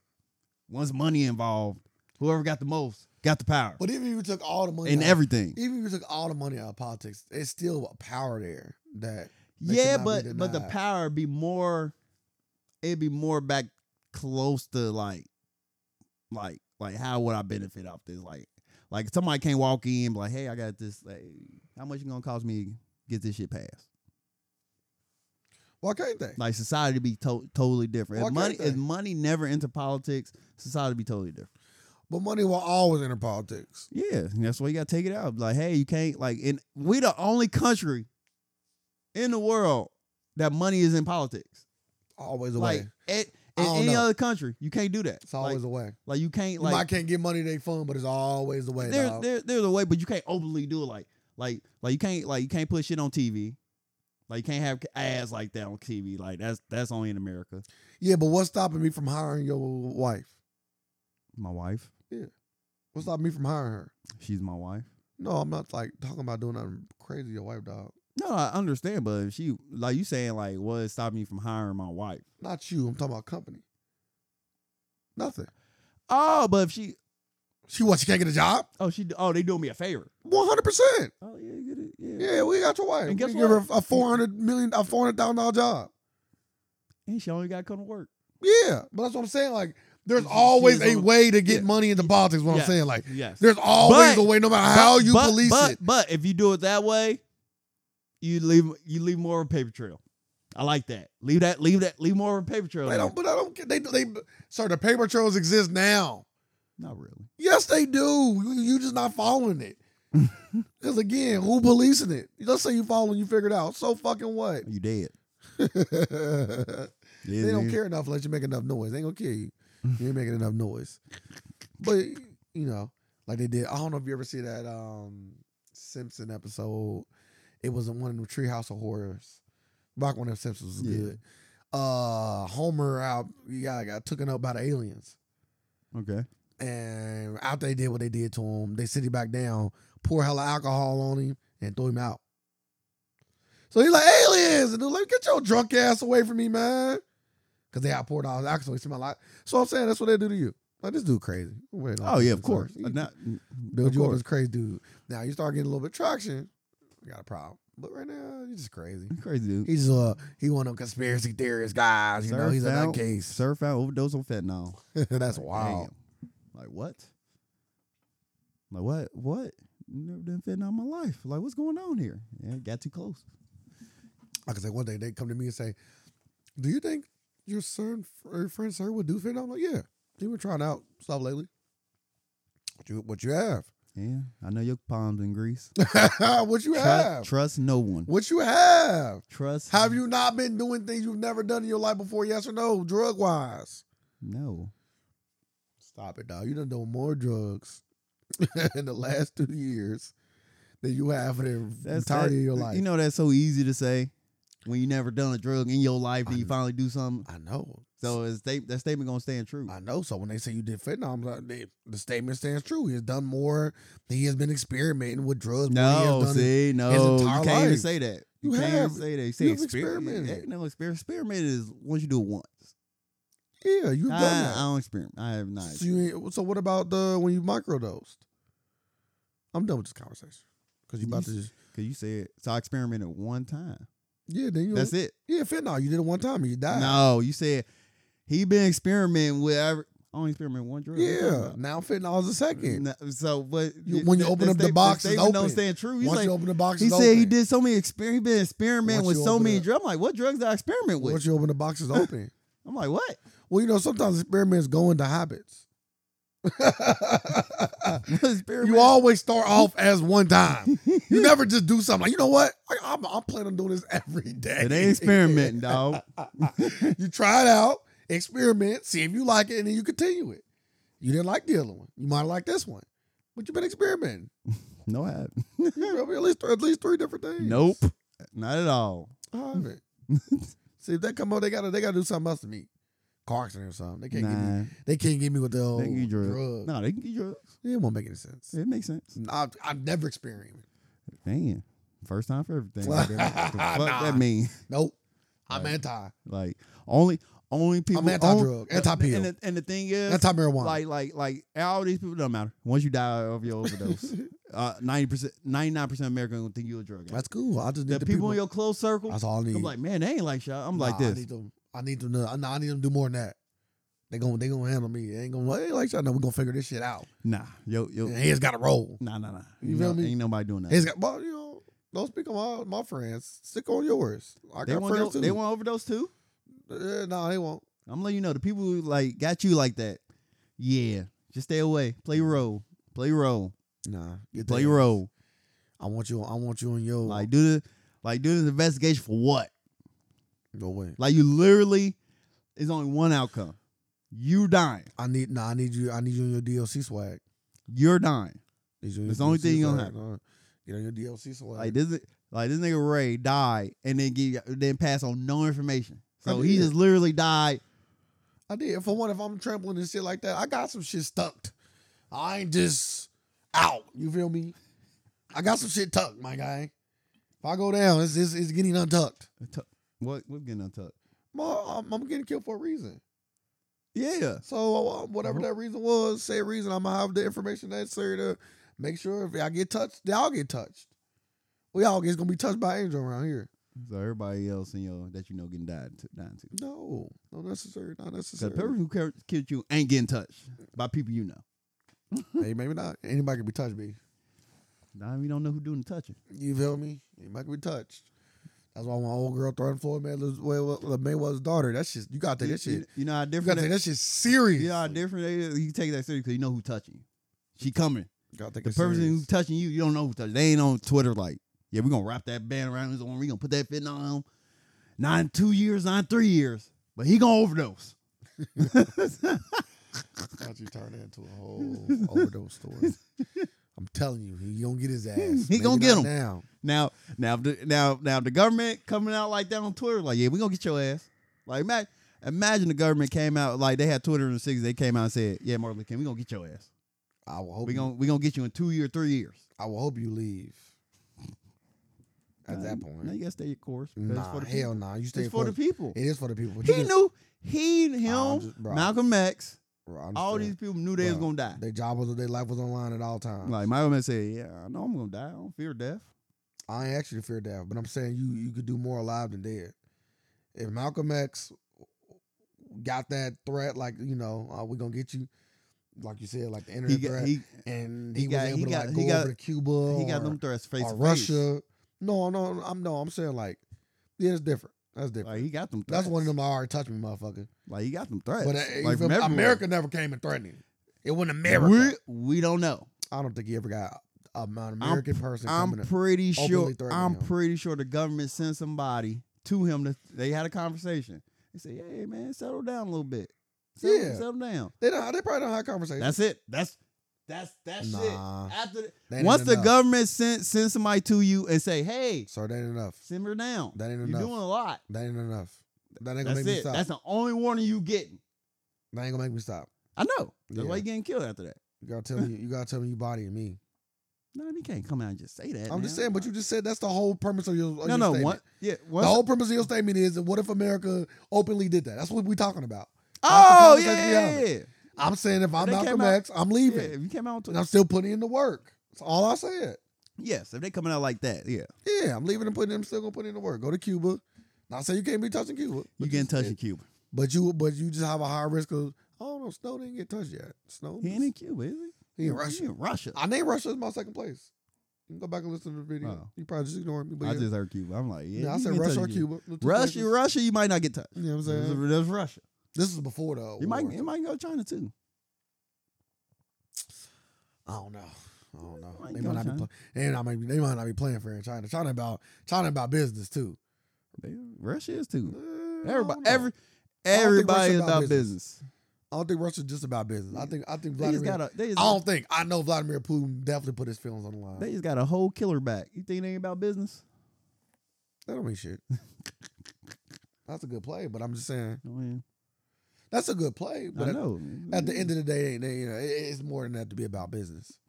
[SPEAKER 1] once money involved, whoever got the most got the power
[SPEAKER 2] But even if you took all the money
[SPEAKER 1] in
[SPEAKER 2] out-
[SPEAKER 1] everything.
[SPEAKER 2] even if you took all the money out of politics, it's still a power there that they
[SPEAKER 1] Yeah,
[SPEAKER 2] cannot be
[SPEAKER 1] but but the
[SPEAKER 2] denied.
[SPEAKER 1] power be more, it'd be more back close to like, like like how would I benefit off this? Like like somebody can't walk in be like, hey, I got this. Like, how much it gonna cost me to get this shit passed?
[SPEAKER 2] why can't they?
[SPEAKER 1] Like society be to- totally different.
[SPEAKER 2] Why
[SPEAKER 1] If money
[SPEAKER 2] can't they?
[SPEAKER 1] is money never into politics, society be totally different.
[SPEAKER 2] But money will always enter politics.
[SPEAKER 1] Yeah, and that's why you gotta take it out. Like, hey, you can't like in we the only country in the world that money is in politics.
[SPEAKER 2] Always a
[SPEAKER 1] Like
[SPEAKER 2] way.
[SPEAKER 1] at,
[SPEAKER 2] I
[SPEAKER 1] in
[SPEAKER 2] don't
[SPEAKER 1] any
[SPEAKER 2] know.
[SPEAKER 1] other country, you can't do that.
[SPEAKER 2] It's
[SPEAKER 1] like,
[SPEAKER 2] always a way.
[SPEAKER 1] like you can't
[SPEAKER 2] Like, I
[SPEAKER 1] like
[SPEAKER 2] can't get money they fund, but it's always a way.
[SPEAKER 1] there,
[SPEAKER 2] dog.
[SPEAKER 1] there, there's a way, but you can't openly do it like like like you can't like you can't put shit on TV. Like you can't have ads like that on TV. Like that's that's only in America.
[SPEAKER 2] Yeah, but what's stopping me from hiring your wife?
[SPEAKER 1] My wife,
[SPEAKER 2] What's stopping me from hiring her?
[SPEAKER 1] she's my wife.
[SPEAKER 2] No, I'm not like talking about doing nothing crazy. to Your wife, dog.
[SPEAKER 1] No, I understand, but if she like you saying like what stopped me from hiring my wife.
[SPEAKER 2] Not you. I'm talking about company. Nothing.
[SPEAKER 1] Oh, but if she
[SPEAKER 2] She what? She can't get a job.
[SPEAKER 1] oh she oh they doing me a favor.
[SPEAKER 2] One hundred percent.
[SPEAKER 1] Oh yeah, you get it.
[SPEAKER 2] Yeah, we got your wife.
[SPEAKER 1] And guess
[SPEAKER 2] we give her
[SPEAKER 1] what?
[SPEAKER 2] a four hundred million, a four hundred thousand dollar job.
[SPEAKER 1] And she only got to come to work.
[SPEAKER 2] Yeah, but that's what I'm saying. Like, there's
[SPEAKER 1] She-
[SPEAKER 2] always
[SPEAKER 1] she was
[SPEAKER 2] a
[SPEAKER 1] on-
[SPEAKER 2] way to get
[SPEAKER 1] yeah.
[SPEAKER 2] money into politics. What I'm
[SPEAKER 1] Yeah.
[SPEAKER 2] saying, like,
[SPEAKER 1] Yes.
[SPEAKER 2] there's always
[SPEAKER 1] But-
[SPEAKER 2] a way, no matter how you
[SPEAKER 1] but,
[SPEAKER 2] police
[SPEAKER 1] but,
[SPEAKER 2] it.
[SPEAKER 1] But if you do it that way, you leave you leave more of a paper trail. I like that. Leave that. Leave that. Leave more of a paper trail.
[SPEAKER 2] They
[SPEAKER 1] there.
[SPEAKER 2] don't. But I don't. get- They. They. Sir, the paper trails exist now.
[SPEAKER 1] Not really.
[SPEAKER 2] Yes, they do. You, you just not following it. Because again, who policing it? Let's say you follow and you figure it out. So fucking what?
[SPEAKER 1] You dead.
[SPEAKER 2] they
[SPEAKER 1] Yeah,
[SPEAKER 2] don't
[SPEAKER 1] nigga.
[SPEAKER 2] care enough unless you make enough noise. They ain't gonna kill you. You ain't making enough noise. But you know, like they did. I don't know if you ever see that um Simpson episode. It was in one of the Treehouse of Horrors. Back when the Simpsons was
[SPEAKER 1] Yeah.
[SPEAKER 2] good. Uh Homer out yeah got taken up by the aliens.
[SPEAKER 1] Okay.
[SPEAKER 2] And after they did what they did to him, they sent him back down, pour hella alcohol on him, and threw him out. So he's like, aliens! And they're like, get your drunk ass away from me, man. Cause they had poured out alcohol. He smelled like so I'm saying that's what they do to you. Like this dude crazy. Wait,
[SPEAKER 1] Oh yeah, of course.
[SPEAKER 2] You,
[SPEAKER 1] Uh, Not,
[SPEAKER 2] build
[SPEAKER 1] of
[SPEAKER 2] you up
[SPEAKER 1] course.
[SPEAKER 2] as crazy dude. Now you start getting a little bit of traction, you got a problem. But right now, you're just crazy.
[SPEAKER 1] crazy dude.
[SPEAKER 2] He's uh he one of them conspiracy theorist guys, you know, he's a
[SPEAKER 1] found,
[SPEAKER 2] nutcase.
[SPEAKER 1] Sir found overdose on fentanyl.
[SPEAKER 2] that's
[SPEAKER 1] Like,
[SPEAKER 2] wild.
[SPEAKER 1] damn. Like what? Like what? What? Never done fentanyl in my life. Like what's going on here? Yeah, got too close.
[SPEAKER 2] I could say one day they come to me and say, "Do you think your son or your friend sir would do fentanyl?" I'm like, "Yeah, he been trying out stuff lately." What you what you have?
[SPEAKER 1] Yeah, I know your palms in grease.
[SPEAKER 2] what you
[SPEAKER 1] Tru-
[SPEAKER 2] have?
[SPEAKER 1] trust no one.
[SPEAKER 2] What you have?
[SPEAKER 1] Trust.
[SPEAKER 2] Have you not been doing things you've never done in your life before? Yes or no, drug wise.
[SPEAKER 1] No.
[SPEAKER 2] Stop it, dog. You done done more drugs in the last two years than you have for the entirety
[SPEAKER 1] that- uh,
[SPEAKER 2] of your life.
[SPEAKER 1] You know that's so easy to say when you never done a drug in your life,
[SPEAKER 2] I
[SPEAKER 1] then you
[SPEAKER 2] know.
[SPEAKER 1] finally do something.
[SPEAKER 2] I know.
[SPEAKER 1] So is they that statement gonna stand true?
[SPEAKER 2] I know. So when they say you did fentanyl, I'm like, "They- the statement stands true. He has done more. He has been experimenting with drugs. more than he has
[SPEAKER 1] No,
[SPEAKER 2] done
[SPEAKER 1] see, no, you
[SPEAKER 2] entire
[SPEAKER 1] can't even
[SPEAKER 2] life.
[SPEAKER 1] say that.
[SPEAKER 2] You
[SPEAKER 1] You, can't
[SPEAKER 2] have.
[SPEAKER 1] even say that. You, say
[SPEAKER 2] You have
[SPEAKER 1] experiment.
[SPEAKER 2] experimented.
[SPEAKER 1] Heck No, exper- experiment is once you do it once.
[SPEAKER 2] Yeah, you've
[SPEAKER 1] I,
[SPEAKER 2] done
[SPEAKER 1] I
[SPEAKER 2] that.
[SPEAKER 1] don't experiment. I have not.
[SPEAKER 2] So, you ain't- so what about the when you microdosed? I'm done with this conversation because you
[SPEAKER 1] You
[SPEAKER 2] about
[SPEAKER 1] s-
[SPEAKER 2] to just
[SPEAKER 1] Cause you said so. I experimented one time.
[SPEAKER 2] yeah. Then you Ah.
[SPEAKER 1] That's it.
[SPEAKER 2] yeah fentanyl. You did it one time and you died.
[SPEAKER 1] No, you said he been experimenting with. Every, I only experiment one drug. What you talking
[SPEAKER 2] yeah.
[SPEAKER 1] about?
[SPEAKER 2] Now fentanyl is the second.
[SPEAKER 1] No, so, but
[SPEAKER 2] You- when you
[SPEAKER 1] that-
[SPEAKER 2] open
[SPEAKER 1] that
[SPEAKER 2] up the
[SPEAKER 1] statement-
[SPEAKER 2] box,
[SPEAKER 1] that
[SPEAKER 2] it's
[SPEAKER 1] statement don't
[SPEAKER 2] open.
[SPEAKER 1] stand true. He's
[SPEAKER 2] Once
[SPEAKER 1] like,
[SPEAKER 2] you open the box,
[SPEAKER 1] he
[SPEAKER 2] it's
[SPEAKER 1] said he
[SPEAKER 2] open.
[SPEAKER 1] did so many exper. He been experimenting
[SPEAKER 2] Once
[SPEAKER 1] with
[SPEAKER 2] you
[SPEAKER 1] so
[SPEAKER 2] open
[SPEAKER 1] many
[SPEAKER 2] up-
[SPEAKER 1] drugs. I'm like, what drugs did I experiment with?
[SPEAKER 2] Once you open the box, it's open.
[SPEAKER 1] I'm like, what?
[SPEAKER 2] well, you know sometimes experiments go into habits.
[SPEAKER 1] What experiment?
[SPEAKER 2] you always start off as one time. You never just do something like you know what I, I'm, I'm planning on doing this every day.
[SPEAKER 1] It ain't experimenting, dog.
[SPEAKER 2] you try it out, experiment, see if you like it, and then you continue it. You didn't like the other one. You might like this one, but you've been experimenting.
[SPEAKER 1] No, I have.
[SPEAKER 2] You know, at least at least three different things.
[SPEAKER 1] Nope, not at all.
[SPEAKER 2] I haven't. see if they come up, they gotta they gotta do something else to me. Car accident or something. They can't get me.
[SPEAKER 1] Nah,
[SPEAKER 2] They can't get me with the old
[SPEAKER 1] they can get drugs.
[SPEAKER 2] drug.
[SPEAKER 1] No, they can get drugs.
[SPEAKER 2] It won't make any sense.
[SPEAKER 1] It makes sense.
[SPEAKER 2] I, I've never experienced.
[SPEAKER 1] Damn, first time for everything. Like, that- the fuck
[SPEAKER 2] Nah.
[SPEAKER 1] that mean?
[SPEAKER 2] Nope. I'm
[SPEAKER 1] Right.
[SPEAKER 2] anti.
[SPEAKER 1] Like only only people.
[SPEAKER 2] anti-drug,
[SPEAKER 1] on-
[SPEAKER 2] anti-pill.
[SPEAKER 1] And the, and the thing is,
[SPEAKER 2] Anti marijuana.
[SPEAKER 1] like like like all these people don't matter. Once you die of your overdose, uh, ninety percent, ninety nine percent of America gonna think you a drug addict.
[SPEAKER 2] that's cool. I just need
[SPEAKER 1] The, people, in your close circle,
[SPEAKER 2] That's all I need.
[SPEAKER 1] I'm like, man, they ain't like y'all. I'm like
[SPEAKER 2] Nah,
[SPEAKER 1] this.
[SPEAKER 2] I need them. I need them. To, nah, I need them to do more than that. They gonna they gonna handle me. They ain't gonna they ain't like y'all know we gonna figure this shit out.
[SPEAKER 1] nah, yo yo,
[SPEAKER 2] And he's got to roll.
[SPEAKER 1] nah nah nah.
[SPEAKER 2] You
[SPEAKER 1] You
[SPEAKER 2] feel
[SPEAKER 1] know,
[SPEAKER 2] me?
[SPEAKER 1] ain't nobody doing
[SPEAKER 2] He's
[SPEAKER 1] that.
[SPEAKER 2] got well, you know, don't speak on my, my friends. Stick on yours. I
[SPEAKER 1] They
[SPEAKER 2] got
[SPEAKER 1] want
[SPEAKER 2] friends
[SPEAKER 1] to
[SPEAKER 2] too.
[SPEAKER 1] they want overdose too.
[SPEAKER 2] yeah, nah, they won't.
[SPEAKER 1] I'm letting you know the people who like got you like that. Yeah, just stay away. Play your role. Play your role.
[SPEAKER 2] Nah, get
[SPEAKER 1] Play
[SPEAKER 2] that.
[SPEAKER 1] your role.
[SPEAKER 2] I want you. I want you on your
[SPEAKER 1] Like do the like do the investigation for what?
[SPEAKER 2] No way.
[SPEAKER 1] Like you literally, there's only one outcome. You dying.
[SPEAKER 2] I need. Nah, I need you. I need you on your DLC swag.
[SPEAKER 1] You're dying.
[SPEAKER 2] Need you on
[SPEAKER 1] That's
[SPEAKER 2] your
[SPEAKER 1] the only
[SPEAKER 2] DLC
[SPEAKER 1] thing you gonna
[SPEAKER 2] swag, nah. Get on your DLC swag.
[SPEAKER 1] Like this, like this nigga Ray died and then give then pass on no information. So
[SPEAKER 2] I
[SPEAKER 1] he
[SPEAKER 2] did.
[SPEAKER 1] just literally died.
[SPEAKER 2] I did. For one, if I'm trampling and shit like that, I got some shit stuck. I ain't just out. You feel me? I got some shit tucked, my guy. If I go down, it's it's, it's getting untucked.
[SPEAKER 1] What we're getting untucked.
[SPEAKER 2] Ma, I'm, I'm getting killed for a reason.
[SPEAKER 1] Yeah.
[SPEAKER 2] So uh, whatever
[SPEAKER 1] Uh-huh.
[SPEAKER 2] that reason was, say reason, I'm gonna have the information necessary to make sure if I get touched, they all get touched. We all get gonna be touched by angel around here.
[SPEAKER 1] So everybody else in your that you know getting died to, dying to.
[SPEAKER 2] No, no necessary, not
[SPEAKER 1] So
[SPEAKER 2] necessary.
[SPEAKER 1] the person who cur- killed you ain't getting touched by people you know.
[SPEAKER 2] hey, maybe not. Anybody can be touched, B.
[SPEAKER 1] Now we don't know who doing the touching.
[SPEAKER 2] You feel me? You might be touched. That's why my old girl throwing Floyd Mayweather's, well, well, Mayweather's daughter. That shit, you gotta take that
[SPEAKER 1] You- you-
[SPEAKER 2] shit.
[SPEAKER 1] You know how
[SPEAKER 2] You
[SPEAKER 1] different.
[SPEAKER 2] gotta take
[SPEAKER 1] that-
[SPEAKER 2] that shit serious.
[SPEAKER 1] You know how different. They, is? you take that serious because you know who touching you. She coming.
[SPEAKER 2] You gotta take
[SPEAKER 1] The
[SPEAKER 2] it
[SPEAKER 1] person who
[SPEAKER 2] serious.
[SPEAKER 1] touching you, you don't know who touching. They ain't on Twitter like, yeah, we're gonna wrap that band around his arm. we gonna put that fit on him. Nine two years, nine three years. But he gonna overdose.
[SPEAKER 2] Thought you turned that into a whole overdose story. I'm telling you, he gonna get his ass.
[SPEAKER 1] He gonna get
[SPEAKER 2] not
[SPEAKER 1] him.
[SPEAKER 2] now.
[SPEAKER 1] Now, now, if the, now, now, if the government coming out like that on Twitter, like, yeah, we gonna get your ass. Like, imagine, imagine the government came out like they had Twitter in the '60s. They came out and said, yeah, Martin Luther King, we gonna get your ass.
[SPEAKER 2] I will hope.
[SPEAKER 1] We
[SPEAKER 2] you-
[SPEAKER 1] gonna we gonna get you in two year, three years.
[SPEAKER 2] I will hope you leave. At that point,
[SPEAKER 1] now you gotta stay your course. 'cause it's
[SPEAKER 2] nah,
[SPEAKER 1] for the people.
[SPEAKER 2] hell nah. You stay
[SPEAKER 1] it's for the people.
[SPEAKER 2] It is for the people. but you
[SPEAKER 1] He
[SPEAKER 2] just-
[SPEAKER 1] knew he him
[SPEAKER 2] I'm just- bro,
[SPEAKER 1] Malcolm X.
[SPEAKER 2] bro, I
[SPEAKER 1] All these
[SPEAKER 2] understand.
[SPEAKER 1] people knew they was
[SPEAKER 2] Bro,
[SPEAKER 1] gonna die.
[SPEAKER 2] Their job was their life was online at all times.
[SPEAKER 1] Like Malcolm X said, yeah, I know I'm gonna die. I don't fear death.
[SPEAKER 2] I ain't actually fear death, but I'm saying you you could do more alive than dead. If Malcolm X got that threat, like you know, uh, we're gonna get you, like you said, like the
[SPEAKER 1] He
[SPEAKER 2] internet
[SPEAKER 1] got
[SPEAKER 2] threat,
[SPEAKER 1] he
[SPEAKER 2] and
[SPEAKER 1] he
[SPEAKER 2] he,
[SPEAKER 1] got-
[SPEAKER 2] was able
[SPEAKER 1] he
[SPEAKER 2] to
[SPEAKER 1] got-
[SPEAKER 2] like
[SPEAKER 1] he
[SPEAKER 2] go
[SPEAKER 1] got-
[SPEAKER 2] over to Cuba
[SPEAKER 1] he
[SPEAKER 2] or,
[SPEAKER 1] got them threats face
[SPEAKER 2] or
[SPEAKER 1] to face.
[SPEAKER 2] Russia. No, no, I'm no, I'm saying like, yeah, it's different. That's different.
[SPEAKER 1] Like he got them. Threats.
[SPEAKER 2] That's one of them. All right, touch me, motherfucker.
[SPEAKER 1] Like he got them threats.
[SPEAKER 2] But uh, you
[SPEAKER 1] like from
[SPEAKER 2] feel me?
[SPEAKER 1] everywhere.
[SPEAKER 2] America never came and threatened him. It wasn't America.
[SPEAKER 1] We, we don't know.
[SPEAKER 2] I don't think he ever got a- an American person
[SPEAKER 1] I'm
[SPEAKER 2] coming. to-
[SPEAKER 1] pretty
[SPEAKER 2] openly
[SPEAKER 1] sure.
[SPEAKER 2] threatening
[SPEAKER 1] I'm
[SPEAKER 2] him.
[SPEAKER 1] pretty sure the government sent somebody to him. To, they had a conversation. They said, "Hey man, settle down a little bit. Settle,
[SPEAKER 2] Yeah.
[SPEAKER 1] settle down.
[SPEAKER 2] they don't. They probably don't have conversations.
[SPEAKER 1] That's it. That's that's that
[SPEAKER 2] Nah.
[SPEAKER 1] shit. After the-
[SPEAKER 2] That ain't
[SPEAKER 1] once the
[SPEAKER 2] enough.
[SPEAKER 1] government send send somebody to you and say, "Hey,
[SPEAKER 2] Sir, that ain't enough.
[SPEAKER 1] simmer down.
[SPEAKER 2] That ain't
[SPEAKER 1] You're
[SPEAKER 2] enough.
[SPEAKER 1] doing a lot.
[SPEAKER 2] That ain't enough. That ain't
[SPEAKER 1] That's
[SPEAKER 2] gonna make me
[SPEAKER 1] it.
[SPEAKER 2] stop.
[SPEAKER 1] That's the only warning you getting.
[SPEAKER 2] that ain't gonna make me stop.
[SPEAKER 1] I know. That's why
[SPEAKER 2] Yeah.
[SPEAKER 1] you getting killed after that.
[SPEAKER 2] You gotta tell me. You gotta tell me you bodying me.
[SPEAKER 1] No, you can't come out and just say that.
[SPEAKER 2] I'm
[SPEAKER 1] man.
[SPEAKER 2] just saying, but you just said that's the whole purpose of your. Of
[SPEAKER 1] No,
[SPEAKER 2] your
[SPEAKER 1] no.
[SPEAKER 2] statement.
[SPEAKER 1] One, yeah.
[SPEAKER 2] The
[SPEAKER 1] Once,
[SPEAKER 2] whole purpose of your statement is what if America openly did that? That's what we're talking about.
[SPEAKER 1] oh
[SPEAKER 2] that's the
[SPEAKER 1] yeah,
[SPEAKER 2] conversation
[SPEAKER 1] yeah,
[SPEAKER 2] we
[SPEAKER 1] yeah.
[SPEAKER 2] I'm saying if I'm
[SPEAKER 1] They came
[SPEAKER 2] Malcolm
[SPEAKER 1] out-
[SPEAKER 2] X, I'm
[SPEAKER 1] Yeah,
[SPEAKER 2] leaving.
[SPEAKER 1] If you came out
[SPEAKER 2] And
[SPEAKER 1] to
[SPEAKER 2] I'm still putting in the work. That's all I said.
[SPEAKER 1] yes, if they coming out like that, yeah,
[SPEAKER 2] Yeah, I'm leaving and putting. I'm still gonna put in the work. Go to Cuba. Not say you can't be touching Cuba.
[SPEAKER 1] you
[SPEAKER 2] but
[SPEAKER 1] getting
[SPEAKER 2] just-
[SPEAKER 1] touched in Cuba.
[SPEAKER 2] But you, but you just have a high risk of. I don't know. Snow didn't get touched yet. Snow.
[SPEAKER 1] He ain't e in Cuba, is he?
[SPEAKER 2] He in Russia.
[SPEAKER 1] He in Russia.
[SPEAKER 2] I named Russia as my second place. You can go back and listen to the video.
[SPEAKER 1] Oh.
[SPEAKER 2] You probably just ignoring me. But
[SPEAKER 1] I
[SPEAKER 2] yeah.
[SPEAKER 1] just heard Cuba. I'm like, yeah.
[SPEAKER 2] yeah, I
[SPEAKER 1] you
[SPEAKER 2] said
[SPEAKER 1] getting
[SPEAKER 2] Russia or
[SPEAKER 1] touched in
[SPEAKER 2] Cuba. the two
[SPEAKER 1] Russia,
[SPEAKER 2] places.
[SPEAKER 1] Russia, you might not get touched.
[SPEAKER 2] You know what I'm
[SPEAKER 1] That's,
[SPEAKER 2] saying?
[SPEAKER 1] that's Russia.
[SPEAKER 2] This is before though.
[SPEAKER 1] You might, you might go to China too.
[SPEAKER 2] I don't know. I don't know.
[SPEAKER 1] might
[SPEAKER 2] They
[SPEAKER 1] go
[SPEAKER 2] might not be.
[SPEAKER 1] China.
[SPEAKER 2] Play- they might not be. They might not be playing for in China. China about China about business too.
[SPEAKER 1] They- Russia is too.
[SPEAKER 2] Uh, I
[SPEAKER 1] Everybody,
[SPEAKER 2] don't know.
[SPEAKER 1] every,
[SPEAKER 2] don't think
[SPEAKER 1] everybody
[SPEAKER 2] Russia's
[SPEAKER 1] is
[SPEAKER 2] about
[SPEAKER 1] about
[SPEAKER 2] business.
[SPEAKER 1] business.
[SPEAKER 2] I don't think Russia's just about business. I
[SPEAKER 1] Yeah.
[SPEAKER 2] think. I think
[SPEAKER 1] They
[SPEAKER 2] Vladimir.
[SPEAKER 1] just got a, they just,
[SPEAKER 2] I don't think. I know Vladimir Putin definitely put his feelings on the line.
[SPEAKER 1] they just got a whole killer back. You think they ain't about business?
[SPEAKER 2] that don't mean shit. That's a good play, but I'm just saying
[SPEAKER 1] Oh, yeah.
[SPEAKER 2] that's a good play. But
[SPEAKER 1] I
[SPEAKER 2] at-
[SPEAKER 1] know.
[SPEAKER 2] At the end of the day, they, you know, it- it's more than that to be about business.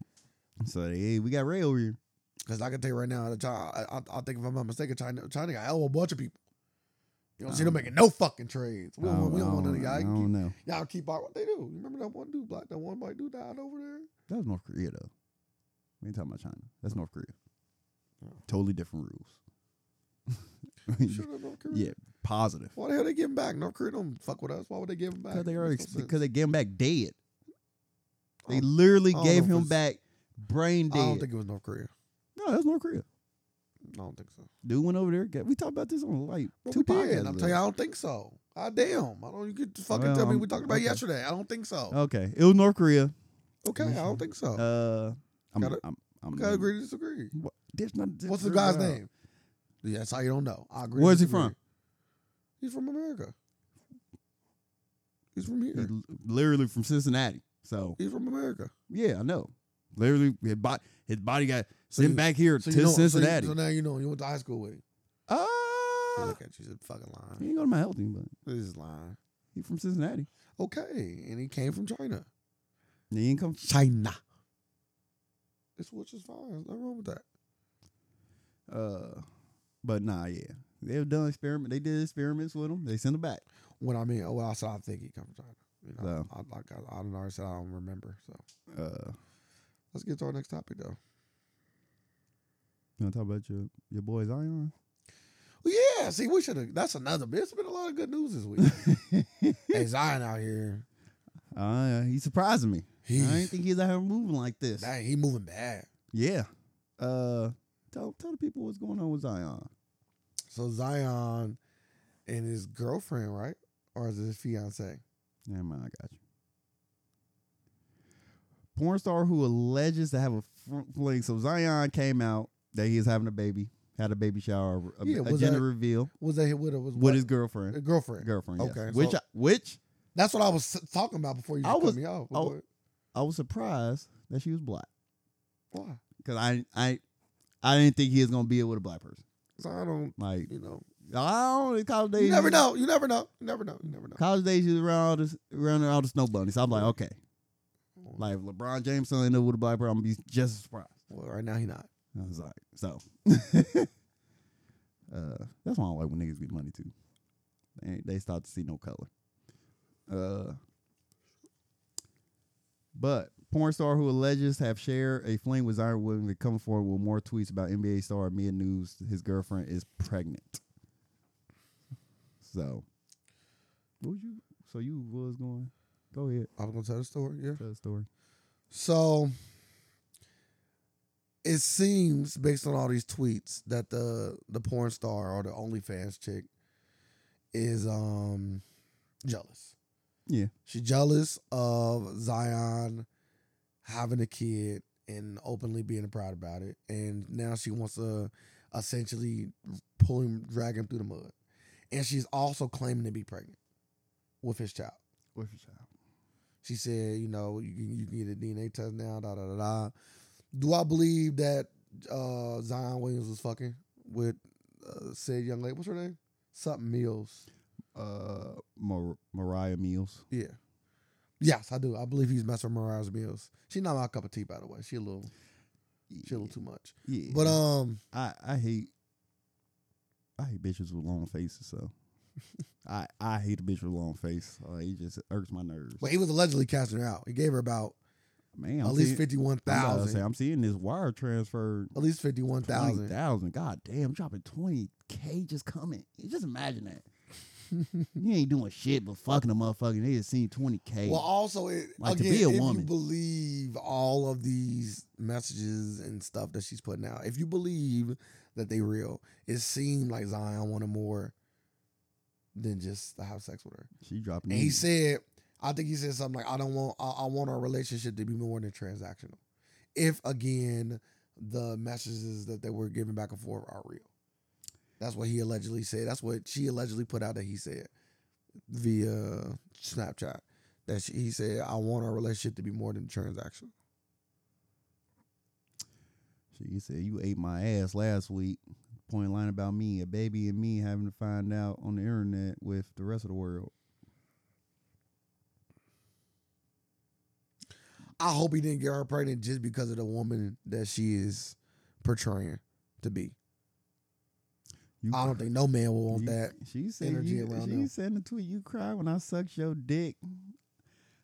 [SPEAKER 1] so hey, we got Ray over here.
[SPEAKER 2] Because I can tell you right now, the China, I, I- I think if I'm not mistaken, China, China got a whole bunch of people. You don't see them
[SPEAKER 1] Um,
[SPEAKER 2] making no fucking trades. We don't, want- we don't want none of
[SPEAKER 1] I
[SPEAKER 2] y'all.
[SPEAKER 1] don't
[SPEAKER 2] Y'all
[SPEAKER 1] know.
[SPEAKER 2] keep, y'all keep our what they do. You remember that one dude, black, that one white dude died over there?
[SPEAKER 1] That was North Korea though. We ain't talking about China. That's North Korea.
[SPEAKER 2] Oh.
[SPEAKER 1] Totally different rules.
[SPEAKER 2] Sure, that's North Korea.
[SPEAKER 1] yeah, positive.
[SPEAKER 2] Why the hell they giving back? North Korea don't fuck with us. Why would they give him back?
[SPEAKER 1] Because they are
[SPEAKER 2] Makes no sense.
[SPEAKER 1] because they gave him back dead. They
[SPEAKER 2] I don't-
[SPEAKER 1] literally
[SPEAKER 2] I don't
[SPEAKER 1] gave
[SPEAKER 2] know if
[SPEAKER 1] him
[SPEAKER 2] it's-
[SPEAKER 1] back brain
[SPEAKER 2] I don't
[SPEAKER 1] dead.
[SPEAKER 2] think it was North Korea.
[SPEAKER 1] no, that's North Korea.
[SPEAKER 2] I don't think so.
[SPEAKER 1] Dude went over there. Got, we talked about this on like
[SPEAKER 2] But
[SPEAKER 1] two
[SPEAKER 2] we did.
[SPEAKER 1] podcasts.
[SPEAKER 2] I'm
[SPEAKER 1] ago.
[SPEAKER 2] telling you, I don't think so. I damn. I don't. You could fucking
[SPEAKER 1] Well,
[SPEAKER 2] tell me
[SPEAKER 1] I'm-
[SPEAKER 2] we talked about
[SPEAKER 1] okay.
[SPEAKER 2] yesterday. I don't think so.
[SPEAKER 1] okay, it was North Korea.
[SPEAKER 2] okay, I don't think so.
[SPEAKER 1] Uh, I'm,
[SPEAKER 2] Gotta-
[SPEAKER 1] I'm, I'm,
[SPEAKER 2] Okay, I agree to disagree.
[SPEAKER 1] What, there's not,
[SPEAKER 2] What's the
[SPEAKER 1] there's
[SPEAKER 2] guy's
[SPEAKER 1] not-
[SPEAKER 2] name? Yeah, that's how you don't know. I agree.
[SPEAKER 1] Where's he
[SPEAKER 2] disagree.
[SPEAKER 1] from?
[SPEAKER 2] He's from America. He's from
[SPEAKER 1] He's
[SPEAKER 2] here.
[SPEAKER 1] l- literally from Cincinnati. So
[SPEAKER 2] He's from America.
[SPEAKER 1] yeah, I know. Literally, his body, his body got
[SPEAKER 2] So
[SPEAKER 1] sent
[SPEAKER 2] you-
[SPEAKER 1] back here
[SPEAKER 2] So you
[SPEAKER 1] to
[SPEAKER 2] know- so you-
[SPEAKER 1] Cincinnati.
[SPEAKER 2] So, now you know you went to high school with him.
[SPEAKER 1] Ah,
[SPEAKER 2] Look at you, she's fucking
[SPEAKER 1] he
[SPEAKER 2] lying.
[SPEAKER 1] ain't go to my healthy, but
[SPEAKER 2] This is lying.
[SPEAKER 1] he from Cincinnati.
[SPEAKER 2] Okay, and he came from China.
[SPEAKER 1] And he ain't come.
[SPEAKER 2] China. It's which is fine. There's nothing wrong with that.
[SPEAKER 1] Uh, but nah, yeah, they've done experiment. They did experiments with him. They sent him back.
[SPEAKER 2] What I mean, oh, well, I said I think he come from China. You know,
[SPEAKER 1] So.
[SPEAKER 2] I, like I, I don't know. I said I don't remember. So
[SPEAKER 1] Uh,
[SPEAKER 2] let's get to our next topic though.
[SPEAKER 1] you want to talk about your your boy Zion?
[SPEAKER 2] Well, yeah, see, we should have. That's another. It's been a lot of good news this week. hey, Zion out here.
[SPEAKER 1] uh, he's surprising me.
[SPEAKER 2] He,
[SPEAKER 1] I didn't think he's out here moving like this.
[SPEAKER 2] dang, he moving bad.
[SPEAKER 1] Yeah. Uh, tell tell the people what's going on with Zion.
[SPEAKER 2] So Zion and his girlfriend, right? Or is it his fiance?
[SPEAKER 1] Never mind, I got you. Porn star who alleges to have a fr- fling. So Zion came out that he is having a baby, had a baby shower, a,
[SPEAKER 2] Yeah,
[SPEAKER 1] a
[SPEAKER 2] was
[SPEAKER 1] gender
[SPEAKER 2] that-
[SPEAKER 1] reveal
[SPEAKER 2] Was that his widow? Was
[SPEAKER 1] with
[SPEAKER 2] what?
[SPEAKER 1] his girlfriend.
[SPEAKER 2] his girlfriend?
[SPEAKER 1] Girlfriend, yes.
[SPEAKER 2] Okay,
[SPEAKER 1] Which
[SPEAKER 2] so-
[SPEAKER 1] I, which
[SPEAKER 2] That's what I was s- talking about before you
[SPEAKER 1] I
[SPEAKER 2] just cut
[SPEAKER 1] was-
[SPEAKER 2] me off.
[SPEAKER 1] oh. I was surprised that she was black
[SPEAKER 2] Why?
[SPEAKER 1] because I I I didn't think he was gonna be with a black person.
[SPEAKER 2] Zion don't.
[SPEAKER 1] Like
[SPEAKER 2] You know.
[SPEAKER 1] I don't college days.
[SPEAKER 2] You never know. You never know. You never know. You never know.
[SPEAKER 1] College days, he was around all the around all the snow bunnies. I'm like, okay,
[SPEAKER 2] Well,
[SPEAKER 1] like if LeBron James ended up with a black person, I'm gonna be just as surprised.
[SPEAKER 2] right now he not.
[SPEAKER 1] I was like, so. uh, that's why I don't like when niggas get money too. They ain't- they start to see no color. Uh, but porn star who alleges have shared a fling with Zion Williams and come forward with more tweets about NBA star Mia News. His girlfriend is pregnant. So, what was you? So you was going? Go ahead,
[SPEAKER 2] I was gonna tell the story. Yeah.
[SPEAKER 1] tell the story.
[SPEAKER 2] So it seems, based on all these tweets, that the the porn star or the OnlyFans chick is um jealous.
[SPEAKER 1] Yeah.
[SPEAKER 2] She's jealous of Zion having a kid and openly being proud about it, and now she wants to essentially pull him, drag him through the mud, and she's also claiming to be pregnant with his child.
[SPEAKER 1] What's your child?
[SPEAKER 2] She said, you know, you can, you can get a DNA test now, da da da da. Do I believe that uh, Zion Williams was fucking with uh, said young lady? What's her name? Something Mills.
[SPEAKER 1] uh Mar- Mariah Mills.
[SPEAKER 2] Yeah. Yes, I do. I believe he's messing with Mariah's Mills. She's not my cup of tea, by the way. She a little, she a little too much.
[SPEAKER 1] Yeah,
[SPEAKER 2] But um,
[SPEAKER 1] I I hate I hate bitches with long faces. So I I hate a bitch with a long face. Like it just irks my nerves.
[SPEAKER 2] well, he was allegedly casting her out. He gave her about
[SPEAKER 1] man, I'm
[SPEAKER 2] at least
[SPEAKER 1] seeing-
[SPEAKER 2] fifty one
[SPEAKER 1] I'm about to say,
[SPEAKER 2] thousand.
[SPEAKER 1] I'm seeing this wire transfer
[SPEAKER 2] At least fifty one thousand.
[SPEAKER 1] thousand. God damn, dropping twenty k just coming. You Just imagine that. you ain't doing shit but fucking a motherfucker. and They just seen twenty k.
[SPEAKER 2] Hmm. Well, also, it,
[SPEAKER 1] Like, to
[SPEAKER 2] again,
[SPEAKER 1] be a
[SPEAKER 2] if
[SPEAKER 1] woman.
[SPEAKER 2] you believe all of these messages and stuff that she's putting out, if you believe that they real, it seemed like Zion wanted more than just to have sex with her.
[SPEAKER 1] she dropping.
[SPEAKER 2] And he
[SPEAKER 1] these.
[SPEAKER 2] said, I think he said something like, I don't want, I, I want our relationship to be more than transactional. If again, the messages that they were giving back and forth are real. That's what he allegedly said. That's what she allegedly put out that he said via Snapchat. That she, he said, I want our relationship to be more than transactional.
[SPEAKER 1] She said, "You ate my ass last week." Point line about me, a baby, and me having to find out on the internet with the rest of the world.
[SPEAKER 2] I hope he didn't get her pregnant just because of the woman that she is portraying to be.
[SPEAKER 1] You
[SPEAKER 2] I don't think no man will want
[SPEAKER 1] you-
[SPEAKER 2] that.
[SPEAKER 1] She said,
[SPEAKER 2] energy
[SPEAKER 1] you,
[SPEAKER 2] around
[SPEAKER 1] She
[SPEAKER 2] them.
[SPEAKER 1] said in the tweet, "You cry when I sucked your dick.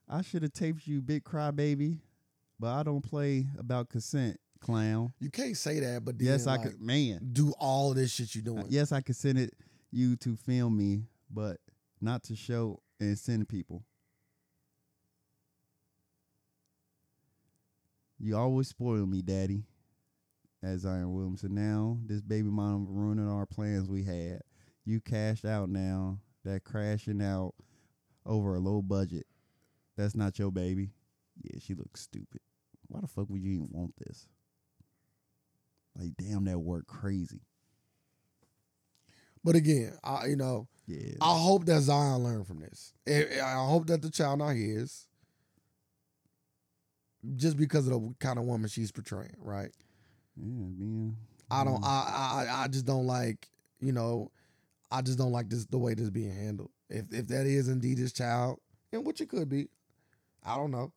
[SPEAKER 1] I should have taped you, big cry baby, but I don't play about consent, clown.
[SPEAKER 2] You can't say that, but then,
[SPEAKER 1] yes, I
[SPEAKER 2] like,
[SPEAKER 1] could, man.
[SPEAKER 2] do all of this shit you doing.
[SPEAKER 1] Yes, I consented you to film me, but not to show and send people. You always spoil me, Daddy. As Zion Williamson. Now this baby mom ruining our plans we had. You cashed out now. That crashing out over a low budget. That's not your baby. Yeah, she looks stupid. Why the fuck would you even want this? Like, damn, that worked crazy.
[SPEAKER 2] But again, I you know,
[SPEAKER 1] Yeah.
[SPEAKER 2] I hope that Zion learned from this. I I hope that the child not his. Just because of the kind of woman she's portraying, right?
[SPEAKER 1] Yeah, man.
[SPEAKER 2] I don't.
[SPEAKER 1] Mm.
[SPEAKER 2] I, I. I just don't like. You know, I just don't like this the way this being handled. If if that is indeed his child, and which it could be, I don't know.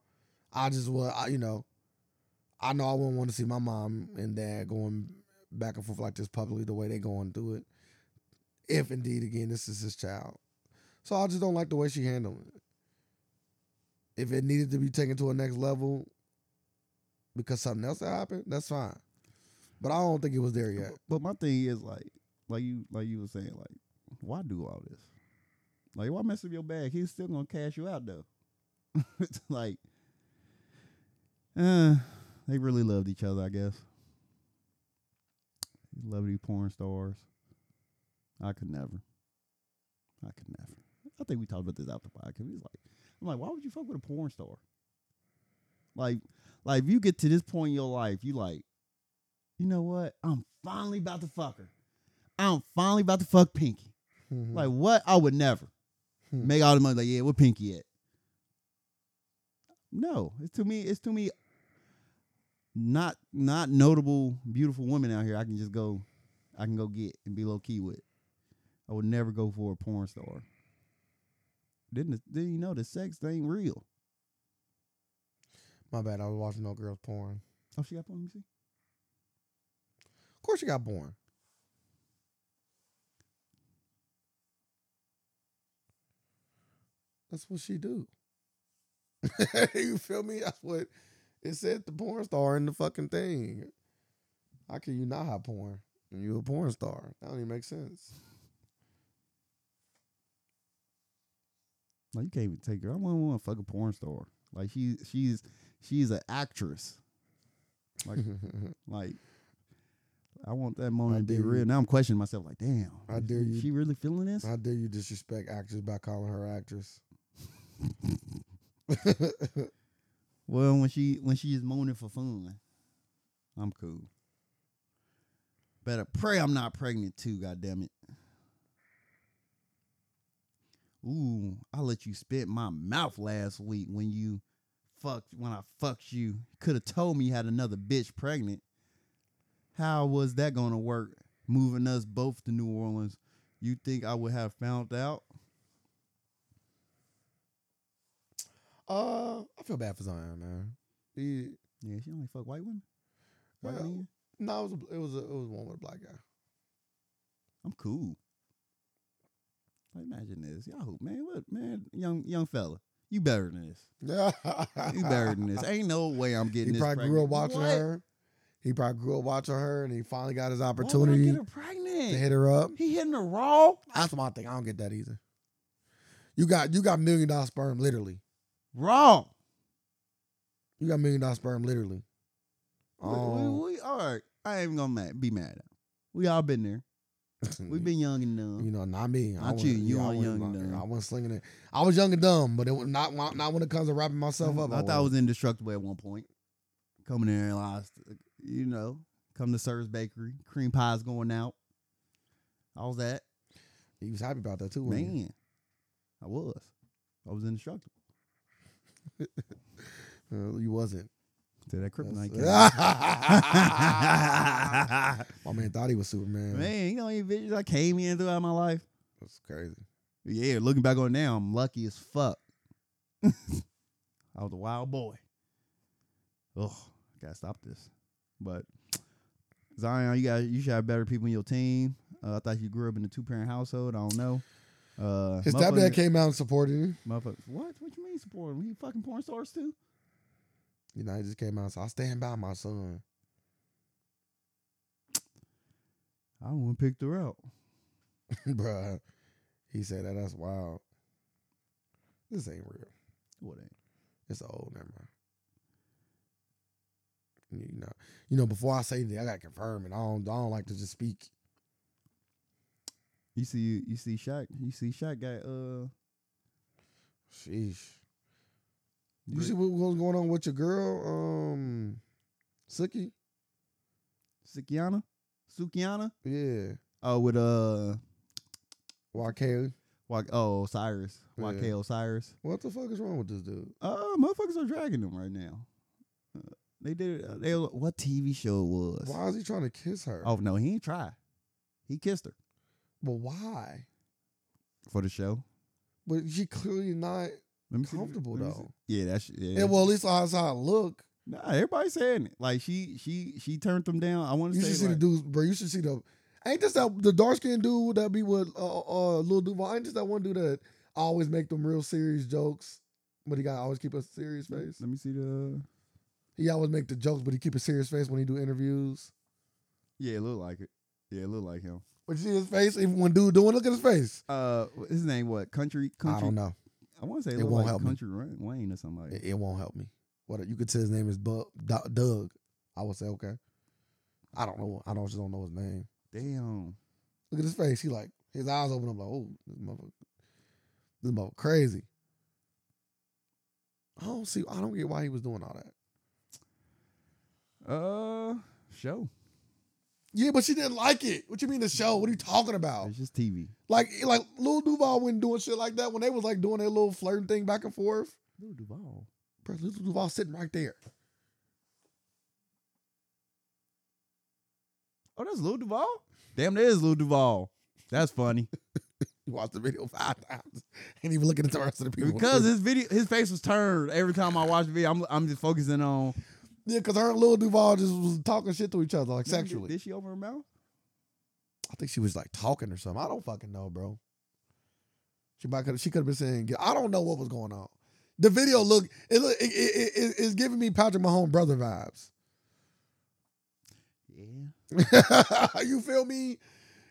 [SPEAKER 2] I just would. I, you know, I know I wouldn't want to see my mom and dad going back and forth like this publicly the way they going through it. If indeed again this is his child, so I just don't like the way she handled it. If it needed to be taken to a next level because something else happened, that's fine. But I don't think it was there yet.
[SPEAKER 1] But- But my thing is like, like you, like you were saying, like, why do all this? Like, why mess up your bag? He's still gonna cash you out though. it's like, uh, they really loved each other, I guess. They Love these porn stars. I could never. I could never. I think we talked about this after the podcast. He's like, I'm like, why would you fuck with a porn star? Like, like if you get to this point in your life, you like, you know what? I'm finally about to fuck her. I'm finally about to fuck Pinky. Like what? I would never
[SPEAKER 2] Hmm.
[SPEAKER 1] make all the money. Like yeah, where Pinky at? No, it's to me. It's to me. Not not notable beautiful women out here. I can just go, I can go get and be low key with. I would never go for a porn star. Didn't the- didn't you know the sex ain't real?
[SPEAKER 2] My bad. I was watching no girls porn.
[SPEAKER 1] Oh, she got porn. Let me see.
[SPEAKER 2] Of course, she got born. That's what she do. you feel me? That's what it said. The porn star in the fucking thing. How can you not have porn? And you a porn star. That don't even make sense.
[SPEAKER 1] No, you can't even take her. I wouldn't want to fuck a porn star. Like she she's she's an actress. Like like I want that moment to be
[SPEAKER 2] dare
[SPEAKER 1] real.
[SPEAKER 2] you.
[SPEAKER 1] Now I'm questioning myself. Like damn,
[SPEAKER 2] I
[SPEAKER 1] is
[SPEAKER 2] dare
[SPEAKER 1] she-
[SPEAKER 2] you.
[SPEAKER 1] She really feeling this?
[SPEAKER 2] How dare you disrespect actress by calling her actress?
[SPEAKER 1] Well, when she when she is moaning for fun, I'm cool. Better pray I'm not pregnant too. God damn it. Ooh, I let you spit in my mouth last week when you fucked when I fucked you. Could have told me you had another bitch pregnant. How was that gonna work? Moving us both to New Orleans. You think I would have found out?
[SPEAKER 2] Uh, I feel bad for Zion, man. He,
[SPEAKER 1] Yeah, she only fuck white women. White
[SPEAKER 2] Yeah.
[SPEAKER 1] men.
[SPEAKER 2] no, it was a, it was a, it was one with a black guy.
[SPEAKER 1] I'm cool. Like, imagine this, Yahoo man. What man, young young fella, you better than this.
[SPEAKER 2] Yeah,
[SPEAKER 1] You better than this. Ain't no way I'm getting.
[SPEAKER 2] He
[SPEAKER 1] this
[SPEAKER 2] probably grew up
[SPEAKER 1] pregnant.
[SPEAKER 2] watching
[SPEAKER 1] What?
[SPEAKER 2] her. He probably grew up watching her, and he finally got his
[SPEAKER 1] Why would I
[SPEAKER 2] opportunity
[SPEAKER 1] get
[SPEAKER 2] to
[SPEAKER 1] her pregnant.
[SPEAKER 2] hit her up.
[SPEAKER 1] he hitting her raw.
[SPEAKER 2] That's my thing. I don't get that either. You got you got million dollar sperm, literally.
[SPEAKER 1] Raw.
[SPEAKER 2] You got million dollar sperm, literally.
[SPEAKER 1] We-
[SPEAKER 2] Um,
[SPEAKER 1] we, we, all right. I ain't even gonna mad, be mad at him. We all been there. we been young and dumb.
[SPEAKER 2] Mm-hmm. You know, not me. I
[SPEAKER 1] Not
[SPEAKER 2] wasn't-
[SPEAKER 1] you. You
[SPEAKER 2] I
[SPEAKER 1] weren't
[SPEAKER 2] wasn't
[SPEAKER 1] young and
[SPEAKER 2] like-
[SPEAKER 1] dumb.
[SPEAKER 2] I wasn't slinging it. I was young and dumb, but it was not when- not when it comes to wrapping myself up.
[SPEAKER 1] Mm-hmm. Mm, I thought I was indestructible at one point. Coming in and lost, you know, come to Service Bakery, cream pies going out. I was that
[SPEAKER 2] He was happy about that too. wasn't he?
[SPEAKER 1] man. I was. I was indestructible.
[SPEAKER 2] Uh, you wasn't.
[SPEAKER 1] Till that kryptonite came.
[SPEAKER 2] That's- my man thought he was Superman.
[SPEAKER 1] man, you know, any bitches I came in throughout my life.
[SPEAKER 2] That's crazy.
[SPEAKER 1] Yeah, looking back on it now, I'm lucky as fuck. I was a wild boy. Oh, gotta stop this. But Zion, you got you should have better people in your team. Uh, I thought you grew up in a two parent household. I don't know. Uh,
[SPEAKER 2] His
[SPEAKER 1] motherfucker-
[SPEAKER 2] stepdad came out and supported him.
[SPEAKER 1] motherfucker- What? What you mean support him? He fucking porn stars too.
[SPEAKER 2] You know, he just came out. So I stand by my son.
[SPEAKER 1] I don't want to pick her out.
[SPEAKER 2] Bruh. He said that. That's wild. This ain't real.
[SPEAKER 1] What? ain't?
[SPEAKER 2] It's old. Never mind. You know, you know. Before I say anything, I gotta confirm it. I don't. I don't like to just speak.
[SPEAKER 1] You see, you see Shaq. You see Shaq got uh.
[SPEAKER 2] Sheesh. You
[SPEAKER 1] Rick
[SPEAKER 2] see what, what was going on with your girl, um, Suki?
[SPEAKER 1] Sukiana, Sukiana.
[SPEAKER 2] Yeah.
[SPEAKER 1] Oh, with uh,
[SPEAKER 2] YK.
[SPEAKER 1] Wa- oh Osiris,
[SPEAKER 2] Yeah.
[SPEAKER 1] YK Osiris.
[SPEAKER 2] What the fuck is wrong with this dude?
[SPEAKER 1] Uh, motherfuckers are dragging them right now. Uh, they did. Uh, they what TV show it was?
[SPEAKER 2] Why is he trying to kiss her?
[SPEAKER 1] Oh no, he ain't try. He kissed her
[SPEAKER 2] But why?
[SPEAKER 1] for the show.
[SPEAKER 2] But she clearly not
[SPEAKER 1] Let me see-
[SPEAKER 2] comfortable
[SPEAKER 1] let me
[SPEAKER 2] though.
[SPEAKER 1] see. Yeah, that's yeah.
[SPEAKER 2] And well, at least that's how I look.
[SPEAKER 1] nah, everybody's saying it. Like she, she, she turned them down. I want
[SPEAKER 2] You
[SPEAKER 1] to
[SPEAKER 2] should see
[SPEAKER 1] say
[SPEAKER 2] the
[SPEAKER 1] like,
[SPEAKER 2] dude, bro. You should see the. Ain't this that the dark skinned dude that be with uh, uh Lil Duval? Ain't this that one dude that always make them real serious jokes, but he got to always keep a serious face.
[SPEAKER 1] Let me see the.
[SPEAKER 2] He always make the jokes, but he keep a serious face when he do interviews.
[SPEAKER 1] Yeah, it look like it. Yeah, it look like him.
[SPEAKER 2] But you see his face, even when dude doing, look at his face.
[SPEAKER 1] Uh, wh- his name what? Country, country.
[SPEAKER 2] I don't know.
[SPEAKER 1] I want to say it,
[SPEAKER 2] It
[SPEAKER 1] look
[SPEAKER 2] won't
[SPEAKER 1] like
[SPEAKER 2] help me.
[SPEAKER 1] Country Ra- Wayne or something like.
[SPEAKER 2] It, it won't help me. What you could say his name is Bu- Du- Doug. I would say okay. I don't know. I don't just don't know his name.
[SPEAKER 1] Damn.
[SPEAKER 2] Look at his face. He like his eyes open up like, oh, this motherfucker, this motherfucker crazy. I don't see. I don't get why he was doing all that.
[SPEAKER 1] Uh, show.
[SPEAKER 2] Yeah, but she didn't like it. What you mean the show? What are you talking about?
[SPEAKER 1] It's just TV.
[SPEAKER 2] Like, like Lil Duval wasn't doing shit like that when they was like doing their little flirting thing back and forth.
[SPEAKER 1] Lil Duval.
[SPEAKER 2] Bro, Lil Duval sitting right there.
[SPEAKER 1] Oh, that's Lil Duval. Damn, that is Lil Duval. That's funny
[SPEAKER 2] He watched the video five times. Ain't even looking at the rest of the people.
[SPEAKER 1] because his video, his face was turned every time I watched the video. I'm, I'm just focusing on
[SPEAKER 2] yeah, because her and Lil Duval just was talking shit to each other like
[SPEAKER 1] Did,
[SPEAKER 2] sexually.
[SPEAKER 1] she open her mouth?
[SPEAKER 2] I think she was like talking or something. I don't fucking know, bro. She might could she could have been saying I don't know what was going on. The video look it look it, it, it- it's giving me Patrick Mahomes brother vibes.
[SPEAKER 1] Yeah.
[SPEAKER 2] you feel me?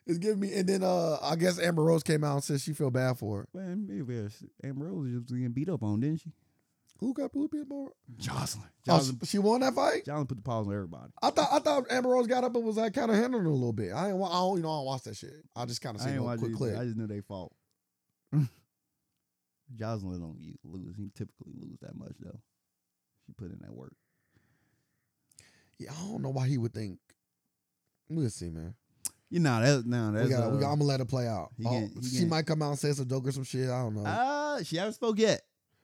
[SPEAKER 2] It's giving me, and then uh, I guess Amber Rose came out and said she feel bad for it.
[SPEAKER 1] Well, maybe it's- Amber Rose was just getting beat up on, didn't she?
[SPEAKER 2] Who got who beat more?
[SPEAKER 1] Jocelyn.
[SPEAKER 2] Oh,
[SPEAKER 1] Jocelyn,
[SPEAKER 2] she won that fight.
[SPEAKER 1] Jocelyn put the pause on everybody.
[SPEAKER 2] I thought I thought Amber Rose got up and was like kind of handling it a little bit. I ain't, wa- I don't, you know, I don't watch that shit. I just kind of
[SPEAKER 1] I
[SPEAKER 2] seen
[SPEAKER 1] ain't
[SPEAKER 2] a
[SPEAKER 1] watch
[SPEAKER 2] quick
[SPEAKER 1] it.
[SPEAKER 2] clip.
[SPEAKER 1] I just knew they fought. Jocelyn don't u- lose. He typically lose that much though. She put in that work.
[SPEAKER 2] yeah, I don't know why he would think. We'll see, man.
[SPEAKER 1] You know that now
[SPEAKER 2] We
[SPEAKER 1] that's
[SPEAKER 2] got, we
[SPEAKER 1] uh,
[SPEAKER 2] got, I'm gonna let it play out.
[SPEAKER 1] he
[SPEAKER 2] Oh,
[SPEAKER 1] can't- he
[SPEAKER 2] she
[SPEAKER 1] can't-
[SPEAKER 2] might come out and say some joke or some shit. I don't know.
[SPEAKER 1] Ah, she haven't spoke yet.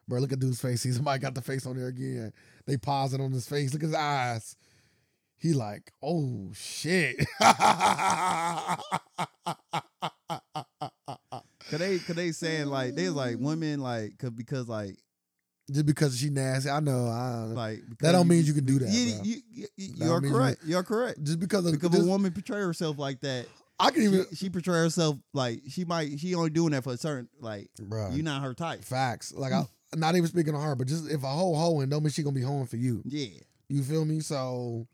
[SPEAKER 2] Bro, look at dude's face. He somebody got the face on there again. They pause it on his face. Look at his eyes. He like, oh shit. Mm.
[SPEAKER 1] Cause they, cause they saying like they was like women like, cause because like
[SPEAKER 2] just because she nasty. I know. I,
[SPEAKER 1] Like because
[SPEAKER 2] Uh, that don't
[SPEAKER 1] you-
[SPEAKER 2] mean you can do that.
[SPEAKER 1] you,
[SPEAKER 2] bro.
[SPEAKER 1] you, you, you,
[SPEAKER 2] That
[SPEAKER 1] are
[SPEAKER 2] means you-
[SPEAKER 1] correct. You're correct.
[SPEAKER 2] just because of
[SPEAKER 1] Because
[SPEAKER 2] just,
[SPEAKER 1] if a woman portray herself like that,
[SPEAKER 2] I can
[SPEAKER 1] she,
[SPEAKER 2] even
[SPEAKER 1] she portray herself like she might she only doing that for a certain like
[SPEAKER 2] bro.
[SPEAKER 1] you Mm. not her type.
[SPEAKER 2] facts. Like I not even speaking of her, but just if a hoe hoeing don't mean she gonna be hoeing for you.
[SPEAKER 1] Yeah,
[SPEAKER 2] You feel me? So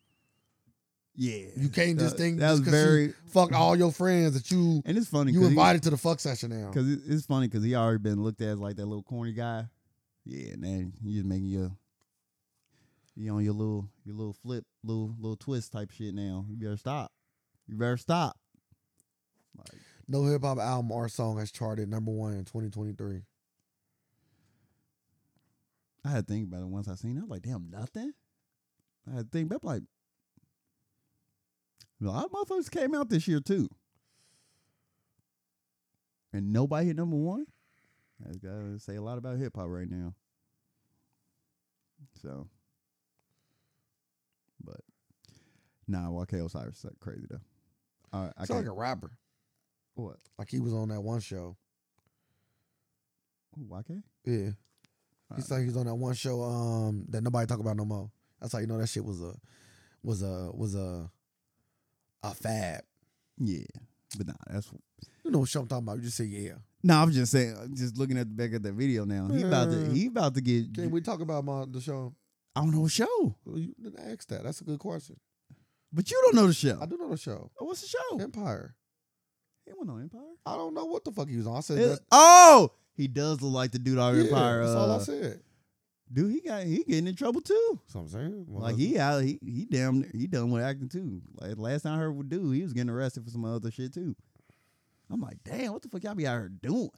[SPEAKER 1] yeah.
[SPEAKER 2] you can't just
[SPEAKER 1] That-
[SPEAKER 2] think
[SPEAKER 1] that was
[SPEAKER 2] just 'cause she
[SPEAKER 1] very
[SPEAKER 2] fucked all your friends that you
[SPEAKER 1] and it's funny
[SPEAKER 2] you
[SPEAKER 1] because
[SPEAKER 2] invited to the fuck session now.
[SPEAKER 1] Cause it, it's funny because he already been looked at as like that little corny guy. Yeah, and then you just making your you on your little your little flip, little little twist type shit now. You better stop. You better stop. Like
[SPEAKER 2] No hip hop album or song has charted number one in 2023.
[SPEAKER 1] I had to think about it once I seen it. I was like, damn, nothing. I had to think back like a lot of motherfuckers came out this year too. And nobody hit number one. That's gotta say a lot about hip hop right now. So but nah, YK Osiris is crazy though. I, I
[SPEAKER 2] I sound
[SPEAKER 1] can't,
[SPEAKER 2] like a rapper.
[SPEAKER 1] what?
[SPEAKER 2] Like he was on that one show.
[SPEAKER 1] Who, YK?
[SPEAKER 2] Yeah.
[SPEAKER 1] Alright.
[SPEAKER 2] He's like he's on that one show um that nobody talk about no more. That's how you know that shit was a was a was a a fad.
[SPEAKER 1] Yeah. But nah, that's
[SPEAKER 2] You know what show I'm talking about. You just say yeah.
[SPEAKER 1] No, I'm just saying. I'm Just looking at the back of that video now, he about to he about to get.
[SPEAKER 2] Can we talk about my the show?
[SPEAKER 1] I don't know the show,
[SPEAKER 2] Well, You didn't ask that. That's a good question.
[SPEAKER 1] but you don't know the show.
[SPEAKER 2] I do know the show.
[SPEAKER 1] Oh, What's the show?
[SPEAKER 2] Empire.
[SPEAKER 1] He went on Empire.
[SPEAKER 2] I don't know what the fuck he was on. I said
[SPEAKER 1] It-
[SPEAKER 2] that.
[SPEAKER 1] oh, he does look like the dude on
[SPEAKER 2] Yeah,
[SPEAKER 1] Empire.
[SPEAKER 2] that's all I
[SPEAKER 1] uh,
[SPEAKER 2] said.
[SPEAKER 1] Dude, he got he getting in trouble too.
[SPEAKER 2] So I'm saying, well,
[SPEAKER 1] Like he out he he damn near- he done with acting too. Like last time I heard with dude, he was getting arrested for some other shit too. I'm like, damn, what the fuck y'all be out here doing?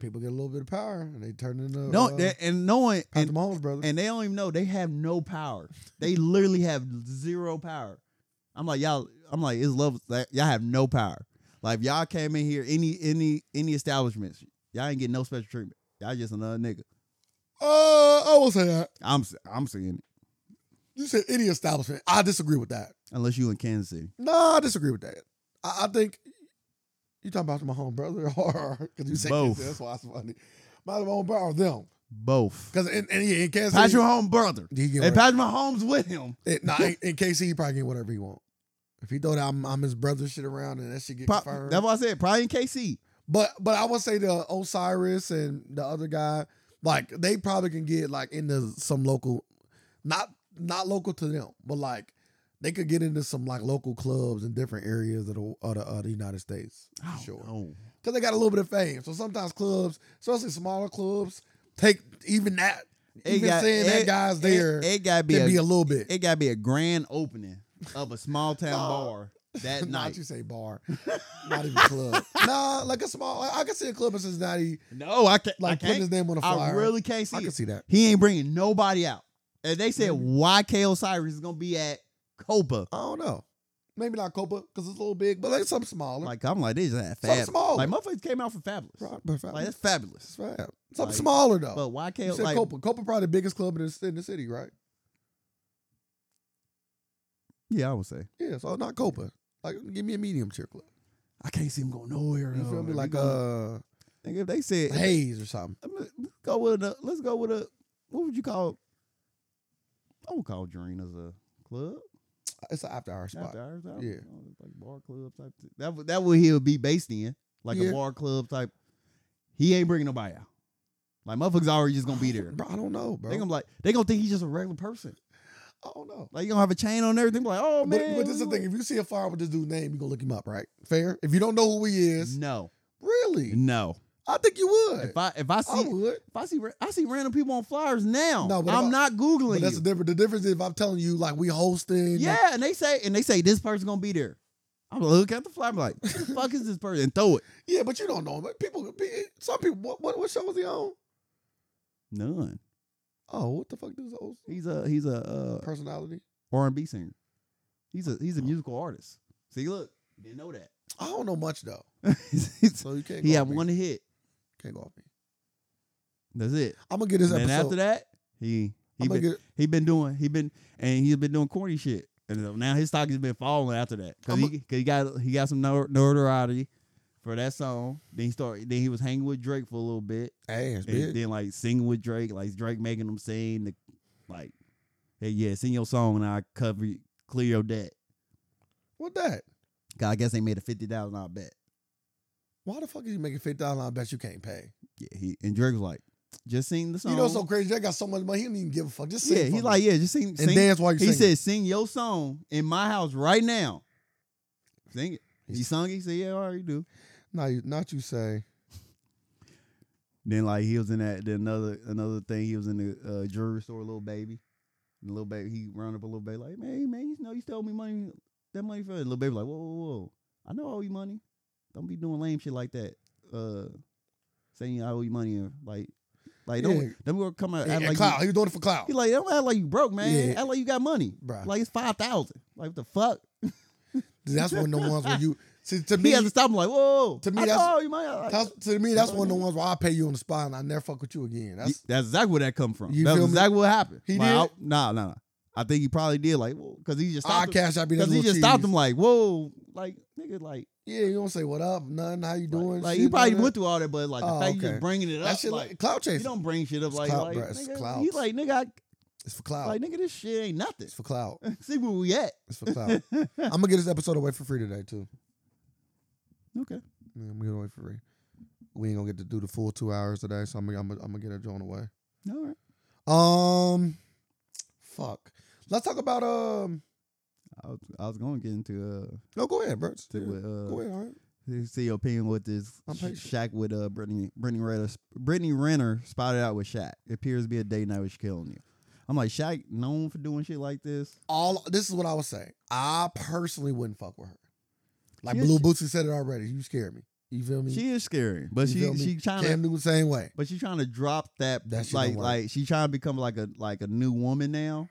[SPEAKER 2] people get a little bit of power and they turn into
[SPEAKER 1] No,
[SPEAKER 2] uh,
[SPEAKER 1] that- and knowing and
[SPEAKER 2] Patrick Mahomes, brother.
[SPEAKER 1] and they don't even know they have no power. They literally have zero power. I'm like y'all. I'm like it's levels. Like, y'all have no power. Like if y'all came in here any any any establishments, y'all ain't getting no special treatment. Y'all just another nigga.
[SPEAKER 2] uh, I will say that
[SPEAKER 1] I'm s- I'm saying it.
[SPEAKER 2] you said any establishment. I disagree with that.
[SPEAKER 1] Unless you in Kansas City,
[SPEAKER 2] No, I disagree with that. I, I think you talking about my own brother or because you say
[SPEAKER 1] Both.
[SPEAKER 2] that's why it's funny. My own brother or them
[SPEAKER 1] both.
[SPEAKER 2] because in, in, in Kansas City,
[SPEAKER 1] Patrick Mahomes brother.
[SPEAKER 2] he get
[SPEAKER 1] And
[SPEAKER 2] whatever-
[SPEAKER 1] Patrick Mahomes with him.
[SPEAKER 2] it, nah, in, in KC he probably get whatever he want. If he throw that I'm, I'm his brother shit around and that shit get
[SPEAKER 1] Pro-
[SPEAKER 2] confirmed.
[SPEAKER 1] that's what I said. Probably in KC.
[SPEAKER 2] But but I would say the Osiris and the other guy, like they probably can get like into some local, not not local to them, but like they could get into some like local clubs in different areas of the of the, of the United States,
[SPEAKER 1] I don't
[SPEAKER 2] Sure.
[SPEAKER 1] know.
[SPEAKER 2] because they got a little bit of fame. So sometimes clubs, especially smaller clubs, take even that.
[SPEAKER 1] It
[SPEAKER 2] even
[SPEAKER 1] got-
[SPEAKER 2] saying that
[SPEAKER 1] it-
[SPEAKER 2] guy's there,
[SPEAKER 1] It,
[SPEAKER 2] it,
[SPEAKER 1] it gotta be a,
[SPEAKER 2] be a little bit.
[SPEAKER 1] it gotta be a grand opening of a small town
[SPEAKER 2] No.
[SPEAKER 1] bar that
[SPEAKER 2] Not
[SPEAKER 1] night.
[SPEAKER 2] you say bar, not even club. Nah, like a small. Like, I can see a club in Cincinnati,
[SPEAKER 1] No, I can't.
[SPEAKER 2] e, like
[SPEAKER 1] I
[SPEAKER 2] putting
[SPEAKER 1] can't.
[SPEAKER 2] his name on a
[SPEAKER 1] I
[SPEAKER 2] flyer.
[SPEAKER 1] really can't see
[SPEAKER 2] I Mm. can
[SPEAKER 1] it.
[SPEAKER 2] see that.
[SPEAKER 1] He ain't bringing nobody out. And they said
[SPEAKER 2] Maybe.
[SPEAKER 1] why YK Osiris is gonna be at Copa.
[SPEAKER 2] I don't know. Maybe not Copa because it's a little big, but like something smaller.
[SPEAKER 1] Like I'm like, they just had
[SPEAKER 2] Something
[SPEAKER 1] fab.
[SPEAKER 2] smaller.
[SPEAKER 1] Like motherfuckers came out for fabulous.
[SPEAKER 2] Right, but fat-
[SPEAKER 1] Like that's
[SPEAKER 2] it's
[SPEAKER 1] fabulous.
[SPEAKER 2] fat. Something
[SPEAKER 1] Like,
[SPEAKER 2] smaller though.
[SPEAKER 1] But
[SPEAKER 2] you
[SPEAKER 1] YK
[SPEAKER 2] said
[SPEAKER 1] like
[SPEAKER 2] Copa. Copa probably the biggest club in the, in the city, right?
[SPEAKER 1] Yeah, I would say.
[SPEAKER 2] Yeah, so not Copa. Like, give me a medium tier club.
[SPEAKER 1] I can't see him going nowhere.
[SPEAKER 2] You
[SPEAKER 1] though.
[SPEAKER 2] feel me?
[SPEAKER 1] If
[SPEAKER 2] Like
[SPEAKER 1] you gonna-
[SPEAKER 2] uh,
[SPEAKER 1] Nigga, if they said
[SPEAKER 2] Hayes or something.
[SPEAKER 1] I'm gonna- let's go with a let's go with a what would you call I would call Dream as a club.
[SPEAKER 2] It's an after hour spot.
[SPEAKER 1] After hours, I would-
[SPEAKER 2] Yeah.
[SPEAKER 1] I would like bar club type. Thing. That would- that what he'll be based in, like
[SPEAKER 2] Yeah.
[SPEAKER 1] a bar club type. He ain't bringing nobody out. Like motherfuckers already just gonna be there.
[SPEAKER 2] Bro, I don't know, bro.
[SPEAKER 1] They gonna be like they gonna think he's just a regular person.
[SPEAKER 2] I don't know.
[SPEAKER 1] Like you gonna have a chain on everything. be Like oh
[SPEAKER 2] but,
[SPEAKER 1] man,
[SPEAKER 2] but this is the thing. If you see a flyer with this dude's name, you gonna look him up, right? Fair. If you don't know who he is,
[SPEAKER 1] No,
[SPEAKER 2] really,
[SPEAKER 1] no.
[SPEAKER 2] I think you would.
[SPEAKER 1] Mm-hmm. If I if I
[SPEAKER 2] I
[SPEAKER 1] see
[SPEAKER 2] would.
[SPEAKER 1] if I see ra- I see random people on flyers now.
[SPEAKER 2] No, but
[SPEAKER 1] I'm
[SPEAKER 2] if I-
[SPEAKER 1] not
[SPEAKER 2] But
[SPEAKER 1] googling
[SPEAKER 2] that's the
[SPEAKER 1] you.
[SPEAKER 2] difference. The difference is if I'm telling you, like, we hosting.
[SPEAKER 1] Yeah, and they say and they say this person's gonna be there. I'm gonna look at the flyer. I'm like, who the fuck is this person? And throw it.
[SPEAKER 2] Yeah, but you don't know. But people, pe- eh, some people. What, what what show was he on?
[SPEAKER 1] None.
[SPEAKER 2] Oh, what the fuck is those
[SPEAKER 1] He's a he's a uh,
[SPEAKER 2] personality?
[SPEAKER 1] R and B singer. He's a
[SPEAKER 2] Oh.
[SPEAKER 1] he's a musical artist. See, look, you didn't know that.
[SPEAKER 2] I don't know much though, so you can't.
[SPEAKER 1] he
[SPEAKER 2] go
[SPEAKER 1] had
[SPEAKER 2] off me.
[SPEAKER 1] one hit.
[SPEAKER 2] Can't go off me.
[SPEAKER 1] That's it.
[SPEAKER 2] I'm gonna get this
[SPEAKER 1] And then
[SPEAKER 2] episode.
[SPEAKER 1] after that, he he
[SPEAKER 2] I'm gonna
[SPEAKER 1] been,
[SPEAKER 2] get.
[SPEAKER 1] he been doing he been and he's been doing corny shit. uh, And now his stock has been falling after that because
[SPEAKER 2] I'm a-
[SPEAKER 1] he, 'cause he got he got some nor- notoriety for that song. Then he started. Then he was hanging with Drake for a little bit,
[SPEAKER 2] Ass,
[SPEAKER 1] and
[SPEAKER 2] bitch.
[SPEAKER 1] then like singing with Drake, like Drake making him sing the, like, hey yeah, sing your song and I cover you, clear your debt.
[SPEAKER 2] What that?
[SPEAKER 1] 'Cause I guess they made a fifty thousand dollar bet.
[SPEAKER 2] Why the fuck is you making fifty dollars? I bet you can't pay.
[SPEAKER 1] Yeah, he and Drake was like, just sing the song.
[SPEAKER 2] You know, it's so crazy. They got so much money. He don't even give a fuck. Just sing
[SPEAKER 1] yeah,
[SPEAKER 2] for
[SPEAKER 1] he
[SPEAKER 2] me.
[SPEAKER 1] like yeah, just sing.
[SPEAKER 2] and
[SPEAKER 1] sing.
[SPEAKER 2] dance while you
[SPEAKER 1] he
[SPEAKER 2] sing.
[SPEAKER 1] said, sing your song in my house right now. Sing it. He sung it. He said, yeah, all right, you do.
[SPEAKER 2] "Not you, not you say."
[SPEAKER 1] Then like he was in that then another another thing he was in the uh, jewelry store, little baby, and little baby he round up a little baby like man man you know you stole me money that money for little baby like whoa whoa whoa I know I owe you money don't be doing lame shit like that uh saying I owe you money and like like don't
[SPEAKER 2] Yeah.
[SPEAKER 1] don't be gonna come out
[SPEAKER 2] Yeah,
[SPEAKER 1] act like
[SPEAKER 2] cloud.
[SPEAKER 1] you,
[SPEAKER 2] He was doing it for cloud,
[SPEAKER 1] he like don't act like you broke man
[SPEAKER 2] Yeah.
[SPEAKER 1] act like you got money
[SPEAKER 2] bruh.
[SPEAKER 1] like it's five thousand like what the fuck
[SPEAKER 2] that's one of the ones where you see to
[SPEAKER 1] he
[SPEAKER 2] me.
[SPEAKER 1] has to stop him like whoa
[SPEAKER 2] to me,
[SPEAKER 1] I
[SPEAKER 2] that's-
[SPEAKER 1] know I owe you money Like,
[SPEAKER 2] That's, to me, that's one of the ones where I pay you on the spot and I never fuck with you again.
[SPEAKER 1] Ye-
[SPEAKER 2] That's
[SPEAKER 1] That's exactly where that come from.
[SPEAKER 2] You
[SPEAKER 1] That's
[SPEAKER 2] feel me?
[SPEAKER 1] exactly what happened.
[SPEAKER 2] He
[SPEAKER 1] Like,
[SPEAKER 2] did?
[SPEAKER 1] I- Nah, nah, nah. I think he probably did. Like, because he just
[SPEAKER 2] I
[SPEAKER 1] stopped. Him,
[SPEAKER 2] cash out.
[SPEAKER 1] because he just stopped him. Like, whoa, like nigga, like,
[SPEAKER 2] Yeah, you don't say what up, nothing. How you
[SPEAKER 1] like,
[SPEAKER 2] doing?
[SPEAKER 1] like,
[SPEAKER 2] shit,
[SPEAKER 1] he probably
[SPEAKER 2] none of
[SPEAKER 1] went through all that, but like
[SPEAKER 2] Oh,
[SPEAKER 1] the fact you
[SPEAKER 2] okay.
[SPEAKER 1] just bringing it
[SPEAKER 2] that.
[SPEAKER 1] up,
[SPEAKER 2] That shit
[SPEAKER 1] like,
[SPEAKER 2] like, cloud
[SPEAKER 1] you
[SPEAKER 2] chasing.
[SPEAKER 1] don't bring shit up
[SPEAKER 2] It's
[SPEAKER 1] like,
[SPEAKER 2] clout,
[SPEAKER 1] like
[SPEAKER 2] bruh. It's
[SPEAKER 1] nigga,
[SPEAKER 2] clout.
[SPEAKER 1] he like nigga,
[SPEAKER 2] It's for
[SPEAKER 1] I,
[SPEAKER 2] cloud.
[SPEAKER 1] like nigga, this shit ain't nothing.
[SPEAKER 2] it's for cloud.
[SPEAKER 1] See where we at?
[SPEAKER 2] It's for cloud. I'm gonna get this episode away for free today too.
[SPEAKER 1] Okay,
[SPEAKER 2] Yeah, I'm gonna get it away for free. We ain't gonna get to do the full two hours today, so I'm gonna I'm gonna, I'm gonna get a joint away.
[SPEAKER 1] all right.
[SPEAKER 2] Um, fuck. Let's talk about um.
[SPEAKER 1] I was, I was going to get into uh,
[SPEAKER 2] No, go ahead, bro.
[SPEAKER 1] to what,
[SPEAKER 2] go
[SPEAKER 1] uh,
[SPEAKER 2] ahead. All right.
[SPEAKER 1] see your opinion with this
[SPEAKER 2] I'm patient.
[SPEAKER 1] Sh- Shaq with uh Brittany Brittany Renner Brittany Renner spotted out with Shaq. It appears to be a date night with Shaquille O'Neal. I'm like Shaq known for doing shit like this.
[SPEAKER 2] all this is what I would say. I personally wouldn't fuck with her. Like
[SPEAKER 1] She is-
[SPEAKER 2] Blue Bootsy said it already. You scared me. You feel me?
[SPEAKER 1] She is scary, but
[SPEAKER 2] You
[SPEAKER 1] she
[SPEAKER 2] feel me?
[SPEAKER 1] she trying
[SPEAKER 2] Cam
[SPEAKER 1] to
[SPEAKER 2] Newton same way.
[SPEAKER 1] but she trying to drop that,
[SPEAKER 2] That shit
[SPEAKER 1] like
[SPEAKER 2] don't work.
[SPEAKER 1] like she trying to become like a like a new woman now.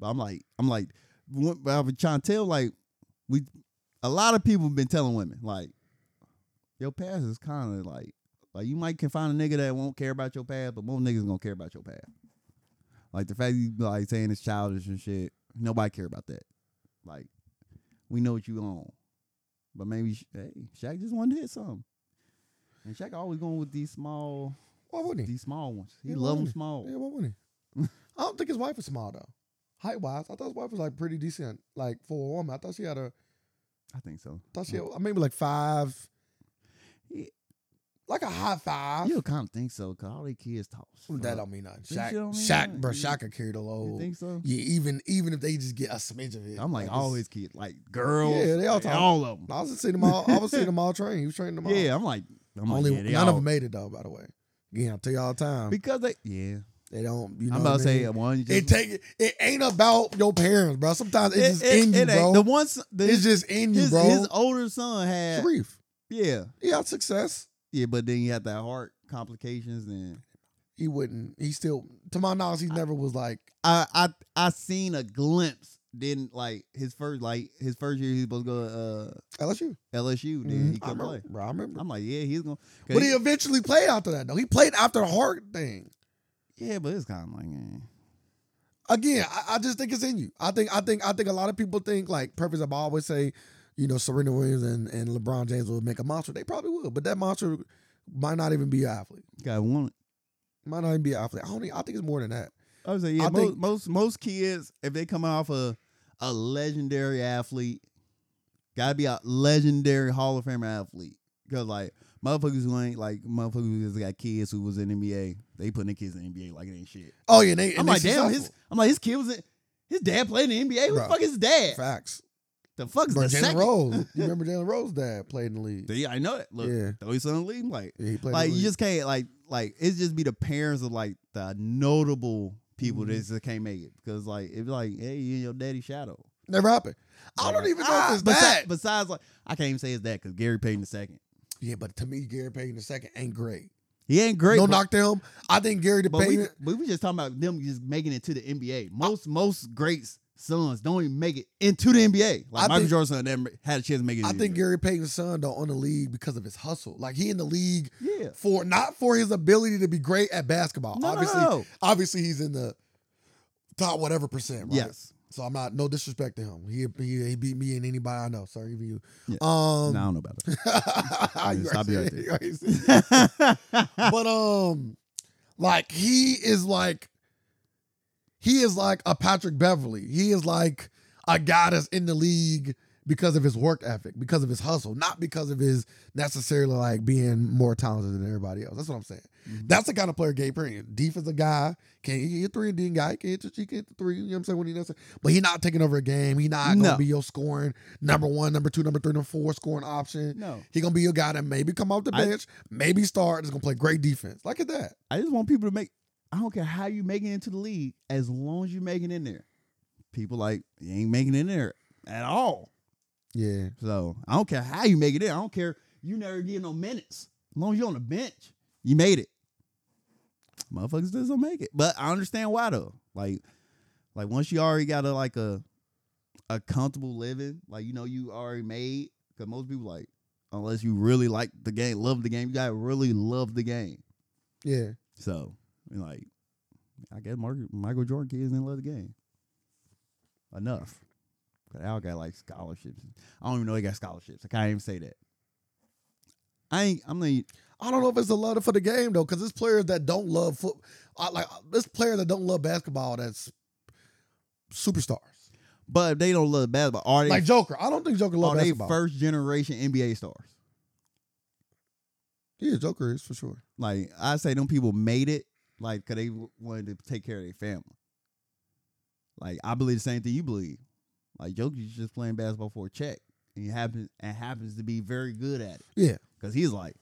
[SPEAKER 1] But I'm like I'm like what- but I was trying to tell like we a lot of people been telling women like your past is kind of like like you might can find a nigga that won't care about your past, but most niggas gonna care about your past. Like the fact you like saying it's childish and shit, nobody care about that. Like we know what you on, but maybe Sha- hey, Shaq just wanted to hit something. And Shaq always going with these small,
[SPEAKER 2] Why wouldn't he?
[SPEAKER 1] these small ones. He
[SPEAKER 2] Yeah,
[SPEAKER 1] love them
[SPEAKER 2] wouldn't
[SPEAKER 1] small.
[SPEAKER 2] Yeah, why wouldn't he? I don't think his wife is small though. Height wise, I thought his wife was like pretty decent. Like for a woman, I thought she had a
[SPEAKER 1] I think so.
[SPEAKER 2] thought she had, maybe like five.
[SPEAKER 1] Yeah.
[SPEAKER 2] Like a high five.
[SPEAKER 1] You kind of think so, cause all they kids talk.
[SPEAKER 2] That don't mean nothing.
[SPEAKER 1] That
[SPEAKER 2] Shaq,
[SPEAKER 1] shit don't mean
[SPEAKER 2] Shaq,
[SPEAKER 1] nothing.
[SPEAKER 2] bro,
[SPEAKER 1] You-
[SPEAKER 2] Shaq could carry the
[SPEAKER 1] You
[SPEAKER 2] load.
[SPEAKER 1] think so?
[SPEAKER 2] Yeah, even even if they just get a smidge of it.
[SPEAKER 1] I'm like
[SPEAKER 2] it's-
[SPEAKER 1] all his kids, like girls.
[SPEAKER 2] Yeah, they all
[SPEAKER 1] like,
[SPEAKER 2] talk-
[SPEAKER 1] all of them.
[SPEAKER 2] I was just seeing them all. I was seeing them all train. He was training them all.
[SPEAKER 1] Yeah, I'm like, I'm
[SPEAKER 2] Only
[SPEAKER 1] like, yeah, they
[SPEAKER 2] none of
[SPEAKER 1] all-
[SPEAKER 2] them made it though. By the way, yeah, I tell you all the time.
[SPEAKER 1] because they. Yeah,
[SPEAKER 2] They don't. You know
[SPEAKER 1] I'm about to
[SPEAKER 2] what I
[SPEAKER 1] say
[SPEAKER 2] mean?
[SPEAKER 1] one. Just,
[SPEAKER 2] it take it ain't about your parents, bro. Sometimes it's just
[SPEAKER 1] it-
[SPEAKER 2] in you,
[SPEAKER 1] it ain't-
[SPEAKER 2] bro.
[SPEAKER 1] The ones, the,
[SPEAKER 2] it's just in you,
[SPEAKER 1] his,
[SPEAKER 2] bro.
[SPEAKER 1] his older son had.
[SPEAKER 2] Sharif,
[SPEAKER 1] Yeah,
[SPEAKER 2] he had success.
[SPEAKER 1] yeah, but then you had that heart complications, and
[SPEAKER 2] He wouldn't. He still, to my knowledge, he never was like.
[SPEAKER 1] I I I seen a glimpse. Then like his first like his first year he was supposed to go to
[SPEAKER 2] LSU.
[SPEAKER 1] uh, LSU. Then
[SPEAKER 2] Mhm.
[SPEAKER 1] he couldn't
[SPEAKER 2] I remember,
[SPEAKER 1] play.
[SPEAKER 2] bro. I remember.
[SPEAKER 1] I'm like, yeah, he's gonna. 'cause
[SPEAKER 2] but he eventually played after that though. He played after the heart thing.
[SPEAKER 1] yeah, but it's kind of like, eh.
[SPEAKER 2] again, I, I just think it's in you. I think I think I think a lot of people think like purpose. I always say, you know, Serena Williams and, and LeBron James will make a monster. They probably will, but that monster might not even be an athlete.
[SPEAKER 1] gotta want it.
[SPEAKER 2] Might not even be an athlete. I don't. e- I think it's more than that.
[SPEAKER 1] I was like, yeah,
[SPEAKER 2] I
[SPEAKER 1] most,
[SPEAKER 2] think-
[SPEAKER 1] most most kids if they come off a a legendary athlete, gotta be a legendary Hall of Fame athlete. Cause like motherfuckers who ain't like motherfuckers who just got kids who was in NBA, they putting their kids in NBA like it ain't shit.
[SPEAKER 2] Oh yeah, and they, and
[SPEAKER 1] I'm
[SPEAKER 2] they
[SPEAKER 1] like, damn, his
[SPEAKER 2] successful.
[SPEAKER 1] I'm like his kid was in, his dad played in the NBA. Who the
[SPEAKER 2] Bruh.
[SPEAKER 1] fuck is his dad?
[SPEAKER 2] facts.
[SPEAKER 1] The fuck's
[SPEAKER 2] Bro,
[SPEAKER 1] the
[SPEAKER 2] Jalen
[SPEAKER 1] second?
[SPEAKER 2] Rose. You remember Jalen Rose? Dad played in the league.
[SPEAKER 1] Yeah, I know that. Look,
[SPEAKER 2] yeah.
[SPEAKER 1] throw your son in the league. I'm Like,
[SPEAKER 2] yeah, he played.
[SPEAKER 1] like
[SPEAKER 2] in the
[SPEAKER 1] you
[SPEAKER 2] league.
[SPEAKER 1] just can't like like it's just be the parents of like the notable people that
[SPEAKER 2] Mm-hmm.
[SPEAKER 1] just can't make it because like it be like hey you in your daddy's shadow.
[SPEAKER 2] never happened. I don't
[SPEAKER 1] Like,
[SPEAKER 2] even know
[SPEAKER 1] ah,
[SPEAKER 2] if it's
[SPEAKER 1] besi-
[SPEAKER 2] that.
[SPEAKER 1] Besides, like I can't even say it's that because Gary Payton the second.
[SPEAKER 2] yeah, but to me, Gary Payton the second ain't great.
[SPEAKER 1] He ain't great.
[SPEAKER 2] no
[SPEAKER 1] but,
[SPEAKER 2] knock to him. I think Gary the
[SPEAKER 1] but we,
[SPEAKER 2] Payton.
[SPEAKER 1] we were just talking about them just making it to the NBA. Most most greats sons don't even make it into the NBA. Like
[SPEAKER 2] I
[SPEAKER 1] Michael
[SPEAKER 2] think-
[SPEAKER 1] Jordan's son never had a chance to make it.
[SPEAKER 2] I
[SPEAKER 1] in
[SPEAKER 2] think
[SPEAKER 1] the NBA.
[SPEAKER 2] Gary Payton's son don't own the league because of his hustle. Like he in the league
[SPEAKER 1] yeah.
[SPEAKER 2] for not for his ability to be great at basketball.
[SPEAKER 1] No,
[SPEAKER 2] obviously,
[SPEAKER 1] no, no.
[SPEAKER 2] obviously he's in the top whatever percent. Right?
[SPEAKER 1] Yes.
[SPEAKER 2] So I'm not no disrespect to him. He he, he beat me and anybody I know. Sorry, even you.
[SPEAKER 1] Yeah.
[SPEAKER 2] Um,
[SPEAKER 1] no, I don't know about
[SPEAKER 2] You already
[SPEAKER 1] stop you right
[SPEAKER 2] said-
[SPEAKER 1] there.
[SPEAKER 2] you already said-
[SPEAKER 1] it.
[SPEAKER 2] but um, like he is like, he is like a Patrick Beverly. He is like a guy that's in the league because of his work ethic, because of his hustle, not because of his necessarily like being more talented than everybody else. That's what I'm saying.
[SPEAKER 1] Mhm.
[SPEAKER 2] That's the kind of player Gabe Perry. is. Deep is a guy can he hit three and D guy he can hit the, he can hit the three. You know what I'm saying? When he does it. but he not taking over a game. He not
[SPEAKER 1] No.
[SPEAKER 2] gonna be your scoring number one, number two, number three, number four scoring option.
[SPEAKER 1] no,
[SPEAKER 2] He gonna be your guy that maybe come off the
[SPEAKER 1] I-
[SPEAKER 2] bench, maybe start. Is gonna play great defense. Look at that.
[SPEAKER 1] I just want people to make. I don't care how you make it into the league, as long as you make it in there. People like you ain't making it in there at all.
[SPEAKER 2] Yeah,
[SPEAKER 1] So I don't care how you make it in. I don't care you never get no minutes. As long as you're on the bench, you made it. Motherfuckers just don't make it. But I understand why though. Like, like once you already got a like a a comfortable living, like you know you already made. Cause most people like, unless you really like the game, love the game, you gotta really love the game.
[SPEAKER 2] yeah.
[SPEAKER 1] So, and like, I guess Mark, Michael Jordan kids didn't love the game enough. But Al got like scholarships. I don't even know he got scholarships. I can't even say that. I ain't. I'm not. even-
[SPEAKER 2] I don't know if it's a love for the game though, because there's players that don't love foot. I, like there's players that don't love basketball. That's superstars.
[SPEAKER 1] But if they don't love basketball, are they?
[SPEAKER 2] Like Joker, I don't think Joker
[SPEAKER 1] are
[SPEAKER 2] loves
[SPEAKER 1] they
[SPEAKER 2] basketball.
[SPEAKER 1] first generation NBA stars?
[SPEAKER 2] yeah, Joker is for sure.
[SPEAKER 1] Like I say, them people made it. Like, cause they w- wanted to take care of their family. Like I believe the same thing you believe. Like Jokic is just playing basketball for a check, and he happens and happens to be very good at it.
[SPEAKER 2] Yeah,
[SPEAKER 1] Cause he's like,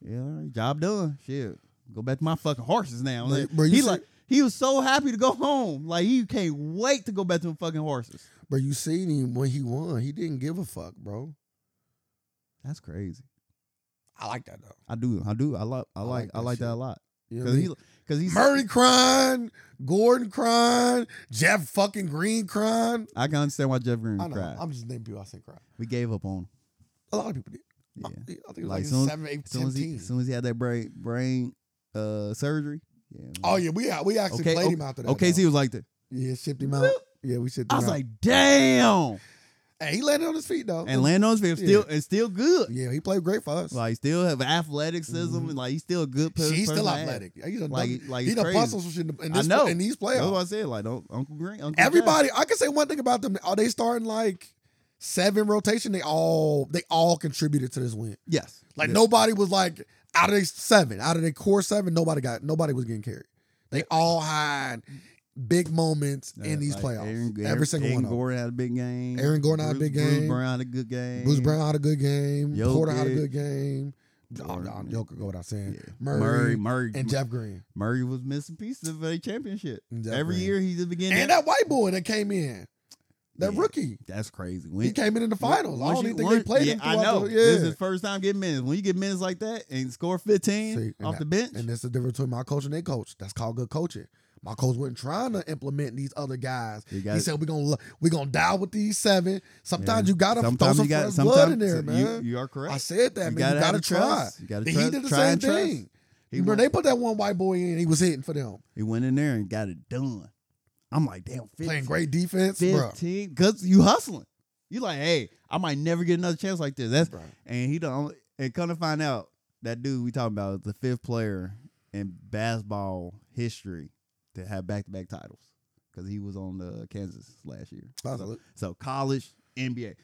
[SPEAKER 1] yeah, all right, job done. Shit, go back to my fucking horses now.
[SPEAKER 2] Bro,
[SPEAKER 1] Like,
[SPEAKER 2] bro, you
[SPEAKER 1] he
[SPEAKER 2] see-
[SPEAKER 1] like, he was so happy to go home. Like he can't wait to go back to the fucking horses.
[SPEAKER 2] But you seen him when he won. He didn't give a fuck, bro.
[SPEAKER 1] That's crazy.
[SPEAKER 2] I like that though.
[SPEAKER 1] I do, I do, I like, I like,
[SPEAKER 2] like
[SPEAKER 1] I
[SPEAKER 2] that
[SPEAKER 1] like that
[SPEAKER 2] shit.
[SPEAKER 1] a lot.
[SPEAKER 2] You know what I
[SPEAKER 1] Cause he,
[SPEAKER 2] mean?
[SPEAKER 1] cause he's,
[SPEAKER 2] Murray crying, Gordon crying, Jeff fucking Green crying.
[SPEAKER 1] I can understand why Jeff Green
[SPEAKER 2] I know.
[SPEAKER 1] cried.
[SPEAKER 2] I'm just naming people. I say cry.
[SPEAKER 1] we gave up on him.
[SPEAKER 2] A lot of people did.
[SPEAKER 1] Yeah.
[SPEAKER 2] I, I think it was
[SPEAKER 1] Like
[SPEAKER 2] like,
[SPEAKER 1] soon-
[SPEAKER 2] seven, eight,
[SPEAKER 1] As soon
[SPEAKER 2] ten
[SPEAKER 1] as he, as
[SPEAKER 2] teams.
[SPEAKER 1] soon as he had that brain, brain, uh, surgery. Yeah. man.
[SPEAKER 2] Oh yeah, we we actually
[SPEAKER 1] Okay,
[SPEAKER 2] played
[SPEAKER 1] okay,
[SPEAKER 2] him after that.
[SPEAKER 1] okay, so
[SPEAKER 2] though.
[SPEAKER 1] he was like that.
[SPEAKER 2] yeah, shipped him out. Yeah, we shipped him
[SPEAKER 1] I was
[SPEAKER 2] out.
[SPEAKER 1] like, damn.
[SPEAKER 2] hey, he landed on his feet though.
[SPEAKER 1] And land on his feet, still and still good.
[SPEAKER 2] yeah, he played great for us.
[SPEAKER 1] Like still have athleticism
[SPEAKER 2] Mhm.
[SPEAKER 1] and like Mm-hmm. he's still a good pe- person.
[SPEAKER 2] She's still
[SPEAKER 1] to have.
[SPEAKER 2] athletic. Yeah, He done,
[SPEAKER 1] Like
[SPEAKER 2] done,
[SPEAKER 1] like
[SPEAKER 2] he
[SPEAKER 1] it's
[SPEAKER 2] done
[SPEAKER 1] crazy.
[SPEAKER 2] bustled some shit in, this,
[SPEAKER 1] I know.
[SPEAKER 2] in these
[SPEAKER 1] That's what
[SPEAKER 2] playoffs.
[SPEAKER 1] I said. Like don't Uncle Green. Uncle Jack.
[SPEAKER 2] Everybody, I can say one thing about them. Are they starting like seven rotation? They all they all contributed to this win.
[SPEAKER 1] Yes.
[SPEAKER 2] Like
[SPEAKER 1] Yes.
[SPEAKER 2] nobody was like out of their seven, out of their core seven, nobody got nobody was getting carried. They all had big moments
[SPEAKER 1] Uh,
[SPEAKER 2] in these
[SPEAKER 1] like,
[SPEAKER 2] playoffs.
[SPEAKER 1] Aaron- Aaron-
[SPEAKER 2] Every single
[SPEAKER 1] Aaron
[SPEAKER 2] one of them.
[SPEAKER 1] Gordon had a big game.
[SPEAKER 2] Aaron Gordon had a
[SPEAKER 1] Bruce-
[SPEAKER 2] big
[SPEAKER 1] Bruce
[SPEAKER 2] game.
[SPEAKER 1] Brown had a good game.
[SPEAKER 2] Bruce Brown had a good game.
[SPEAKER 1] Jokic.
[SPEAKER 2] Porter had a good game. Oh,
[SPEAKER 1] Gordon,
[SPEAKER 2] no,
[SPEAKER 1] man.
[SPEAKER 2] Joker, go without saying.
[SPEAKER 1] Yeah.
[SPEAKER 2] Murray,
[SPEAKER 1] Murray, Murray,
[SPEAKER 2] and Jeff Green.
[SPEAKER 1] Murray was missing pieces of a championship.
[SPEAKER 2] Jeff
[SPEAKER 1] Every
[SPEAKER 2] Green.
[SPEAKER 1] year he's the beginning.
[SPEAKER 2] And that white boy that came in, that
[SPEAKER 1] Yeah.
[SPEAKER 2] rookie,
[SPEAKER 1] That's crazy.
[SPEAKER 2] he
[SPEAKER 1] When,
[SPEAKER 2] came in in the finals. I
[SPEAKER 1] once
[SPEAKER 2] don't
[SPEAKER 1] you-
[SPEAKER 2] even think
[SPEAKER 1] once-
[SPEAKER 2] they played
[SPEAKER 1] yeah,
[SPEAKER 2] him.
[SPEAKER 1] I
[SPEAKER 2] throughout
[SPEAKER 1] know.
[SPEAKER 2] the-
[SPEAKER 1] This is
[SPEAKER 2] yeah.
[SPEAKER 1] his first time getting minutes. When you get minutes like that and score 15
[SPEAKER 2] See, and
[SPEAKER 1] off
[SPEAKER 2] that-
[SPEAKER 1] the bench,
[SPEAKER 2] And that's the difference between my coach and their coach. That's called good coaching. My coach wasn't trying to implement these other guys.
[SPEAKER 1] you got
[SPEAKER 2] He said we're gonna we're gonna dial with these seven. Sometimes
[SPEAKER 1] Yeah.
[SPEAKER 2] you gotta throw
[SPEAKER 1] sometimes
[SPEAKER 2] some
[SPEAKER 1] you got
[SPEAKER 2] fresh blood in
[SPEAKER 1] sometimes-
[SPEAKER 2] there,
[SPEAKER 1] so
[SPEAKER 2] man.
[SPEAKER 1] You, you are correct.
[SPEAKER 2] I said that, man. you gotta
[SPEAKER 1] have
[SPEAKER 2] try.
[SPEAKER 1] trust. You gotta
[SPEAKER 2] He
[SPEAKER 1] trust-
[SPEAKER 2] did the
[SPEAKER 1] try
[SPEAKER 2] same
[SPEAKER 1] and trust.
[SPEAKER 2] thing.
[SPEAKER 1] He
[SPEAKER 2] You remember
[SPEAKER 1] went-
[SPEAKER 2] they put that one white boy in, he was hitting for them,
[SPEAKER 1] He went in there and got it done. I'm like, damn, 15,
[SPEAKER 2] playing great defense, bro.
[SPEAKER 1] 15. Because you hustling. You like, hey, I might never get another chance like this. That's and he the only and come to find out that dude we talking about is the fifth player in basketball history to have back to back titles. Because he was on the Kansas last year. So,
[SPEAKER 2] Bro.
[SPEAKER 1] so college, NBA.